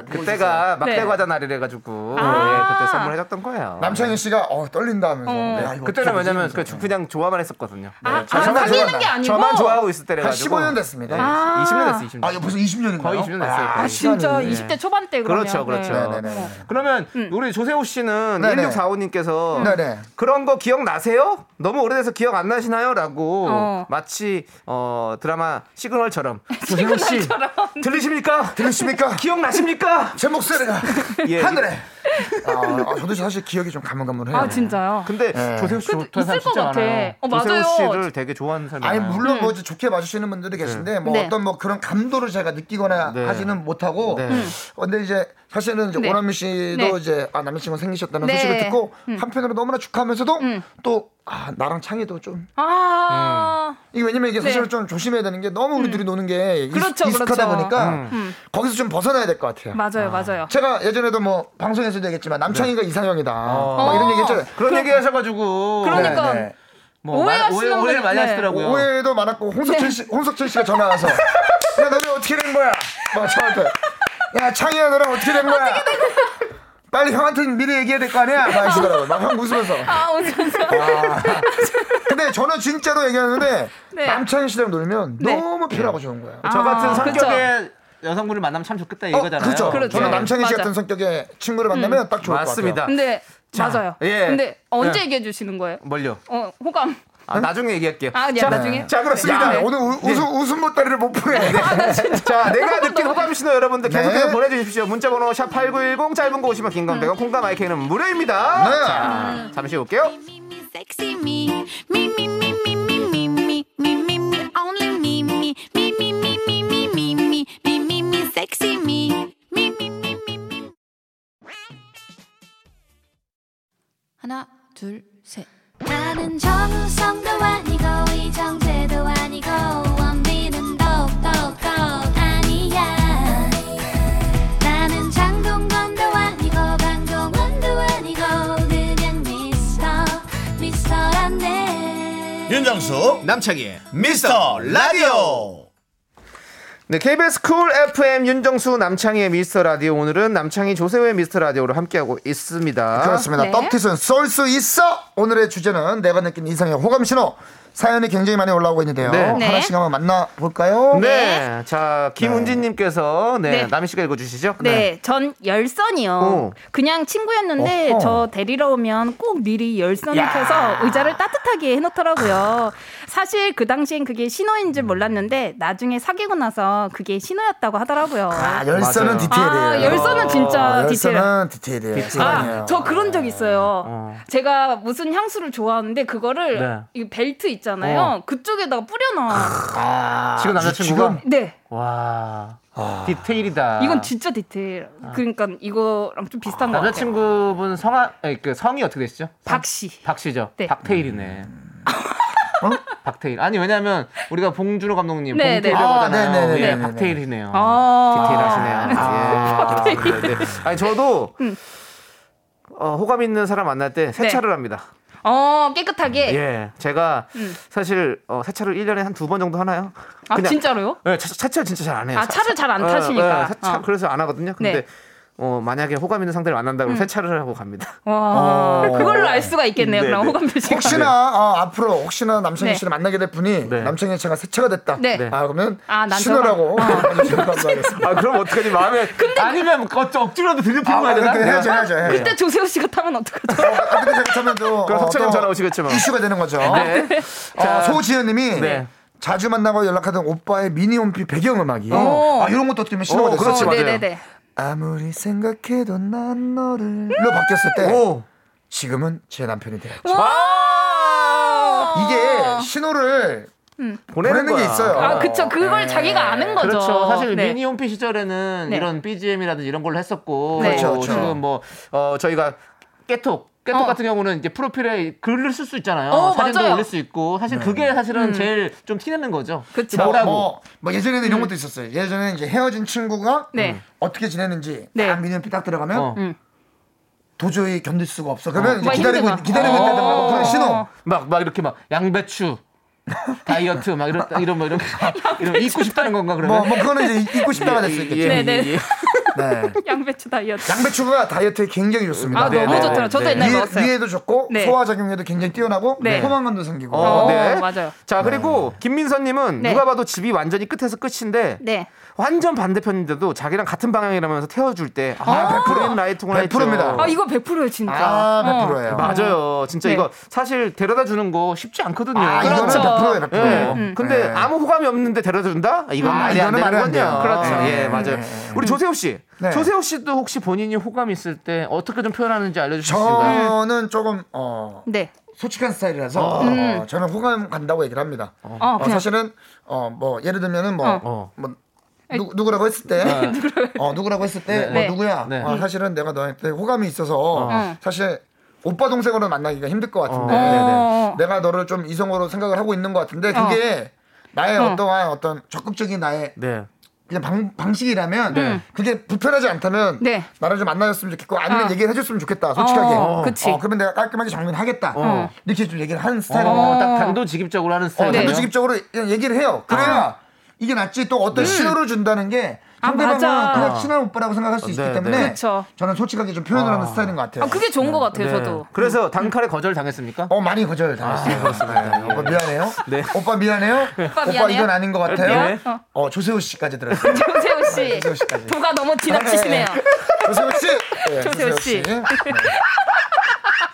[SPEAKER 1] 그때가 막대
[SPEAKER 2] 네.
[SPEAKER 1] 과자 날이래 가지고 예,
[SPEAKER 2] 아.
[SPEAKER 1] 그때 선물해줬던 거예요. 네.
[SPEAKER 2] 남창희 씨가 어, 떨린다 하면서. 야, 이거
[SPEAKER 1] 그때는
[SPEAKER 2] 어떡하지?
[SPEAKER 1] 왜냐면 그 주- 그냥 좋아만 했었거든요. 네.
[SPEAKER 2] 아,
[SPEAKER 1] 저-
[SPEAKER 2] 아,
[SPEAKER 1] 저만
[SPEAKER 2] 사귀는
[SPEAKER 1] 좋아-
[SPEAKER 2] 게 아니고?
[SPEAKER 1] 저만 좋아하고 있을 때래
[SPEAKER 2] 한
[SPEAKER 1] 가지고
[SPEAKER 2] 15년 됐습니다.
[SPEAKER 1] 네,
[SPEAKER 2] 아.
[SPEAKER 1] 20년 됐어요. 20년.
[SPEAKER 2] 아, 이거 벌써 20년인가요?
[SPEAKER 1] 거의 20년 됐어요.
[SPEAKER 2] 아,
[SPEAKER 1] 거의.
[SPEAKER 11] 진짜
[SPEAKER 1] 네.
[SPEAKER 11] 20대 초반 때 그러면.
[SPEAKER 1] 그렇죠, 그렇죠.
[SPEAKER 11] 네.
[SPEAKER 1] 그러면
[SPEAKER 2] 음.
[SPEAKER 1] 우리 조세호 씨는
[SPEAKER 11] 네네.
[SPEAKER 1] 1645님께서
[SPEAKER 11] 네네.
[SPEAKER 1] 그런 거 기억 나세요? 너무 오래돼서 기억 안 나시나요?라고
[SPEAKER 11] 어.
[SPEAKER 1] 마치 어, 드라마 시그널처럼 조세호 씨 들리십니까?
[SPEAKER 2] 들리십니까?
[SPEAKER 1] 기억 나십니까?
[SPEAKER 2] 제 목소리가
[SPEAKER 1] 예,
[SPEAKER 2] 하늘에. 아, 아, 저도 사실 기억이 좀 가물가물해요.
[SPEAKER 11] 아 진짜요?
[SPEAKER 1] 근데
[SPEAKER 2] 네.
[SPEAKER 1] 조세호 씨
[SPEAKER 11] 있을
[SPEAKER 1] 좋다는 사람
[SPEAKER 11] 것
[SPEAKER 1] 진짜
[SPEAKER 11] 같아.
[SPEAKER 1] 많아요.
[SPEAKER 11] 어,
[SPEAKER 1] 조세호
[SPEAKER 11] 맞아요.
[SPEAKER 1] 씨를 되게 좋아하는 사람이
[SPEAKER 2] 아니
[SPEAKER 1] 많아요.
[SPEAKER 2] 물론 뭐 이제 좋게 봐주시는 분들이 계신데 뭐
[SPEAKER 1] 네.
[SPEAKER 2] 어떤 뭐 그런 감도를 제가 느끼거나
[SPEAKER 1] 네.
[SPEAKER 2] 하지는 못하고
[SPEAKER 1] 네.
[SPEAKER 2] 음. 근데 이제 사실은 이제
[SPEAKER 1] 네.
[SPEAKER 2] 오남미 씨도
[SPEAKER 1] 네.
[SPEAKER 2] 이제 아 남자친구 생기셨다는
[SPEAKER 11] 네.
[SPEAKER 2] 소식을 듣고
[SPEAKER 11] 음.
[SPEAKER 2] 한편으로 너무나 축하하면서도 또 아, 나랑 창희도 좀
[SPEAKER 11] 아.
[SPEAKER 2] 이게 왜냐면 이게
[SPEAKER 11] 네. 음.
[SPEAKER 2] 사실은 좀 조심해야 되는 게 너무 우리 둘이 노는 게 익-
[SPEAKER 11] 그렇죠,
[SPEAKER 2] 익숙하다
[SPEAKER 11] 그렇죠.
[SPEAKER 2] 보니까
[SPEAKER 11] 음.
[SPEAKER 2] 거기서 좀 벗어나야 될 것 같아요.
[SPEAKER 11] 맞아요, 맞아요.
[SPEAKER 2] 제가 예전에도 뭐 방송에서도 얘기했지만 남창희가 이상형이다 막
[SPEAKER 1] 어.
[SPEAKER 2] 이런 얘기했잖아요.
[SPEAKER 1] 네.
[SPEAKER 2] 네.
[SPEAKER 1] 그런 얘기 하셔가지고
[SPEAKER 11] 그러니까.
[SPEAKER 1] 네. 뭐 말- 오해
[SPEAKER 2] 오해하시는
[SPEAKER 1] 오해를
[SPEAKER 2] 분-
[SPEAKER 1] 많이
[SPEAKER 2] 네.
[SPEAKER 1] 하시더라고요.
[SPEAKER 2] 오해도 많았고 홍석철
[SPEAKER 1] 네.
[SPEAKER 2] 씨 홍석철 씨가 전화 와서 야 너네 어떻게 된 거야? 막 저한테 야 창희야 너랑 어떻게 된 거야? 빨리 형한테 미리 얘기해야 될 거 아니야? 막 하시더라고요. 막형 웃으면서.
[SPEAKER 11] 아 웃으면서.
[SPEAKER 2] 근데 저는 진짜로 얘기하는데
[SPEAKER 11] 네.
[SPEAKER 2] 남창희 씨랑 놀면 너무 편하고 좋은 거야.
[SPEAKER 11] 아,
[SPEAKER 1] 저 같은 성격의 여성분을 만나면 참 좋겠다 아. 이거잖아요.
[SPEAKER 2] 그렇죠. 저는
[SPEAKER 1] 네.
[SPEAKER 2] 남창희 씨
[SPEAKER 11] 맞아.
[SPEAKER 2] 같은 성격의 친구를 만나면
[SPEAKER 1] 음.
[SPEAKER 2] 딱 좋을
[SPEAKER 1] 맞습니다.
[SPEAKER 2] 것 같아요.
[SPEAKER 11] 근데
[SPEAKER 1] 자,
[SPEAKER 11] 맞아요.
[SPEAKER 1] 예.
[SPEAKER 11] 근데 언제
[SPEAKER 1] 네.
[SPEAKER 11] 얘기해 주시는 거예요?
[SPEAKER 1] 뭘요?
[SPEAKER 11] 어 호감.
[SPEAKER 1] 아, 나중에 얘기할게요.
[SPEAKER 11] 아, 네,
[SPEAKER 1] 자,
[SPEAKER 11] 나중에?
[SPEAKER 1] 자, 그렇습니다.
[SPEAKER 11] 네.
[SPEAKER 1] 오늘 우, 웃음,
[SPEAKER 2] 웃음 보따리를 못 푸네.
[SPEAKER 1] 자, 내가 느낀 호감 신호 여러분들 계속해서
[SPEAKER 2] 네.
[SPEAKER 1] 보내주십시오. 문자번호 샵8910 짧은 거 오시면 긴건 100원 콩과 마이크는 무료입니다.
[SPEAKER 3] 네.
[SPEAKER 1] 자, 잠시 올게요.
[SPEAKER 3] Sexy me, me, me, me, me, me, me, me, me, me, me, only me, me, me, me, me, me, me, me, me, me, me, me, sexy me.
[SPEAKER 4] 하나 둘 셋.
[SPEAKER 13] 나는 정우성도 아니고 이정재도 아니고 원빈은 더욱더 아니야 나는 장동건도 아니고 강동원도 아니고 그냥 미스터 미스터란데
[SPEAKER 5] 윤정수 남창희 미스터 라디오
[SPEAKER 1] 네, KBS 쿨 FM 윤정수 남창희의 미스터 라디오 오늘은 남창희 조세호의 미스터 라디오로 함께하고 있습니다.
[SPEAKER 2] 그렇습니다.
[SPEAKER 11] 아, 네.
[SPEAKER 2] 떡티순 쏠 수 있어. 오늘의 주제는 내가 느낀 인상형 호감 신호. 사연이 굉장히 많이 올라오고 있는데요.
[SPEAKER 1] 네. 네.
[SPEAKER 2] 하나씩 한번 만나 볼까요?
[SPEAKER 1] 네. 자, 김은진님께서 네,
[SPEAKER 11] 네.
[SPEAKER 1] 남희 씨가 읽어주시죠.
[SPEAKER 11] 네, 전 열선이요.
[SPEAKER 1] 오.
[SPEAKER 11] 그냥 친구였는데
[SPEAKER 1] 어. 어허.
[SPEAKER 11] 저 데리러 오면 꼭 미리 열선을
[SPEAKER 1] 야.
[SPEAKER 11] 켜서 의자를 따뜻하게 해놓더라고요. 사실 그 당시엔 그게 신호인 줄 몰랐는데 나중에 사귀고 나서 그게 신호였다고 하더라고요.
[SPEAKER 1] 네.
[SPEAKER 2] 아, 열선은 디테일이에요.
[SPEAKER 11] 아, 열선은 진짜
[SPEAKER 2] 아,
[SPEAKER 11] 디테일.
[SPEAKER 2] 열선은 디테일이에요.
[SPEAKER 11] 아,
[SPEAKER 2] 디테일이에요.
[SPEAKER 11] 저 그런 적 있어요.
[SPEAKER 2] 어.
[SPEAKER 11] 제가 무슨 향수를 좋아하는데 그거를
[SPEAKER 2] 네.
[SPEAKER 11] 이 벨트 있잖아요.
[SPEAKER 1] 어.
[SPEAKER 11] 그쪽에다가 뿌려놔.
[SPEAKER 2] 아,
[SPEAKER 1] 지금 남자친구가
[SPEAKER 11] 네.
[SPEAKER 1] 와 아, 디테일이다.
[SPEAKER 11] 이건 진짜 디테일.
[SPEAKER 1] 아.
[SPEAKER 11] 그러니까 이거랑 좀 비슷한 것 같아요.
[SPEAKER 1] 남자친구분 성아 아니, 그 성이 어떻게 되시죠?
[SPEAKER 11] 박씨.
[SPEAKER 1] 음. 박씨죠. 박태일이네. 박태일. 아니 왜냐면 우리가 봉준호 감독님
[SPEAKER 11] 네, 네.
[SPEAKER 1] 봉태일이라고
[SPEAKER 11] 아,
[SPEAKER 1] 하잖아요.
[SPEAKER 11] 네, 네, 네,
[SPEAKER 1] 예,
[SPEAKER 11] 네, 네.
[SPEAKER 1] 박태일이네요.
[SPEAKER 11] 아. 음.
[SPEAKER 1] 디테일하시네요. 예, 그렇습니다. 네. 아니 저도 어, 호감 있는 사람 만날 때
[SPEAKER 11] 네.
[SPEAKER 1] 세차를 합니다.
[SPEAKER 11] 어, 깨끗하게.
[SPEAKER 1] 아. 예, 제가
[SPEAKER 11] 음.
[SPEAKER 1] 사실 어, 세차를 1년에 한 두 번 정도 하나요?
[SPEAKER 11] 아, 진짜로요?
[SPEAKER 1] 네, 차, 세차를 진짜 잘 안 해요.
[SPEAKER 11] 아,
[SPEAKER 1] 사-
[SPEAKER 11] 차를
[SPEAKER 1] 사-
[SPEAKER 11] 잘안
[SPEAKER 1] 어,
[SPEAKER 11] 타시니까.
[SPEAKER 1] 네, 세차,
[SPEAKER 11] 어.
[SPEAKER 1] 그래서 안 하거든요. 근데
[SPEAKER 11] 네. 음.
[SPEAKER 1] 어, 만약에 호감 있는 상대를 만난다 그러면 세차를 하고 갑니다.
[SPEAKER 11] 와,
[SPEAKER 1] 어.
[SPEAKER 11] 그걸로 알 수가 있겠네요.
[SPEAKER 1] 네,
[SPEAKER 11] 그럼
[SPEAKER 1] 네.
[SPEAKER 11] 호감 표시가.
[SPEAKER 2] 혹시나 어, 앞으로 혹시나 남창희
[SPEAKER 11] 네.
[SPEAKER 2] 씨를 만나게 될 분이 남창희 씨가 세차가 됐다.
[SPEAKER 11] 네.
[SPEAKER 2] 아 그러면
[SPEAKER 11] 아, 난
[SPEAKER 2] 신호라고.
[SPEAKER 1] 아, 그럼 어떡하지? 마음에. 아니면 어, 억지로라도 들려풀고 가야 되나?
[SPEAKER 2] 그래, 아, 해야죠, 해야죠, 해야죠.
[SPEAKER 1] 네.
[SPEAKER 11] 그때 조세호 씨가 타면 어떡하죠?
[SPEAKER 2] 그러면도
[SPEAKER 1] 그럼 석찬형 전화 오시겠지만.
[SPEAKER 2] 이슈가 되는 거죠.
[SPEAKER 1] 네.
[SPEAKER 2] 어,
[SPEAKER 1] 자,
[SPEAKER 2] 소지현님이
[SPEAKER 1] 네.
[SPEAKER 2] 자주 만나고 연락하던 오빠의 미니홈피 배경음악이
[SPEAKER 1] 오.
[SPEAKER 2] 아 이런 것도 어떻게 보면 신호가
[SPEAKER 1] 오,
[SPEAKER 2] 됐어요.
[SPEAKER 1] 그렇지, 어, 맞아요. 네네네.
[SPEAKER 2] 아무리 생각해도 난 너를로 바뀌었을 때 지금은 제 남편이 돼요.
[SPEAKER 1] 어.
[SPEAKER 2] 이게 신호를 보내는, 게
[SPEAKER 1] 거야.
[SPEAKER 2] 있어요.
[SPEAKER 11] 아, 그쵸. 그걸 자기가 아는 거죠.
[SPEAKER 1] 예. 그렇죠. 사실
[SPEAKER 11] 네.
[SPEAKER 1] 미니홈피 시절에는
[SPEAKER 11] 네.
[SPEAKER 1] 이런 BGM이라든지 이런 걸로 했었고
[SPEAKER 11] 네. 그렇죠,
[SPEAKER 1] 또
[SPEAKER 11] 그렇죠.
[SPEAKER 1] 지금 뭐 어, 저희가 깨톡 깨톡
[SPEAKER 11] 어.
[SPEAKER 1] 같은 경우는 이제 프로필에 글을 쓸 수 있잖아요.
[SPEAKER 2] 어,
[SPEAKER 1] 사진도
[SPEAKER 2] 맞아요.
[SPEAKER 1] 올릴 수 있고 사실
[SPEAKER 11] 네.
[SPEAKER 1] 그게
[SPEAKER 11] 음.
[SPEAKER 1] 사실은 제일 좀 티내는 거죠.
[SPEAKER 2] 그쵸.
[SPEAKER 1] 뭐라고?
[SPEAKER 2] 뭐, 뭐 예전에도
[SPEAKER 11] 음.
[SPEAKER 2] 이런 것도 있었어요. 예전에 이제 헤어진 친구가 음.
[SPEAKER 1] 네.
[SPEAKER 2] 어떻게 지내는지
[SPEAKER 11] 네.
[SPEAKER 2] 딱 미니홈피 딱 들어가면
[SPEAKER 1] 어.
[SPEAKER 11] 음.
[SPEAKER 2] 도저히 견딜 수가 없어. 그러면
[SPEAKER 1] 어.
[SPEAKER 11] 뭐
[SPEAKER 2] 이제 기다리고 기다리고 있다가
[SPEAKER 11] 어.
[SPEAKER 2] 막 그런 신호.
[SPEAKER 1] 막, 막 이렇게 막 양배추 다이어트 막 이런 이런 뭐 이런 이런 잊고 싶다는 건가 그러면?
[SPEAKER 2] 뭐, 뭐 그거는 이제 잊고 싶다가
[SPEAKER 11] 예,
[SPEAKER 2] 될 수 있겠죠.
[SPEAKER 11] 네네.
[SPEAKER 2] 네.
[SPEAKER 11] 양배추 다이어트.
[SPEAKER 2] 양배추가 다이어트에 굉장히 좋습니다. 네,
[SPEAKER 11] 아, 너무 좋더라. 저도 옛날에 먹었어요.
[SPEAKER 2] 위에, 도 좋고
[SPEAKER 11] 네.
[SPEAKER 2] 소화 작용에도 굉장히 뛰어나고
[SPEAKER 1] 네.
[SPEAKER 2] 포만감도 생기고.
[SPEAKER 1] 어, 네.
[SPEAKER 11] 맞아요.
[SPEAKER 1] 자, 그리고 김민선님은
[SPEAKER 11] 네.
[SPEAKER 1] 누가 봐도 집이 완전히 끝에서 끝인데
[SPEAKER 11] 네.
[SPEAKER 1] 완전 반대편인데도 자기랑 같은 방향이라면서 태워줄 때
[SPEAKER 11] 아,
[SPEAKER 1] 아, 100%인 라이트구나 했죠.
[SPEAKER 11] 아, 이거 100%예요, 진짜.
[SPEAKER 1] 아,
[SPEAKER 11] 어.
[SPEAKER 1] 맞아요. 진짜
[SPEAKER 11] 네.
[SPEAKER 1] 이거 사실 데려다 주는 거 쉽지 않거든요.
[SPEAKER 11] 아, 이거는 그렇죠. 100% 예요, 100%.
[SPEAKER 1] 예.
[SPEAKER 11] 음.
[SPEAKER 1] 근데
[SPEAKER 11] 네.
[SPEAKER 1] 아무 호감이 없는데 데려다 준다? 이건
[SPEAKER 11] 아,
[SPEAKER 1] 말이 안
[SPEAKER 11] 이거는
[SPEAKER 1] 되는
[SPEAKER 11] 말이 안
[SPEAKER 1] 거죠.
[SPEAKER 11] 돼요.
[SPEAKER 1] 그렇죠.
[SPEAKER 11] 네.
[SPEAKER 1] 예, 맞아요. 우리 조세호 씨.
[SPEAKER 2] 네.
[SPEAKER 1] 조세호 씨도 혹시 본인이 호감 있을 때 어떻게 좀 표현하는지 알려 주실 수 있나요?
[SPEAKER 2] 저는 조금 어
[SPEAKER 11] 네.
[SPEAKER 2] 솔직한 스타일이라서
[SPEAKER 1] 어.
[SPEAKER 2] 어,
[SPEAKER 1] 음.
[SPEAKER 2] 저는 호감 간다고 얘기를 합니다. 어,
[SPEAKER 1] 어, 그냥.
[SPEAKER 2] 사실은 어 뭐 예를 들면은 뭐,
[SPEAKER 1] 어.
[SPEAKER 2] 뭐 누, 누구라고 했을 때,
[SPEAKER 1] 네.
[SPEAKER 2] 어 누구라고 했을 때,
[SPEAKER 1] 네.
[SPEAKER 2] 뭐
[SPEAKER 1] 네.
[SPEAKER 2] 누구야?
[SPEAKER 1] 네.
[SPEAKER 2] 어, 사실은 내가 너한테 호감이 있어서
[SPEAKER 1] 어.
[SPEAKER 2] 사실 오빠 동생으로 만나기가 힘들 것 같은데
[SPEAKER 1] 어. 네,
[SPEAKER 2] 내가 너를 좀 이성으로 생각을 하고 있는 것 같은데 그게 나의
[SPEAKER 1] 어.
[SPEAKER 2] 어. 떠한 어떤 적극적인 나의
[SPEAKER 1] 네.
[SPEAKER 2] 그냥 방, 방식이라면
[SPEAKER 1] 네.
[SPEAKER 2] 그게 불편하지 않다면 나를 좀 만나줬으면 좋겠고 아니면
[SPEAKER 1] 어.
[SPEAKER 2] 얘기를 해줬으면 좋겠다 솔직하게
[SPEAKER 1] 어, 그치.
[SPEAKER 2] 그러면 내가 깔끔하게 정리하겠다
[SPEAKER 1] 어.
[SPEAKER 2] 이렇게 좀 얘기를 하는 스타일이에요
[SPEAKER 1] 어, 네. 딱 단도직입적으로 하는
[SPEAKER 2] 어,
[SPEAKER 1] 스타일.
[SPEAKER 2] 단도직입적으로 그냥 얘기를 해요 그래야 이게 낫지 또 어떤
[SPEAKER 1] 음.
[SPEAKER 2] 신호를 준다는 게
[SPEAKER 11] 아,
[SPEAKER 2] 상대방은
[SPEAKER 11] 맞아.
[SPEAKER 2] 그냥 친한 오빠라고 생각할 수 있기
[SPEAKER 1] 네,
[SPEAKER 2] 때문에
[SPEAKER 1] 네.
[SPEAKER 2] 저는 솔직하게 좀 표현을 하는 스타일인 것 같아요
[SPEAKER 11] 아, 그게 좋은 것 같아요, 저도.
[SPEAKER 1] 네. 그래서 단칼에 거절 당했습니까?
[SPEAKER 2] 어 많이 거절 당했어요. 네. 오빠 미안해요. 오빠 미안해요. 오빠,
[SPEAKER 11] 미안해요?
[SPEAKER 2] 이건 아닌 것 같아요.
[SPEAKER 11] 네. 어.
[SPEAKER 2] 어 조세호 씨까지 들었어요.
[SPEAKER 11] 조세호
[SPEAKER 1] 네,
[SPEAKER 11] 씨.
[SPEAKER 2] 조세호 씨까지.
[SPEAKER 11] 도가 너무 지나치시네요.
[SPEAKER 2] 조세호 씨. 네,
[SPEAKER 11] 조세호 씨. 네.
[SPEAKER 2] 네.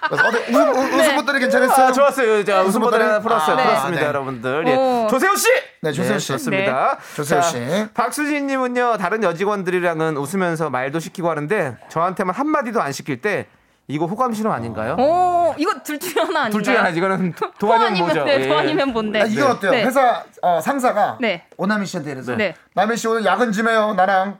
[SPEAKER 2] 그래서 어때? 웃음, 웃- 웃음 보따리 괜찮았어요?
[SPEAKER 1] 아, 좋았어요. 자, 웃음 보따리 하나 풀었어요.
[SPEAKER 2] 네.
[SPEAKER 1] 풀었습니다,
[SPEAKER 2] 네.
[SPEAKER 1] 여러분들.
[SPEAKER 11] 어.
[SPEAKER 1] 예. 조세호 씨.
[SPEAKER 2] 네, 조세호 씨.
[SPEAKER 1] 좋습니다.
[SPEAKER 2] 네. 조세호
[SPEAKER 1] 자,
[SPEAKER 2] 씨.
[SPEAKER 1] 박수진님은요 다른 여직원들이랑은 웃으면서 말도 시키고 하는데 저한테만 한 마디도 안 시킬 때 이거 호감 신호 아닌가요?
[SPEAKER 11] 오, 이거 둘 중에 하나 아닌가요?
[SPEAKER 1] 어. 둘 중에 하나 이거는 도-
[SPEAKER 11] 도
[SPEAKER 1] 도안이면
[SPEAKER 11] 아니면
[SPEAKER 1] 뭐죠?
[SPEAKER 11] 네,
[SPEAKER 1] 예.
[SPEAKER 11] 도 아니면 뭔데?
[SPEAKER 2] 아, 이건 어때요?
[SPEAKER 11] 네.
[SPEAKER 2] 회사 어, 상사가
[SPEAKER 11] 네.
[SPEAKER 2] 오나미 씨한테 이래서
[SPEAKER 11] 네.
[SPEAKER 2] 나미 씨 오늘 야근 좀 해요. 나랑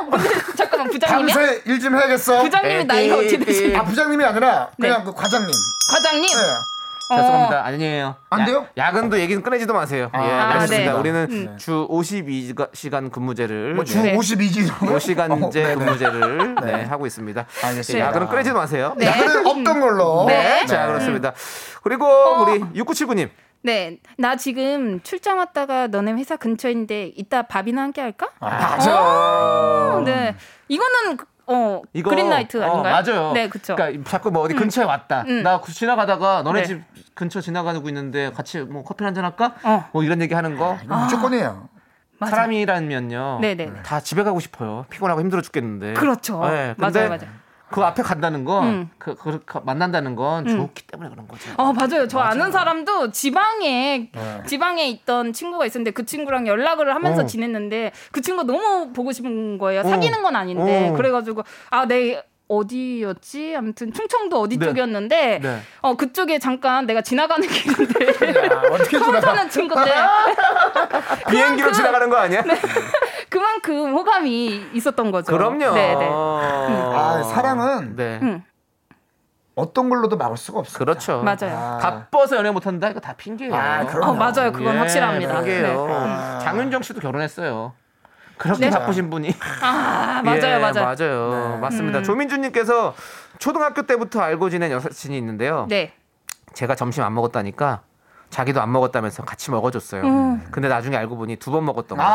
[SPEAKER 11] 잠깐만 부장님이야?
[SPEAKER 2] 밤새 일 좀 해야겠어.
[SPEAKER 11] 부장님이 나이가 어떻게 되세요?
[SPEAKER 2] 아 부장님이 아니라 그냥
[SPEAKER 11] 네.
[SPEAKER 2] 그 과장님. 네.
[SPEAKER 11] 과장님. 어.
[SPEAKER 1] 죄송합니다. 아니에요.
[SPEAKER 2] 안
[SPEAKER 1] 야-
[SPEAKER 2] 돼요?
[SPEAKER 1] 야근도 얘기는 꺼내지도 마세요. 예,
[SPEAKER 2] 아,
[SPEAKER 1] 알겠습니다.
[SPEAKER 2] 네.
[SPEAKER 1] 우리는
[SPEAKER 2] 음.
[SPEAKER 1] 주 52시간 근무제를
[SPEAKER 2] 뭐주
[SPEAKER 11] 네.
[SPEAKER 2] 52지.
[SPEAKER 1] 뭐 5시간제
[SPEAKER 2] 어, 네, 네.
[SPEAKER 1] 근무제를 네, 하고 있습니다. 예,
[SPEAKER 2] 알겠습니다.
[SPEAKER 1] 야근은 꺼내지도 마세요.
[SPEAKER 2] 네. 야근은 없던 걸로.
[SPEAKER 1] 네. 자, 그렇습니다. 그리고
[SPEAKER 11] 어.
[SPEAKER 1] 우리 6979님.
[SPEAKER 11] 네, 나 지금 출장 왔다가 너네 회사 근처인데 이따 밥이나 함께 할까?
[SPEAKER 2] 아,
[SPEAKER 1] 아.
[SPEAKER 11] 어?
[SPEAKER 1] 맞아.
[SPEAKER 11] 네, 이거는 어 그린라이트 아닌가요?
[SPEAKER 1] 어, 맞아요.
[SPEAKER 11] 네, 그렇죠.
[SPEAKER 1] 그러니까 자꾸 뭐 어디
[SPEAKER 11] 음.
[SPEAKER 1] 근처에 왔다.
[SPEAKER 11] 음.
[SPEAKER 1] 나 그- 지나가다가 너네
[SPEAKER 11] 네.
[SPEAKER 1] 집 근처 지나가고 있는데 같이 뭐 커피 한잔 할까?
[SPEAKER 11] 어.
[SPEAKER 1] 뭐 이런 얘기 하는 거.
[SPEAKER 2] 무조건이에요.
[SPEAKER 1] 사람이라면요.
[SPEAKER 11] 아, 네네.
[SPEAKER 1] 다 집에 가고 싶어요. 피곤하고 힘들어 죽겠는데.
[SPEAKER 11] 그렇죠.
[SPEAKER 1] 예, 근데
[SPEAKER 11] 맞아요, 맞아요.
[SPEAKER 1] 그 앞에 간다는 건,
[SPEAKER 11] 음.
[SPEAKER 1] 그, 그, 그 만난다는 건
[SPEAKER 11] 음.
[SPEAKER 1] 좋기 때문에 그런 거죠.
[SPEAKER 11] 어 맞아요. 저 아는 사람도 지방에
[SPEAKER 1] 네.
[SPEAKER 11] 지방에 있던 친구가 있었는데 그 친구랑 연락을 하면서
[SPEAKER 1] 어.
[SPEAKER 11] 지냈는데 그 친구 너무 보고 싶은 거예요.
[SPEAKER 1] 어.
[SPEAKER 11] 사귀는 건 아닌데
[SPEAKER 1] 어.
[SPEAKER 11] 그래가지고 아 내 어디였지? 아무튼 충청도 어디
[SPEAKER 1] 네.
[SPEAKER 11] 쪽이었는데
[SPEAKER 1] 네.
[SPEAKER 11] 어 그쪽에 잠깐 내가 지나가는 길인데
[SPEAKER 2] 아,
[SPEAKER 11] 서울사는 친구인데 그
[SPEAKER 1] 비행기로 지나가는 거 아니야?
[SPEAKER 11] 네. 그만큼 호감이 있었던 거죠.
[SPEAKER 1] 그럼요.
[SPEAKER 11] 네, 네.
[SPEAKER 1] 아,
[SPEAKER 2] 사랑은
[SPEAKER 1] 네.
[SPEAKER 2] 어떤 걸로도 막을 수가 없어요.
[SPEAKER 1] 그렇죠.
[SPEAKER 11] 맞아요.
[SPEAKER 1] 바빠서 연애 못한다 이거 다 핑계예요.
[SPEAKER 2] 아, 그럼요. 어, 맞아요. 그건
[SPEAKER 1] 예,
[SPEAKER 2] 확실합니다.
[SPEAKER 1] 핑계예요.
[SPEAKER 2] 네. 아.
[SPEAKER 1] 장윤정 씨도 결혼했어요. 그렇게
[SPEAKER 11] 음. 네?
[SPEAKER 1] 바쁘신 분이.
[SPEAKER 11] 아 맞아요
[SPEAKER 1] 예,
[SPEAKER 11] 맞아요.
[SPEAKER 1] 맞아요. 맞습니다.
[SPEAKER 11] 음.
[SPEAKER 1] 조민주님께서 초등학교 때부터 알고 지낸 여사친이 있는데요.
[SPEAKER 11] 네.
[SPEAKER 1] 제가 점심 안 먹었다니까 자기도 안 먹었다면서 같이 먹어줬어요.
[SPEAKER 11] 음.
[SPEAKER 1] 근데 나중에 알고 보니 두 번 먹었던 거.
[SPEAKER 2] 아,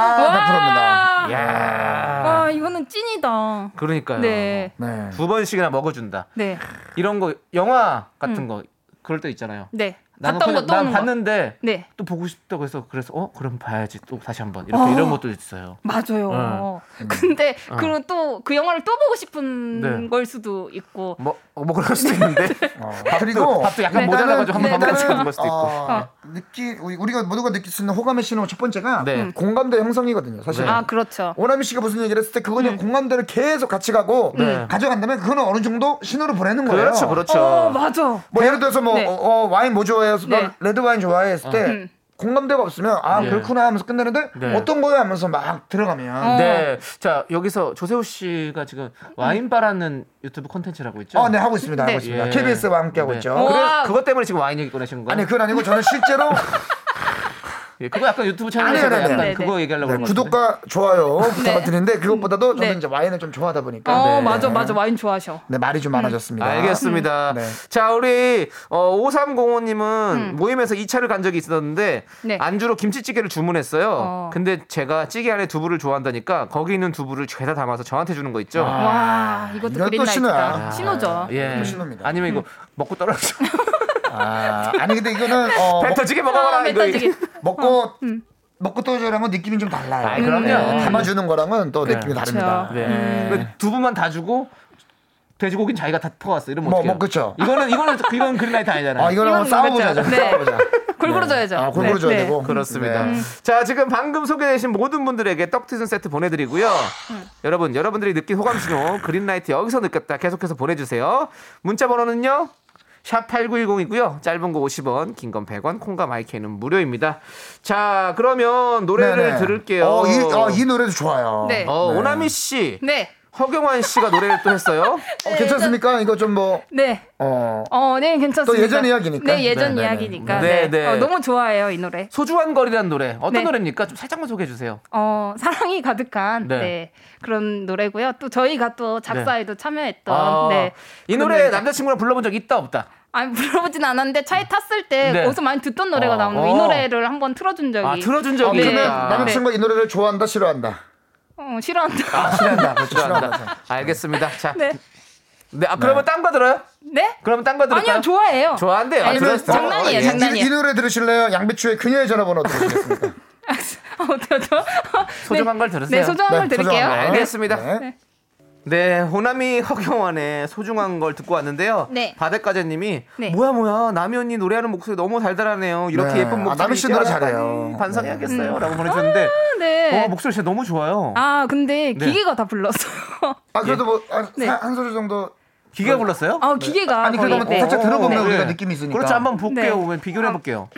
[SPEAKER 11] 아,
[SPEAKER 1] 야.
[SPEAKER 11] 아 이거는 찐이다.
[SPEAKER 1] 그러니까요.
[SPEAKER 11] 네.
[SPEAKER 1] 두 번씩이나 먹어준다.
[SPEAKER 11] 네.
[SPEAKER 1] 이런 거 영화 같은
[SPEAKER 11] 음.
[SPEAKER 1] 거 그럴 때 있잖아요.
[SPEAKER 11] 네.
[SPEAKER 1] 나는
[SPEAKER 11] 봤던
[SPEAKER 1] 그냥-
[SPEAKER 11] 거 떠오는
[SPEAKER 1] 난
[SPEAKER 11] 거.
[SPEAKER 1] 봤는데
[SPEAKER 11] 네.
[SPEAKER 1] 또 보고 싶다고 해서 그래서 어 그럼 봐야지 또 다시 한번 이렇게
[SPEAKER 11] 어.
[SPEAKER 1] 이런 것도 있어요.
[SPEAKER 11] 맞아요. 음. 근데 그럼 또 그 영화를 또 보고 싶은
[SPEAKER 1] 어. 네.
[SPEAKER 11] 걸 수도 있고.
[SPEAKER 1] 뭐, 어, 뭐 그럴 수도 있는데
[SPEAKER 2] 어. 그리고
[SPEAKER 1] 밥도 약간 모자라가지고 한번 밥 같이 먹을 수도 있고.
[SPEAKER 2] 어, 느끼 우리- 우리가 모두가 느낄 수 있는 호감의 신호 첫 번째가
[SPEAKER 1] 네.
[SPEAKER 2] 공감대 형성이거든요. 사실.
[SPEAKER 1] 네. 아,
[SPEAKER 11] 그렇죠.
[SPEAKER 2] 오나미 씨가 무슨 얘기를 했을 때 그거는 공감대를 계속 같이 가고
[SPEAKER 1] 네.
[SPEAKER 2] 가져간다면 그거는 어느 정도 신호를 보내는 거예요.
[SPEAKER 1] 그렇죠, 그렇죠. 어, 맞아.
[SPEAKER 2] 뭐 예를 들어서 뭐
[SPEAKER 1] 네.
[SPEAKER 2] 어, 어, 와인 뭐 좋아해서 난
[SPEAKER 1] 네.
[SPEAKER 2] 레드 와인 좋아했을 때.
[SPEAKER 1] 어. 음.
[SPEAKER 2] 공감대가 없으면 아
[SPEAKER 1] 네.
[SPEAKER 2] 그렇구나 하면서 끝내는데
[SPEAKER 1] 네.
[SPEAKER 2] 어떤 거야 하면서 막 들어가면
[SPEAKER 1] 네. 자, 여기서 조세호 씨가 지금 와인바라는 유튜브 콘텐츠라고 있죠? 예. 어,
[SPEAKER 2] 어, 네, 하고 있습니다, 하고 있습니다. KBS 와 함께
[SPEAKER 1] 네.
[SPEAKER 2] 하고 있죠. 우와.
[SPEAKER 1] 그래, 그것 때문에 지금 와인 얘기 꺼내신 거예요?
[SPEAKER 2] 아니 그건 아니고 저는 실제로
[SPEAKER 1] 예, 그거 약간 유튜브
[SPEAKER 2] 아니요,
[SPEAKER 1] 채널에서
[SPEAKER 2] 아니요,
[SPEAKER 1] 약간
[SPEAKER 2] 아니요.
[SPEAKER 1] 그거 얘기하려고
[SPEAKER 2] 네,
[SPEAKER 1] 그런 네. 거
[SPEAKER 2] 구독과 좋아요 부탁을 드리는데 그것보다도 저는
[SPEAKER 11] 네.
[SPEAKER 2] 이제 와인을 좀 좋아하다 보니까
[SPEAKER 11] 어
[SPEAKER 2] 네.
[SPEAKER 11] 맞아 맞아 와인 좋아하셔.
[SPEAKER 2] 네 말이 좀 많아졌습니다.
[SPEAKER 1] 음, 알겠습니다.
[SPEAKER 2] 음. 네.
[SPEAKER 1] 자, 우리 어, 5305님은 모임에서 이차를간 적이 있었는데
[SPEAKER 11] 네.
[SPEAKER 1] 안주로 김치찌개를 주문했어요.
[SPEAKER 11] 어.
[SPEAKER 1] 근데 제가 찌개 안에 두부를 좋아한다니까 거기 있는 두부를 죄다 담아서 저한테 주는 거 있죠. 아,
[SPEAKER 11] 와 이것도
[SPEAKER 2] 이것도
[SPEAKER 11] 그린
[SPEAKER 2] 신호야.
[SPEAKER 11] 라이트다. 아, 신호죠.
[SPEAKER 1] 예. 아니면 이거 먹고 떨어져.
[SPEAKER 2] 아, 아니 근데 이거는 어,
[SPEAKER 1] 배 터지게 먹어봐라, 어, 배 이거. 터지게.
[SPEAKER 2] 먹고 먹고 떨어져랑은 느낌이 좀 달라요.
[SPEAKER 1] 아이, 그럼요.
[SPEAKER 2] 네, 담아주는 거랑은 또 느낌이 다릅니다.
[SPEAKER 1] 네. 그러니까 두부만 다 주고 돼지고기는 자기가 다 퍼왔어. 이러면
[SPEAKER 2] 뭐,
[SPEAKER 1] 어떡해요?
[SPEAKER 2] 뭐, 그쵸.
[SPEAKER 1] 이거는 네. 이거는 이건 그린라이트 아니잖아요.
[SPEAKER 2] 아, 이거는 한번 싸워보자, 좀 싸워보자.
[SPEAKER 11] 골고루져야죠.
[SPEAKER 2] 아, 골고루져야 네. 되고.
[SPEAKER 1] 그렇습니다.
[SPEAKER 2] 네.
[SPEAKER 1] 음. 자, 지금 방금 소개되신 모든 분들에게 떡튀순 세트 보내드리고요. 여러분, 여러분들이 느낀 호감 신호 그린라이트 여기서 느꼈다 계속해서 보내주세요. 문자 번호는요. 샵 8910이고요. 짧은 거 50원, 긴 건 100원, 콩과 마이크는 무료입니다. 자, 그러면 노래를
[SPEAKER 2] 네네.
[SPEAKER 1] 들을게요.
[SPEAKER 2] 어, 이, 어, 이 노래도 좋아요.
[SPEAKER 1] 네. 어, 오나미 씨.
[SPEAKER 11] 네.
[SPEAKER 1] 허경환 씨가 노래를 또 했어요.
[SPEAKER 11] 네,
[SPEAKER 2] 괜찮습니까? 이거 좀 뭐.
[SPEAKER 11] 네.
[SPEAKER 2] 어.
[SPEAKER 11] 어, 네, 괜찮습니다.
[SPEAKER 1] 또 예전 이야기니까.
[SPEAKER 11] 네, 예전
[SPEAKER 1] 네, 네, 네.
[SPEAKER 11] 이야기니까.
[SPEAKER 1] 네,
[SPEAKER 11] 네,
[SPEAKER 1] 네.
[SPEAKER 11] 어, 너무 좋아해요, 이 노래.
[SPEAKER 1] 소중한 거리라는 노래. 어떤
[SPEAKER 11] 네.
[SPEAKER 1] 노래입니까? 좀 살짝만 소개해 주세요.
[SPEAKER 11] 어, 사랑이 가득한
[SPEAKER 1] 네.
[SPEAKER 11] 네. 그런 노래고요. 또 저희가 또 작사에도 참여했던
[SPEAKER 1] 아,
[SPEAKER 11] 네.
[SPEAKER 1] 이
[SPEAKER 11] 그런
[SPEAKER 1] 노래
[SPEAKER 11] 노래죠.
[SPEAKER 1] 남자친구랑 불러본 적 있다 없다.
[SPEAKER 11] 아니 물어보진 않았는데 차에 탔을 때
[SPEAKER 1] 네.
[SPEAKER 11] 어디서 많이 듣던 노래가
[SPEAKER 1] 어,
[SPEAKER 11] 나오는 거. 이
[SPEAKER 1] 어. 아,
[SPEAKER 11] 노래를 한번 틀어준 적이
[SPEAKER 2] 어, 그러면 남자친구가
[SPEAKER 11] 네.
[SPEAKER 2] 이 노래를 좋아한다, 싫어한다.
[SPEAKER 11] 어, 싫어한다.
[SPEAKER 1] 아, 싫어한다. 그렇죠.
[SPEAKER 2] 싫어한다.
[SPEAKER 1] 싫어한다. 알겠습니다. 자.
[SPEAKER 11] 네.
[SPEAKER 1] 네, 아, 그러면 딴 거 들어요?
[SPEAKER 11] 네?
[SPEAKER 1] 그러면 딴 거 들을까요?
[SPEAKER 11] 아니요, 좋아해요.
[SPEAKER 1] 좋아한대요.
[SPEAKER 11] 아니,
[SPEAKER 1] 들었어요? 예.
[SPEAKER 11] 장난이에요,
[SPEAKER 2] 이-
[SPEAKER 11] 장난이에요.
[SPEAKER 2] 예. 이, 노래 들으실래요? 양배추의 그녀의 전화번호 들으세요.
[SPEAKER 1] 소중한 걸 들으세요.
[SPEAKER 11] 어, 네, 소중한 걸 드릴게요.
[SPEAKER 1] 알겠습니다.
[SPEAKER 11] 네.
[SPEAKER 1] 네. 호남이 허경환의 소중한 걸 듣고 왔는데요.
[SPEAKER 11] 네.
[SPEAKER 1] 바닷가재님이 뭐야 뭐야 남이 언니 노래하는 목소리 너무 달달하네요. 이렇게
[SPEAKER 2] 네.
[SPEAKER 1] 예쁜 목소리.
[SPEAKER 2] 아, 남이 씨 노래 잘해요.
[SPEAKER 1] 음, 반성해야겠어요.
[SPEAKER 11] 음.
[SPEAKER 1] 라고 보내주셨는데
[SPEAKER 11] 아, 네.
[SPEAKER 1] 어, 목소리 진짜 너무 좋아요.
[SPEAKER 11] 아, 근데
[SPEAKER 1] 네.
[SPEAKER 11] 기계가 다 불렀어요.
[SPEAKER 2] 아 그래도 뭐 한
[SPEAKER 11] 네.
[SPEAKER 2] 소절 정도
[SPEAKER 1] 기계가 불렀어요?
[SPEAKER 11] 아, 기계가
[SPEAKER 2] 아니, 그래도
[SPEAKER 11] 거의,
[SPEAKER 2] 한번 살짝 들어보면 우리가 느낌이 있으니까.
[SPEAKER 1] 그렇죠. 한번 볼게요.
[SPEAKER 11] 네.
[SPEAKER 1] 오면 비교를 해볼게요.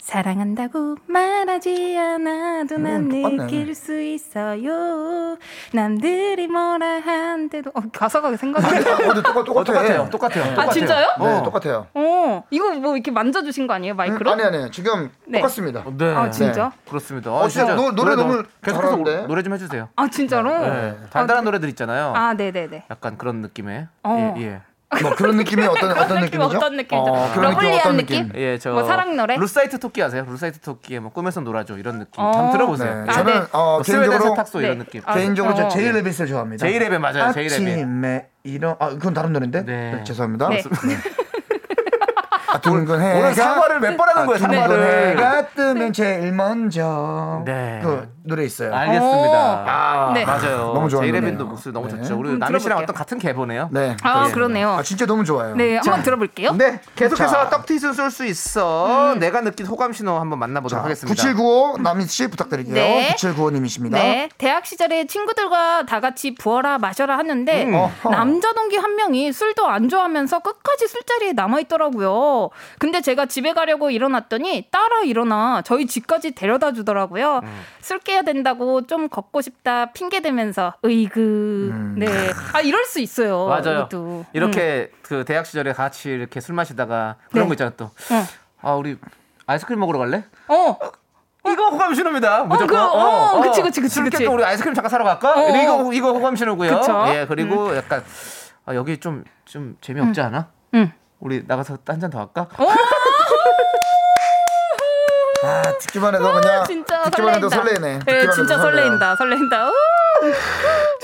[SPEAKER 11] 사랑한다고 말하지 않아도 난
[SPEAKER 1] 음, 똑같네.
[SPEAKER 11] 느낄 수 있어요. 남들이 뭐라 한대도 어, 가사가 생각이 안 나.
[SPEAKER 2] 어, 똑같, 똑같아요.
[SPEAKER 1] 똑같아요. 똑같아요.
[SPEAKER 11] 아, 진짜요?
[SPEAKER 2] 네, 똑같아요.
[SPEAKER 11] 어, 이거 뭐 이렇게 만져주신 거 아니에요, 마이크로?
[SPEAKER 2] 음, 아니 아니 지금
[SPEAKER 11] 네.
[SPEAKER 2] 똑같습니다.
[SPEAKER 1] 네.
[SPEAKER 11] 아, 진짜?
[SPEAKER 1] 그렇습니다.
[SPEAKER 2] 어, 진짜 노- 노래 너무
[SPEAKER 1] 계속해서
[SPEAKER 2] 잘하는데?
[SPEAKER 1] 노래 좀 해주세요.
[SPEAKER 11] 아, 진짜로?
[SPEAKER 1] 네. 달달한 노래들 있잖아요.
[SPEAKER 11] 아, 네, 네, 네.
[SPEAKER 1] 약간 그런 느낌의
[SPEAKER 11] 어.
[SPEAKER 1] 예, 예.
[SPEAKER 2] 뭐 그런 느낌이 어떤
[SPEAKER 11] 그런
[SPEAKER 2] 어떤
[SPEAKER 11] 느낌
[SPEAKER 2] 느낌이죠?
[SPEAKER 11] 어떤 느낌이죠?
[SPEAKER 1] 그런
[SPEAKER 11] 느낌 러블리한 어떤 느낌? 느낌?
[SPEAKER 1] 예, 저
[SPEAKER 11] 뭐 사랑 노래?
[SPEAKER 1] 루사이트 토끼 아세요? 루사이트 토끼의 뭐 꿈에서 놀아줘 이런 느낌.
[SPEAKER 11] 어. 네.
[SPEAKER 1] 한번 들어보세요.
[SPEAKER 2] 네. 저는 어,
[SPEAKER 1] 뭐 스웨덴
[SPEAKER 2] 개인적으로
[SPEAKER 1] 세탁소 이런 느낌.
[SPEAKER 11] 아,
[SPEAKER 2] 개인적으로
[SPEAKER 11] 어.
[SPEAKER 2] 저 제이
[SPEAKER 1] 예.
[SPEAKER 2] 레빗을 좋아합니다.
[SPEAKER 1] 제이 레빗 맞아요, 제이 레빗.
[SPEAKER 2] 아침에 이런 아 그건 다른 노래인데. 네. 죄송합니다.
[SPEAKER 1] 네.
[SPEAKER 2] 아, 둥근 해가
[SPEAKER 1] 오늘 사과를 몇번 하는 거예요,
[SPEAKER 2] 둥근
[SPEAKER 1] 사과를.
[SPEAKER 11] 네.
[SPEAKER 2] 해가 뜨면 제일 먼저.
[SPEAKER 1] 네.
[SPEAKER 2] 그 노래 있어요.
[SPEAKER 1] 알겠습니다.
[SPEAKER 11] 어.
[SPEAKER 1] 아,
[SPEAKER 2] 네.
[SPEAKER 1] 맞아요.
[SPEAKER 2] 너무 좋아하는
[SPEAKER 1] 제이 레빈도
[SPEAKER 2] 노래예요.
[SPEAKER 1] 목소리 너무
[SPEAKER 2] 네.
[SPEAKER 1] 좋죠. 우리
[SPEAKER 11] 음,
[SPEAKER 2] 한번
[SPEAKER 1] 남희 씨랑
[SPEAKER 2] 들어볼게요.
[SPEAKER 1] 어떤 같은 계보네요.
[SPEAKER 2] 네.
[SPEAKER 1] 예.
[SPEAKER 11] 아, 그러네요.
[SPEAKER 2] 아, 진짜 너무 좋아요.
[SPEAKER 11] 네, 한번
[SPEAKER 1] 자,
[SPEAKER 11] 들어볼게요.
[SPEAKER 1] 네, 계속해서
[SPEAKER 2] 자.
[SPEAKER 1] 떡티순 쏠 수 있어. 내가 느낀 호감 신호 한번 만나보도록 뭐 하겠습니다.
[SPEAKER 2] 9795 남희 씨 부탁드릴게요.
[SPEAKER 11] 네.
[SPEAKER 2] 9795님이십니다.
[SPEAKER 11] 네, 대학 시절에 친구들과 다 같이 부어라 마셔라 하는데
[SPEAKER 2] 음. 어허.
[SPEAKER 11] 남자 동기 한 명이 술도 안 좋아하면서 끝까지 술자리에 남아 있더라고요. 근데
[SPEAKER 2] 음.
[SPEAKER 11] 제가 집에 가려고 일어났더니 따라 일어나 저희 집까지 데려다 주더라고요. 술게 해야 된다고 좀 걷고 싶다 핑계 대면서 으이그
[SPEAKER 2] 음.
[SPEAKER 11] 네. 아 이럴 수 있어요.
[SPEAKER 1] 맞아요.
[SPEAKER 11] 이것도. 음.
[SPEAKER 1] 이렇게 그 대학 시절에 같이 이렇게 술 마시다가 그런
[SPEAKER 11] 네.
[SPEAKER 1] 거 있잖아 또.
[SPEAKER 11] 응.
[SPEAKER 1] 아 우리 아이스크림 먹으러 갈래?
[SPEAKER 11] 어.
[SPEAKER 1] 이거 호감 신호입니다. 무조건.
[SPEAKER 11] 그, 어, 그치, 그치, 그치,
[SPEAKER 1] 술
[SPEAKER 11] 그치.
[SPEAKER 1] 깨고 우리 아이스크림 잠깐 사러 갈까?
[SPEAKER 11] 어, 어.
[SPEAKER 1] 이거 이거 호감 신호고요.
[SPEAKER 11] 그쵸? 음.
[SPEAKER 1] 예 그리고 약간 아, 여기 좀 좀 재미없지 않아?
[SPEAKER 11] 응.
[SPEAKER 1] 우리 나가서 한 잔 더 할까?
[SPEAKER 11] 어?
[SPEAKER 2] 아 듣기만 해도 그냥
[SPEAKER 11] 진짜
[SPEAKER 2] 듣기만 해도
[SPEAKER 11] 설레인다.
[SPEAKER 2] 설레네.
[SPEAKER 11] 예,
[SPEAKER 2] 듣기만
[SPEAKER 11] 진짜
[SPEAKER 2] 해도 설레요.
[SPEAKER 11] 설레인다. 설레인다. 우!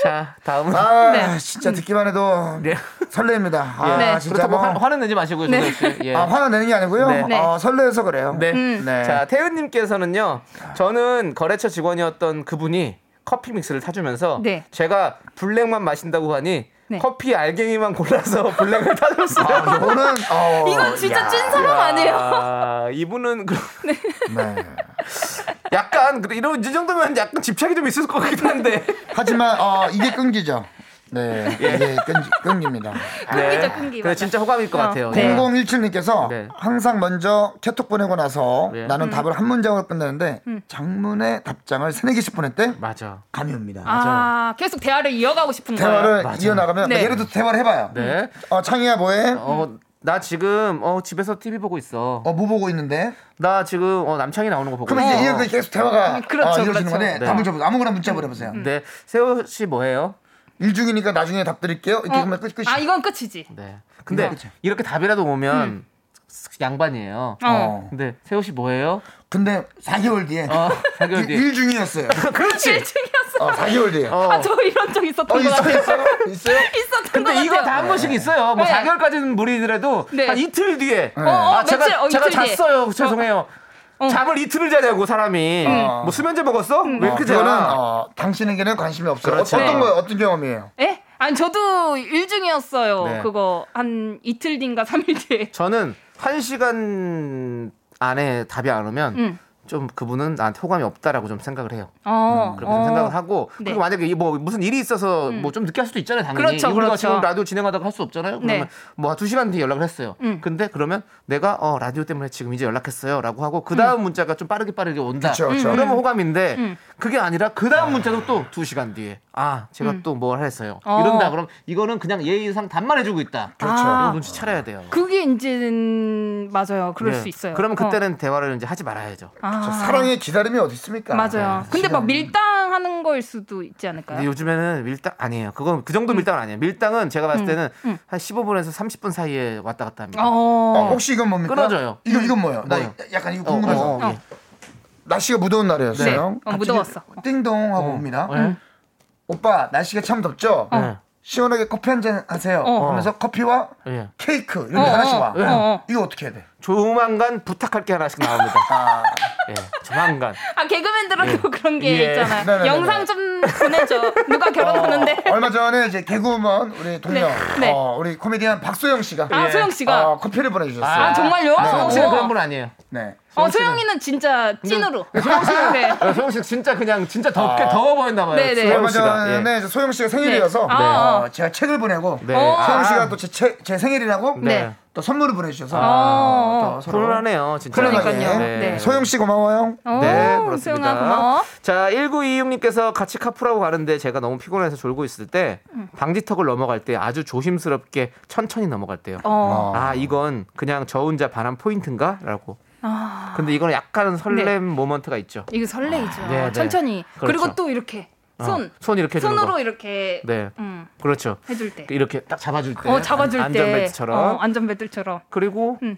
[SPEAKER 1] 자
[SPEAKER 11] 어?
[SPEAKER 1] 다음은
[SPEAKER 2] 아
[SPEAKER 11] 네.
[SPEAKER 2] 진짜 듣기만 해도 설레입니다. 아
[SPEAKER 1] 네.
[SPEAKER 2] 진짜
[SPEAKER 1] 그렇다고
[SPEAKER 2] 뭐
[SPEAKER 1] 화, 화는 내지 마시고요,
[SPEAKER 2] 네.
[SPEAKER 1] 조정 씨. 예.
[SPEAKER 2] 아, 화는 내는 게 아니고요.
[SPEAKER 11] 네.
[SPEAKER 2] 어, 설레서 그래요.
[SPEAKER 1] 네.
[SPEAKER 2] 음. 네.
[SPEAKER 1] 자 태윤님께서는요. 저는 거래처 직원이었던 그분이 커피 믹스를 사주면서
[SPEAKER 11] 네.
[SPEAKER 1] 제가 블랙만 마신다고 하니
[SPEAKER 11] 네.
[SPEAKER 1] 커피 알갱이만 골라서 블랙을 타줬어요.
[SPEAKER 2] 아, 이거는, 어,
[SPEAKER 11] 이건 진짜 찐 사람 아니에요?
[SPEAKER 1] 아, 이분은 그
[SPEAKER 2] 네.
[SPEAKER 1] 약간 그래, 이런 이 정도면 약간 집착이 좀 있을 것 같긴 한데.
[SPEAKER 2] 하지만 어, 이게 끊기죠. 네,
[SPEAKER 1] 예.
[SPEAKER 2] 이게 끊기, 끊깁니다.
[SPEAKER 1] 네. 그래 진짜 호감일 것 같아요. 네.
[SPEAKER 2] 0017님께서
[SPEAKER 1] 네.
[SPEAKER 2] 항상 먼저 캐톡 보내고 나서
[SPEAKER 1] 네.
[SPEAKER 2] 나는
[SPEAKER 1] 음.
[SPEAKER 2] 답을 한 문장으로 끝내는데 장문의 답장을 세네 개씩 보낼 때
[SPEAKER 1] 맞아.
[SPEAKER 2] 감이 옵니다.
[SPEAKER 11] 아, 계속 대화를 이어가고 싶은 거예요.
[SPEAKER 2] 대화를 이어나가면
[SPEAKER 11] 네.
[SPEAKER 2] 예를 들어 대화를 해봐요.
[SPEAKER 1] 네.
[SPEAKER 2] 어 창이야 뭐해?
[SPEAKER 1] 어, 나 지금 어 집에서 TV 보고 있어.
[SPEAKER 2] 어 뭐 보고 있는데?
[SPEAKER 1] 나 지금 어 남창이 나오는 거 보고
[SPEAKER 2] 그럼
[SPEAKER 1] 있어.
[SPEAKER 2] 이제 이렇게 계속 대화가 어, 이어지는 건데
[SPEAKER 1] 네.
[SPEAKER 2] 답을 좀 아무거나 문자 보내보세요.
[SPEAKER 1] 네. 세호 씨 뭐해요?
[SPEAKER 2] 일 중이니까 나중에 답 드릴게요. 이렇게
[SPEAKER 11] 어.
[SPEAKER 2] 하면 끝 끝이.
[SPEAKER 11] 아, 이건 끝이지.
[SPEAKER 1] 네. 음. 근데
[SPEAKER 2] 그치.
[SPEAKER 1] 이렇게 답이라도 오면 양반이에요.
[SPEAKER 2] 어.
[SPEAKER 1] 근데 세호 씨 뭐해요?
[SPEAKER 2] 근데 4개월 뒤에
[SPEAKER 1] 어, 4개월 뒤에
[SPEAKER 2] 일 중이었어요.
[SPEAKER 1] 그렇지.
[SPEAKER 2] 어 4개월 뒤에.
[SPEAKER 11] 아, 저 이런 적 있었던
[SPEAKER 1] 어,
[SPEAKER 11] 것
[SPEAKER 1] 있어,
[SPEAKER 11] 같아요.
[SPEAKER 2] 있어요? 있어요?
[SPEAKER 11] 있었던 것
[SPEAKER 1] 근데 이거
[SPEAKER 11] 같아요.
[SPEAKER 1] 다 한 번씩 있어요. 뭐
[SPEAKER 11] 네.
[SPEAKER 1] 4개월까지는 무리더라도
[SPEAKER 11] 네.
[SPEAKER 1] 한 이틀 뒤에.
[SPEAKER 11] 어, 어,
[SPEAKER 1] 아, 제가
[SPEAKER 11] 며칠, 어,
[SPEAKER 1] 제가
[SPEAKER 11] 이틀 뒤에.
[SPEAKER 1] 잤어요. 죄송해요. 잠을 이틀을 자냐고 사람이.
[SPEAKER 2] 음.
[SPEAKER 1] 뭐 수면제 먹었어? 왜
[SPEAKER 2] 어,
[SPEAKER 1] 이렇게
[SPEAKER 2] 그거는
[SPEAKER 1] 자?
[SPEAKER 2] 어, 당신에게는 관심이 없어요.
[SPEAKER 1] 그렇죠.
[SPEAKER 2] 어떤
[SPEAKER 1] 네.
[SPEAKER 2] 거예요? 어떤 경험이에요?
[SPEAKER 11] 예? 아니 저도 일중이었어요.
[SPEAKER 1] 네.
[SPEAKER 11] 그거 한 이틀 뒤인가 삼일 뒤에.
[SPEAKER 1] 저는 한 시간 안에 답이 안 오면
[SPEAKER 11] 음.
[SPEAKER 1] 좀 그분은 나한테 호감이 없다라고 좀 생각을 해요.
[SPEAKER 11] 어. 네. 음.
[SPEAKER 1] 음, 그렇게 생각을 하고 그리고 만약에 이뭐 무슨 일이 있어서 뭐 좀 늦게 할 수도 있잖아요 당연히
[SPEAKER 11] 그렇죠,
[SPEAKER 1] 우리가
[SPEAKER 11] 그렇죠.
[SPEAKER 1] 지금 라디오 진행하다가 할 수 없잖아요 그러면
[SPEAKER 11] 네.
[SPEAKER 1] 뭐두 시간 뒤에 연락을 했어요
[SPEAKER 11] 음.
[SPEAKER 1] 근데 그러면 내가 어 라디오 때문에 지금 이제 연락했어요라고 하고 그 다음 문자가 좀 빠르게 빠르게 온다
[SPEAKER 2] 그쵸, 그쵸.
[SPEAKER 1] 러면
[SPEAKER 2] 음.
[SPEAKER 1] 호감인데
[SPEAKER 2] 음.
[SPEAKER 1] 그게 아니라 그 다음 문자도 또 두 시간 뒤에 아 제가
[SPEAKER 11] 음.
[SPEAKER 1] 또 뭘 했어요
[SPEAKER 11] 어.
[SPEAKER 1] 이런다 그럼 이거는 그냥 예의상 단만 해주고 있다
[SPEAKER 11] 그렇죠. 아.
[SPEAKER 1] 이거 눈치 차려야 돼요
[SPEAKER 11] 그게 이제는 맞아요. 그럴
[SPEAKER 1] 네.
[SPEAKER 11] 수 있어요.
[SPEAKER 1] 그러면
[SPEAKER 11] 어.
[SPEAKER 1] 그때는 대화를 이제 하지 말아야죠
[SPEAKER 11] 아.
[SPEAKER 2] 저 사랑의 기다림이 어디 있습니까?
[SPEAKER 11] 맞아요.
[SPEAKER 2] 네.
[SPEAKER 11] 근데 막
[SPEAKER 2] 시간이.
[SPEAKER 11] 밀당하는 거일 수도 있지 않을까요?
[SPEAKER 1] 근데 요즘에는 밀당 아니에요. 그건 그 정도 밀당은 아니에요. 밀당은 제가 봤을 때는 한 15분에서 30분 사이에 왔다 갔다 합니다.
[SPEAKER 2] 어, 혹시 이건 뭡니까?
[SPEAKER 1] 끊어져요.
[SPEAKER 2] 이거 이건 뭐예요? 나
[SPEAKER 1] 뭐요?
[SPEAKER 2] 약간 이거
[SPEAKER 1] 어,
[SPEAKER 2] 궁금해서.
[SPEAKER 1] 어, 어, 예.
[SPEAKER 2] 날씨가 무더운 날이었어요.
[SPEAKER 11] 네. 어,
[SPEAKER 2] 갑자기
[SPEAKER 11] 무더웠어.
[SPEAKER 2] 띵동 하고 옵니다.
[SPEAKER 1] 네.
[SPEAKER 2] 오빠 날씨가 참 덥죠?
[SPEAKER 11] 어.
[SPEAKER 1] 네.
[SPEAKER 2] 시원하게 커피 한 잔 하세요.
[SPEAKER 1] 어.
[SPEAKER 2] 하면서 커피와
[SPEAKER 1] 예.
[SPEAKER 2] 케이크 이런
[SPEAKER 1] 어,
[SPEAKER 2] 게 하나씩 와.
[SPEAKER 1] 어, 어.
[SPEAKER 2] 이거 어떻게 해야 돼? 아,
[SPEAKER 1] 조만간 부탁할 게 하나씩 나옵니다. 예, 조만간.
[SPEAKER 11] 아 개그맨들한테 그런 게
[SPEAKER 1] 예.
[SPEAKER 11] 있잖아요.
[SPEAKER 2] 네, 네, 네,
[SPEAKER 11] 영상 좀 보내줘. 누가
[SPEAKER 1] 어.
[SPEAKER 11] 결혼하는데?
[SPEAKER 2] 얼마 전에 이제 개그우먼 우리 동료
[SPEAKER 11] 네, 네.
[SPEAKER 2] 어, 우리 코미디언 박소영 씨가
[SPEAKER 11] 아, 소영 씨가?
[SPEAKER 2] 어, 커피를 보내주셨어요.
[SPEAKER 11] 아, 정말요?
[SPEAKER 2] 네.
[SPEAKER 1] 소영 씨는 그런 분 아니에요.
[SPEAKER 2] 네.
[SPEAKER 11] 어 소영이는 진짜 찐으로.
[SPEAKER 1] 소영 씨는
[SPEAKER 11] 네.
[SPEAKER 1] 네. 소영 씨 진짜 그냥 진짜 덥게
[SPEAKER 2] 아.
[SPEAKER 1] 더워 보인다 봐요.
[SPEAKER 11] 네, 네.
[SPEAKER 1] 소영
[SPEAKER 2] 얼마
[SPEAKER 1] 씨가.
[SPEAKER 2] 전에
[SPEAKER 1] 예.
[SPEAKER 2] 이제 소영 씨가 생일이어서
[SPEAKER 11] 네. 아,
[SPEAKER 2] 어, 제가 책을 보내고
[SPEAKER 1] 네.
[SPEAKER 2] 소영
[SPEAKER 1] 아.
[SPEAKER 2] 씨가 또 제 제 생일이라고
[SPEAKER 1] 네.
[SPEAKER 2] 또 선물을 보내주셔서
[SPEAKER 11] 아.
[SPEAKER 2] 또 서로
[SPEAKER 1] 훈훈하네요, 네. 진짜. 예.
[SPEAKER 2] 훈훈하게. 소영 씨 고마워요.
[SPEAKER 1] 네,
[SPEAKER 11] 오, 어, 소영아
[SPEAKER 1] 그렇습니다.
[SPEAKER 11] 고마워.
[SPEAKER 1] 자, 1926님께서 같이 카풀하고 가는데 제가 너무 피곤해서 졸고 있을 때 방지턱을 넘어갈 때 아주 조심스럽게 천천히 넘어갈 때요.
[SPEAKER 11] 어.
[SPEAKER 1] 아, 이건 그냥 저 혼자 반한 포인트인가? 라고.
[SPEAKER 11] 아.
[SPEAKER 1] 근데 이건 약간 설렘
[SPEAKER 11] 네.
[SPEAKER 1] 모먼트가 있죠.
[SPEAKER 11] 이거 설레이죠.
[SPEAKER 1] 네, 네.
[SPEAKER 11] 천천히. 그리고
[SPEAKER 1] 그렇죠.
[SPEAKER 11] 또 이렇게
[SPEAKER 1] 어,
[SPEAKER 11] 손.
[SPEAKER 1] 손 이렇게 해주는
[SPEAKER 11] 손으로
[SPEAKER 1] 거.
[SPEAKER 11] 이렇게
[SPEAKER 1] 네.
[SPEAKER 11] 음,
[SPEAKER 1] 그렇죠.
[SPEAKER 11] 해줄 때.
[SPEAKER 1] 이렇게 딱 잡아줄 때.
[SPEAKER 11] 어 잡아줄 때.
[SPEAKER 1] 안전벨트처럼.
[SPEAKER 11] 어, 안전벨트처럼.
[SPEAKER 1] 그리고
[SPEAKER 11] 음.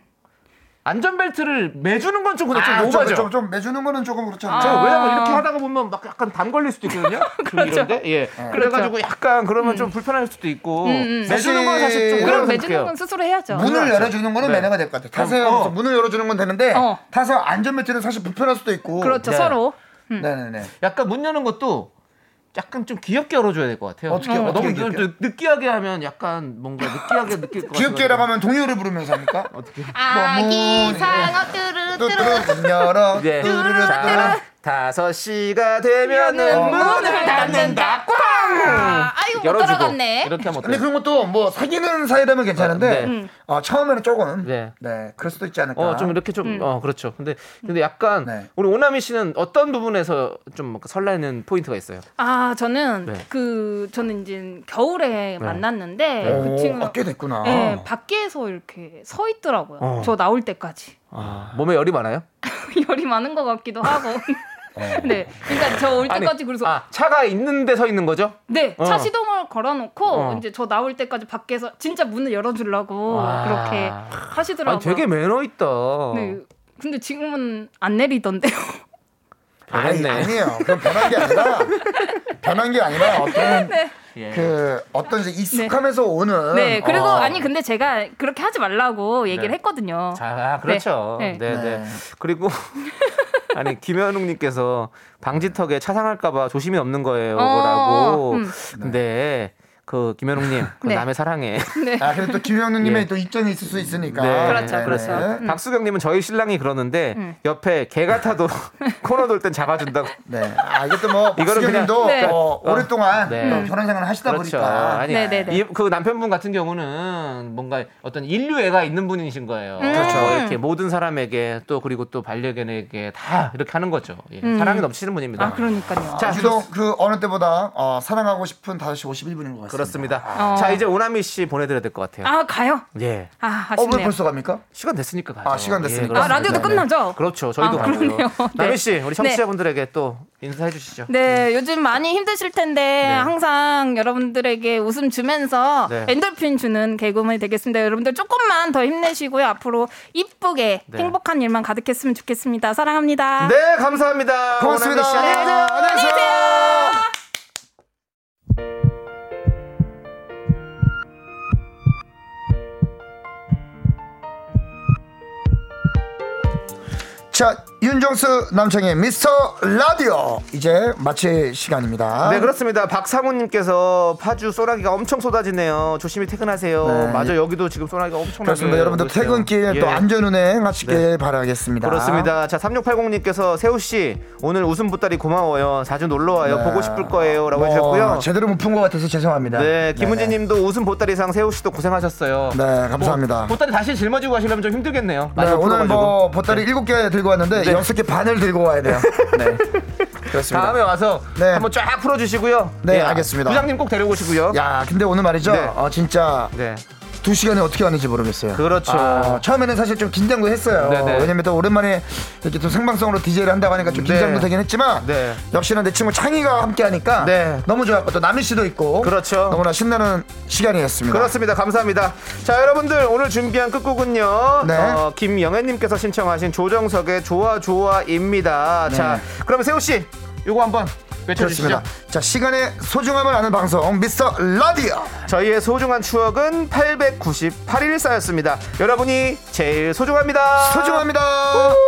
[SPEAKER 1] 안전벨트를 매주는 건 좀 근데 좀
[SPEAKER 2] 아,
[SPEAKER 1] 오바죠.
[SPEAKER 2] 좀, 좀 매주는 거는 조금 그렇잖아요.
[SPEAKER 1] 제가 왜냐면 이렇게
[SPEAKER 2] 하다
[SPEAKER 1] 하다가 보면 막 약간 담 걸릴 수도 있거든요. 그
[SPEAKER 11] 그렇죠.
[SPEAKER 1] 이런데 예. 그래가지고 약간 그러면 좀 불편할 수도 있고
[SPEAKER 11] 음, 음.
[SPEAKER 1] 매주는 건 사실 좀
[SPEAKER 11] 그럼
[SPEAKER 1] 어려운
[SPEAKER 11] 매주는
[SPEAKER 1] 거예요.
[SPEAKER 11] 건 스스로 해야죠.
[SPEAKER 2] 문을 열어주는 거는
[SPEAKER 1] 네.
[SPEAKER 2] 매너가 될 것 같아요. 타세요.
[SPEAKER 1] 어.
[SPEAKER 2] 하면서 문을 열어주는 건 되는데
[SPEAKER 11] 어.
[SPEAKER 2] 타서 안전벨트는 사실 불편할 수도 있고.
[SPEAKER 11] 그렇죠.
[SPEAKER 1] 네.
[SPEAKER 11] 서로. 음.
[SPEAKER 2] 네네네.
[SPEAKER 1] 약간 문 여는 것도 약간 좀 귀엽게 열어줘야 될 것 같아요.
[SPEAKER 2] 어떻게,
[SPEAKER 1] 어,
[SPEAKER 2] 어떻게
[SPEAKER 1] 너무
[SPEAKER 2] 귀엽게?
[SPEAKER 1] 느- 느끼하게 하면 약간 뭔가 느끼하게 느낄 것 같아요.
[SPEAKER 2] 귀엽게라고 하면 동요를 부르면서 합니까?
[SPEAKER 1] 어떻게? 뭐,
[SPEAKER 2] 아기 상어 뚜뚜루 문 열어
[SPEAKER 1] 예.
[SPEAKER 2] 뚜루루
[SPEAKER 1] 자,
[SPEAKER 2] 뚜루
[SPEAKER 1] 다섯 시가 되면은
[SPEAKER 2] 어.
[SPEAKER 1] 문을 닫는다. 꽝!
[SPEAKER 11] 아이고
[SPEAKER 1] 열어주고
[SPEAKER 11] 따라갔네.
[SPEAKER 1] 이렇게 하면
[SPEAKER 2] 근데
[SPEAKER 1] 어때요?
[SPEAKER 2] 그런 것도 뭐 사귀는 사이라면 괜찮은데
[SPEAKER 1] 네. 음.
[SPEAKER 2] 어, 처음에는 조금
[SPEAKER 1] 네.
[SPEAKER 2] 그럴 수도 있지 않을까.
[SPEAKER 1] 어 좀 이렇게 좀
[SPEAKER 11] 음.
[SPEAKER 1] 어 그렇죠. 근데 근데 약간
[SPEAKER 2] 네.
[SPEAKER 1] 우리 오나미 씨는 어떤 부분에서 좀 설레는 포인트가 있어요?
[SPEAKER 11] 아 저는
[SPEAKER 1] 네.
[SPEAKER 11] 그 저는 이제 겨울에 만났는데
[SPEAKER 1] 네.
[SPEAKER 11] 그
[SPEAKER 1] 오,
[SPEAKER 11] 친구
[SPEAKER 1] 아, 꽤 됐구나.
[SPEAKER 11] 네, 밖에서 이렇게 서 있더라고요.
[SPEAKER 1] 어.
[SPEAKER 11] 저 나올 때까지
[SPEAKER 1] 아, 몸에 열이 많아요?
[SPEAKER 11] 열이 많은 것 같기도 하고. 네, 그러니까 저 올
[SPEAKER 1] 어. 아니,
[SPEAKER 11] 때까지 그래서
[SPEAKER 1] 아, 차가 있는데 서 있는 거죠?
[SPEAKER 11] 네, 차
[SPEAKER 1] 어.
[SPEAKER 11] 시동을 걸어놓고
[SPEAKER 1] 어.
[SPEAKER 11] 이제 저 나올 때까지 밖에서 진짜 문을 열어주려고
[SPEAKER 1] 와.
[SPEAKER 11] 그렇게 하시더라고요.
[SPEAKER 1] 아니, 되게 어. 매너 있다.
[SPEAKER 11] 네, 근데 지금은 안 내리던데요.
[SPEAKER 1] 변했네.
[SPEAKER 2] 아니, 아니에요. 그건 변한 게 아니라 변한 게 아니라 어떤
[SPEAKER 1] 예.
[SPEAKER 2] 그 어떤 이제 익숙함에서 오는
[SPEAKER 11] 네, 그리고
[SPEAKER 2] 어.
[SPEAKER 11] 아니 근데 제가 그렇게 하지 말라고 얘기를
[SPEAKER 1] 네.
[SPEAKER 11] 했거든요.
[SPEAKER 1] 아, 그렇죠.
[SPEAKER 11] 네,
[SPEAKER 1] 네,
[SPEAKER 11] 네.
[SPEAKER 1] 네. 그리고 아니 김현웅 님께서 방지턱에 차 상할까 봐 조심이 없는 거예요. 라고.
[SPEAKER 2] 어, 음.
[SPEAKER 1] 근데 그 김현웅 님, 그
[SPEAKER 2] 네.
[SPEAKER 1] 남의 사랑해.
[SPEAKER 2] 아 그래도 또 김영웅님의
[SPEAKER 1] 예.
[SPEAKER 2] 또 입장이 있을 수 있으니까.
[SPEAKER 11] 그렇죠,
[SPEAKER 1] 네, 네.
[SPEAKER 2] 음.
[SPEAKER 1] 박수경 님은 저희 신랑이 그러는데
[SPEAKER 2] 음.
[SPEAKER 1] 옆에 개 같아도 코너 돌 땐 잡아준다고.
[SPEAKER 2] 네. 아, 이것도 뭐 박수경님도
[SPEAKER 11] 네.
[SPEAKER 2] 어, 오랫동안 또 결혼 생활을 하시다 보니까.
[SPEAKER 1] 네. 그렇죠. 아니
[SPEAKER 2] 네, 네, 네.
[SPEAKER 1] 이, 그 남편분 같은 경우는 뭔가 어떤 인류애가 있는 분이신 거예요.
[SPEAKER 2] 음. 그렇죠.
[SPEAKER 1] 뭐 이렇게 모든 사람에게 또 그리고 또 반려견에게 다 이렇게 하는 거죠. 예,
[SPEAKER 2] 음.
[SPEAKER 1] 사랑이 넘치는 분입니다.
[SPEAKER 11] 아, 그러니까요.
[SPEAKER 2] 자,
[SPEAKER 1] 자,
[SPEAKER 2] 유독 그 어느 때보다 어, 사랑하고 싶은 5시 51분인 것 같습니다.
[SPEAKER 1] 그렇습니다.
[SPEAKER 2] 아.
[SPEAKER 1] 자 이제 오나미 씨 보내드려야 될 것 같아요.
[SPEAKER 11] 아 가요.
[SPEAKER 1] 예.
[SPEAKER 11] 아
[SPEAKER 2] 어, 왜
[SPEAKER 11] 아쉽네요.
[SPEAKER 2] 벌써 갑니까?
[SPEAKER 1] 시간 됐으니까 가죠.
[SPEAKER 2] 아, 시간 됐으니까.
[SPEAKER 1] 그렇습니다.
[SPEAKER 11] 아, 라디오도
[SPEAKER 1] 네, 네.
[SPEAKER 11] 끝나죠?
[SPEAKER 1] 그렇죠. 저희도
[SPEAKER 11] 아,
[SPEAKER 1] 가고요.
[SPEAKER 11] 그러네요. 네.
[SPEAKER 1] 남희 씨,
[SPEAKER 11] 네.
[SPEAKER 1] 우리 청취자분들에게 또 인사해 주시죠. 음.
[SPEAKER 11] 네, 요즘 많이 힘드실 텐데 항상 여러분들에게 웃음 주면서
[SPEAKER 1] 네.
[SPEAKER 11] 엔돌핀 주는 개그맨이 되겠습니다. 여러분들 조금만 더 힘내시고요. 앞으로 이쁘게
[SPEAKER 1] 네.
[SPEAKER 11] 행복한 일만 가득했으면 좋겠습니다. 사랑합니다.
[SPEAKER 1] 네, 감사합니다.
[SPEAKER 11] 고맙습니다.
[SPEAKER 1] 오나미 씨, 안녕히 계세요.
[SPEAKER 11] 안녕히
[SPEAKER 1] 계세요.
[SPEAKER 2] 자, 윤정수 남창의 미스터 라디오. 이제 마칠 시간입니다.
[SPEAKER 1] 네 그렇습니다. 박상우님께서 파주 소나기가 엄청 쏟아지네요. 조심히 퇴근하세요.
[SPEAKER 2] 네.
[SPEAKER 1] 맞아 여기도 지금 소나기가 엄청
[SPEAKER 2] 그렇습니다. 여러분들 퇴근길 또 안전운행 하시길
[SPEAKER 1] 예, 네.
[SPEAKER 2] 바라겠습니다.
[SPEAKER 1] 그렇습니다. 자 3680님께서 세우 씨 오늘 웃음 보따리 고마워요. 자주 놀러 와요.
[SPEAKER 2] 네.
[SPEAKER 1] 보고 싶을 거예요라고
[SPEAKER 2] 뭐,
[SPEAKER 1] 해주셨고요.
[SPEAKER 2] 제대로 못 푼 것 같아서 죄송합니다.
[SPEAKER 1] 네, 김은지님도 웃음 보따리상 세우 씨도 고생하셨어요.
[SPEAKER 2] 네, 감사합니다.
[SPEAKER 1] 뭐, 보따리 다시 짊어지고 가시려면 좀 힘들겠네요.
[SPEAKER 2] 네,
[SPEAKER 1] 많이
[SPEAKER 2] 오늘 뭐
[SPEAKER 1] 엎어가지고.
[SPEAKER 2] 보따리
[SPEAKER 1] 네.
[SPEAKER 2] 일곱 개 들고 왔는데
[SPEAKER 1] 네.
[SPEAKER 2] 여섯 개 반을 들고 와야 돼요. 네. 그렇습니다.
[SPEAKER 1] 다음에 와서 한번 쫙 풀어주시고요.
[SPEAKER 2] 네,
[SPEAKER 1] 예,
[SPEAKER 2] 알겠습니다.
[SPEAKER 1] 부장님 꼭 데려오시고요.
[SPEAKER 2] 야, 근데 오늘 말이죠.
[SPEAKER 1] 네.
[SPEAKER 2] 어, 진짜 두 시간에 어떻게 왔는지 모르겠어요.
[SPEAKER 1] 그렇죠.
[SPEAKER 2] 아, 처음에는 사실 좀 긴장도 했어요.
[SPEAKER 1] 네네.
[SPEAKER 2] 왜냐면 또 오랜만에 이렇게 또 생방송으로 DJ를 한다고 하니까 좀
[SPEAKER 1] 네.
[SPEAKER 2] 긴장도 되긴 했지만
[SPEAKER 1] 네.
[SPEAKER 2] 역시나 내 친구 창희가 함께 하니까 너무 좋았고 또 남일 씨도 있고
[SPEAKER 1] 그렇죠.
[SPEAKER 2] 너무나 신나는 시간이었습니다.
[SPEAKER 1] 그렇습니다. 감사합니다. 자, 여러분들 오늘 준비한 끝곡은요.
[SPEAKER 2] 네.
[SPEAKER 1] 어, 김영애님께서 신청하신 조정석의 좋아 좋아입니다.
[SPEAKER 2] 네.
[SPEAKER 1] 자, 그럼 세호 씨, 이거 한번 외쳐주시죠.
[SPEAKER 2] 그렇습니다. 자, 시간의 소중함을 아는 방송 미스터 라디오.
[SPEAKER 1] 저희의 소중한 추억은 898일 쌓였습니다. 여러분이 제일 소중합니다.
[SPEAKER 2] 소중합니다.
[SPEAKER 1] 우!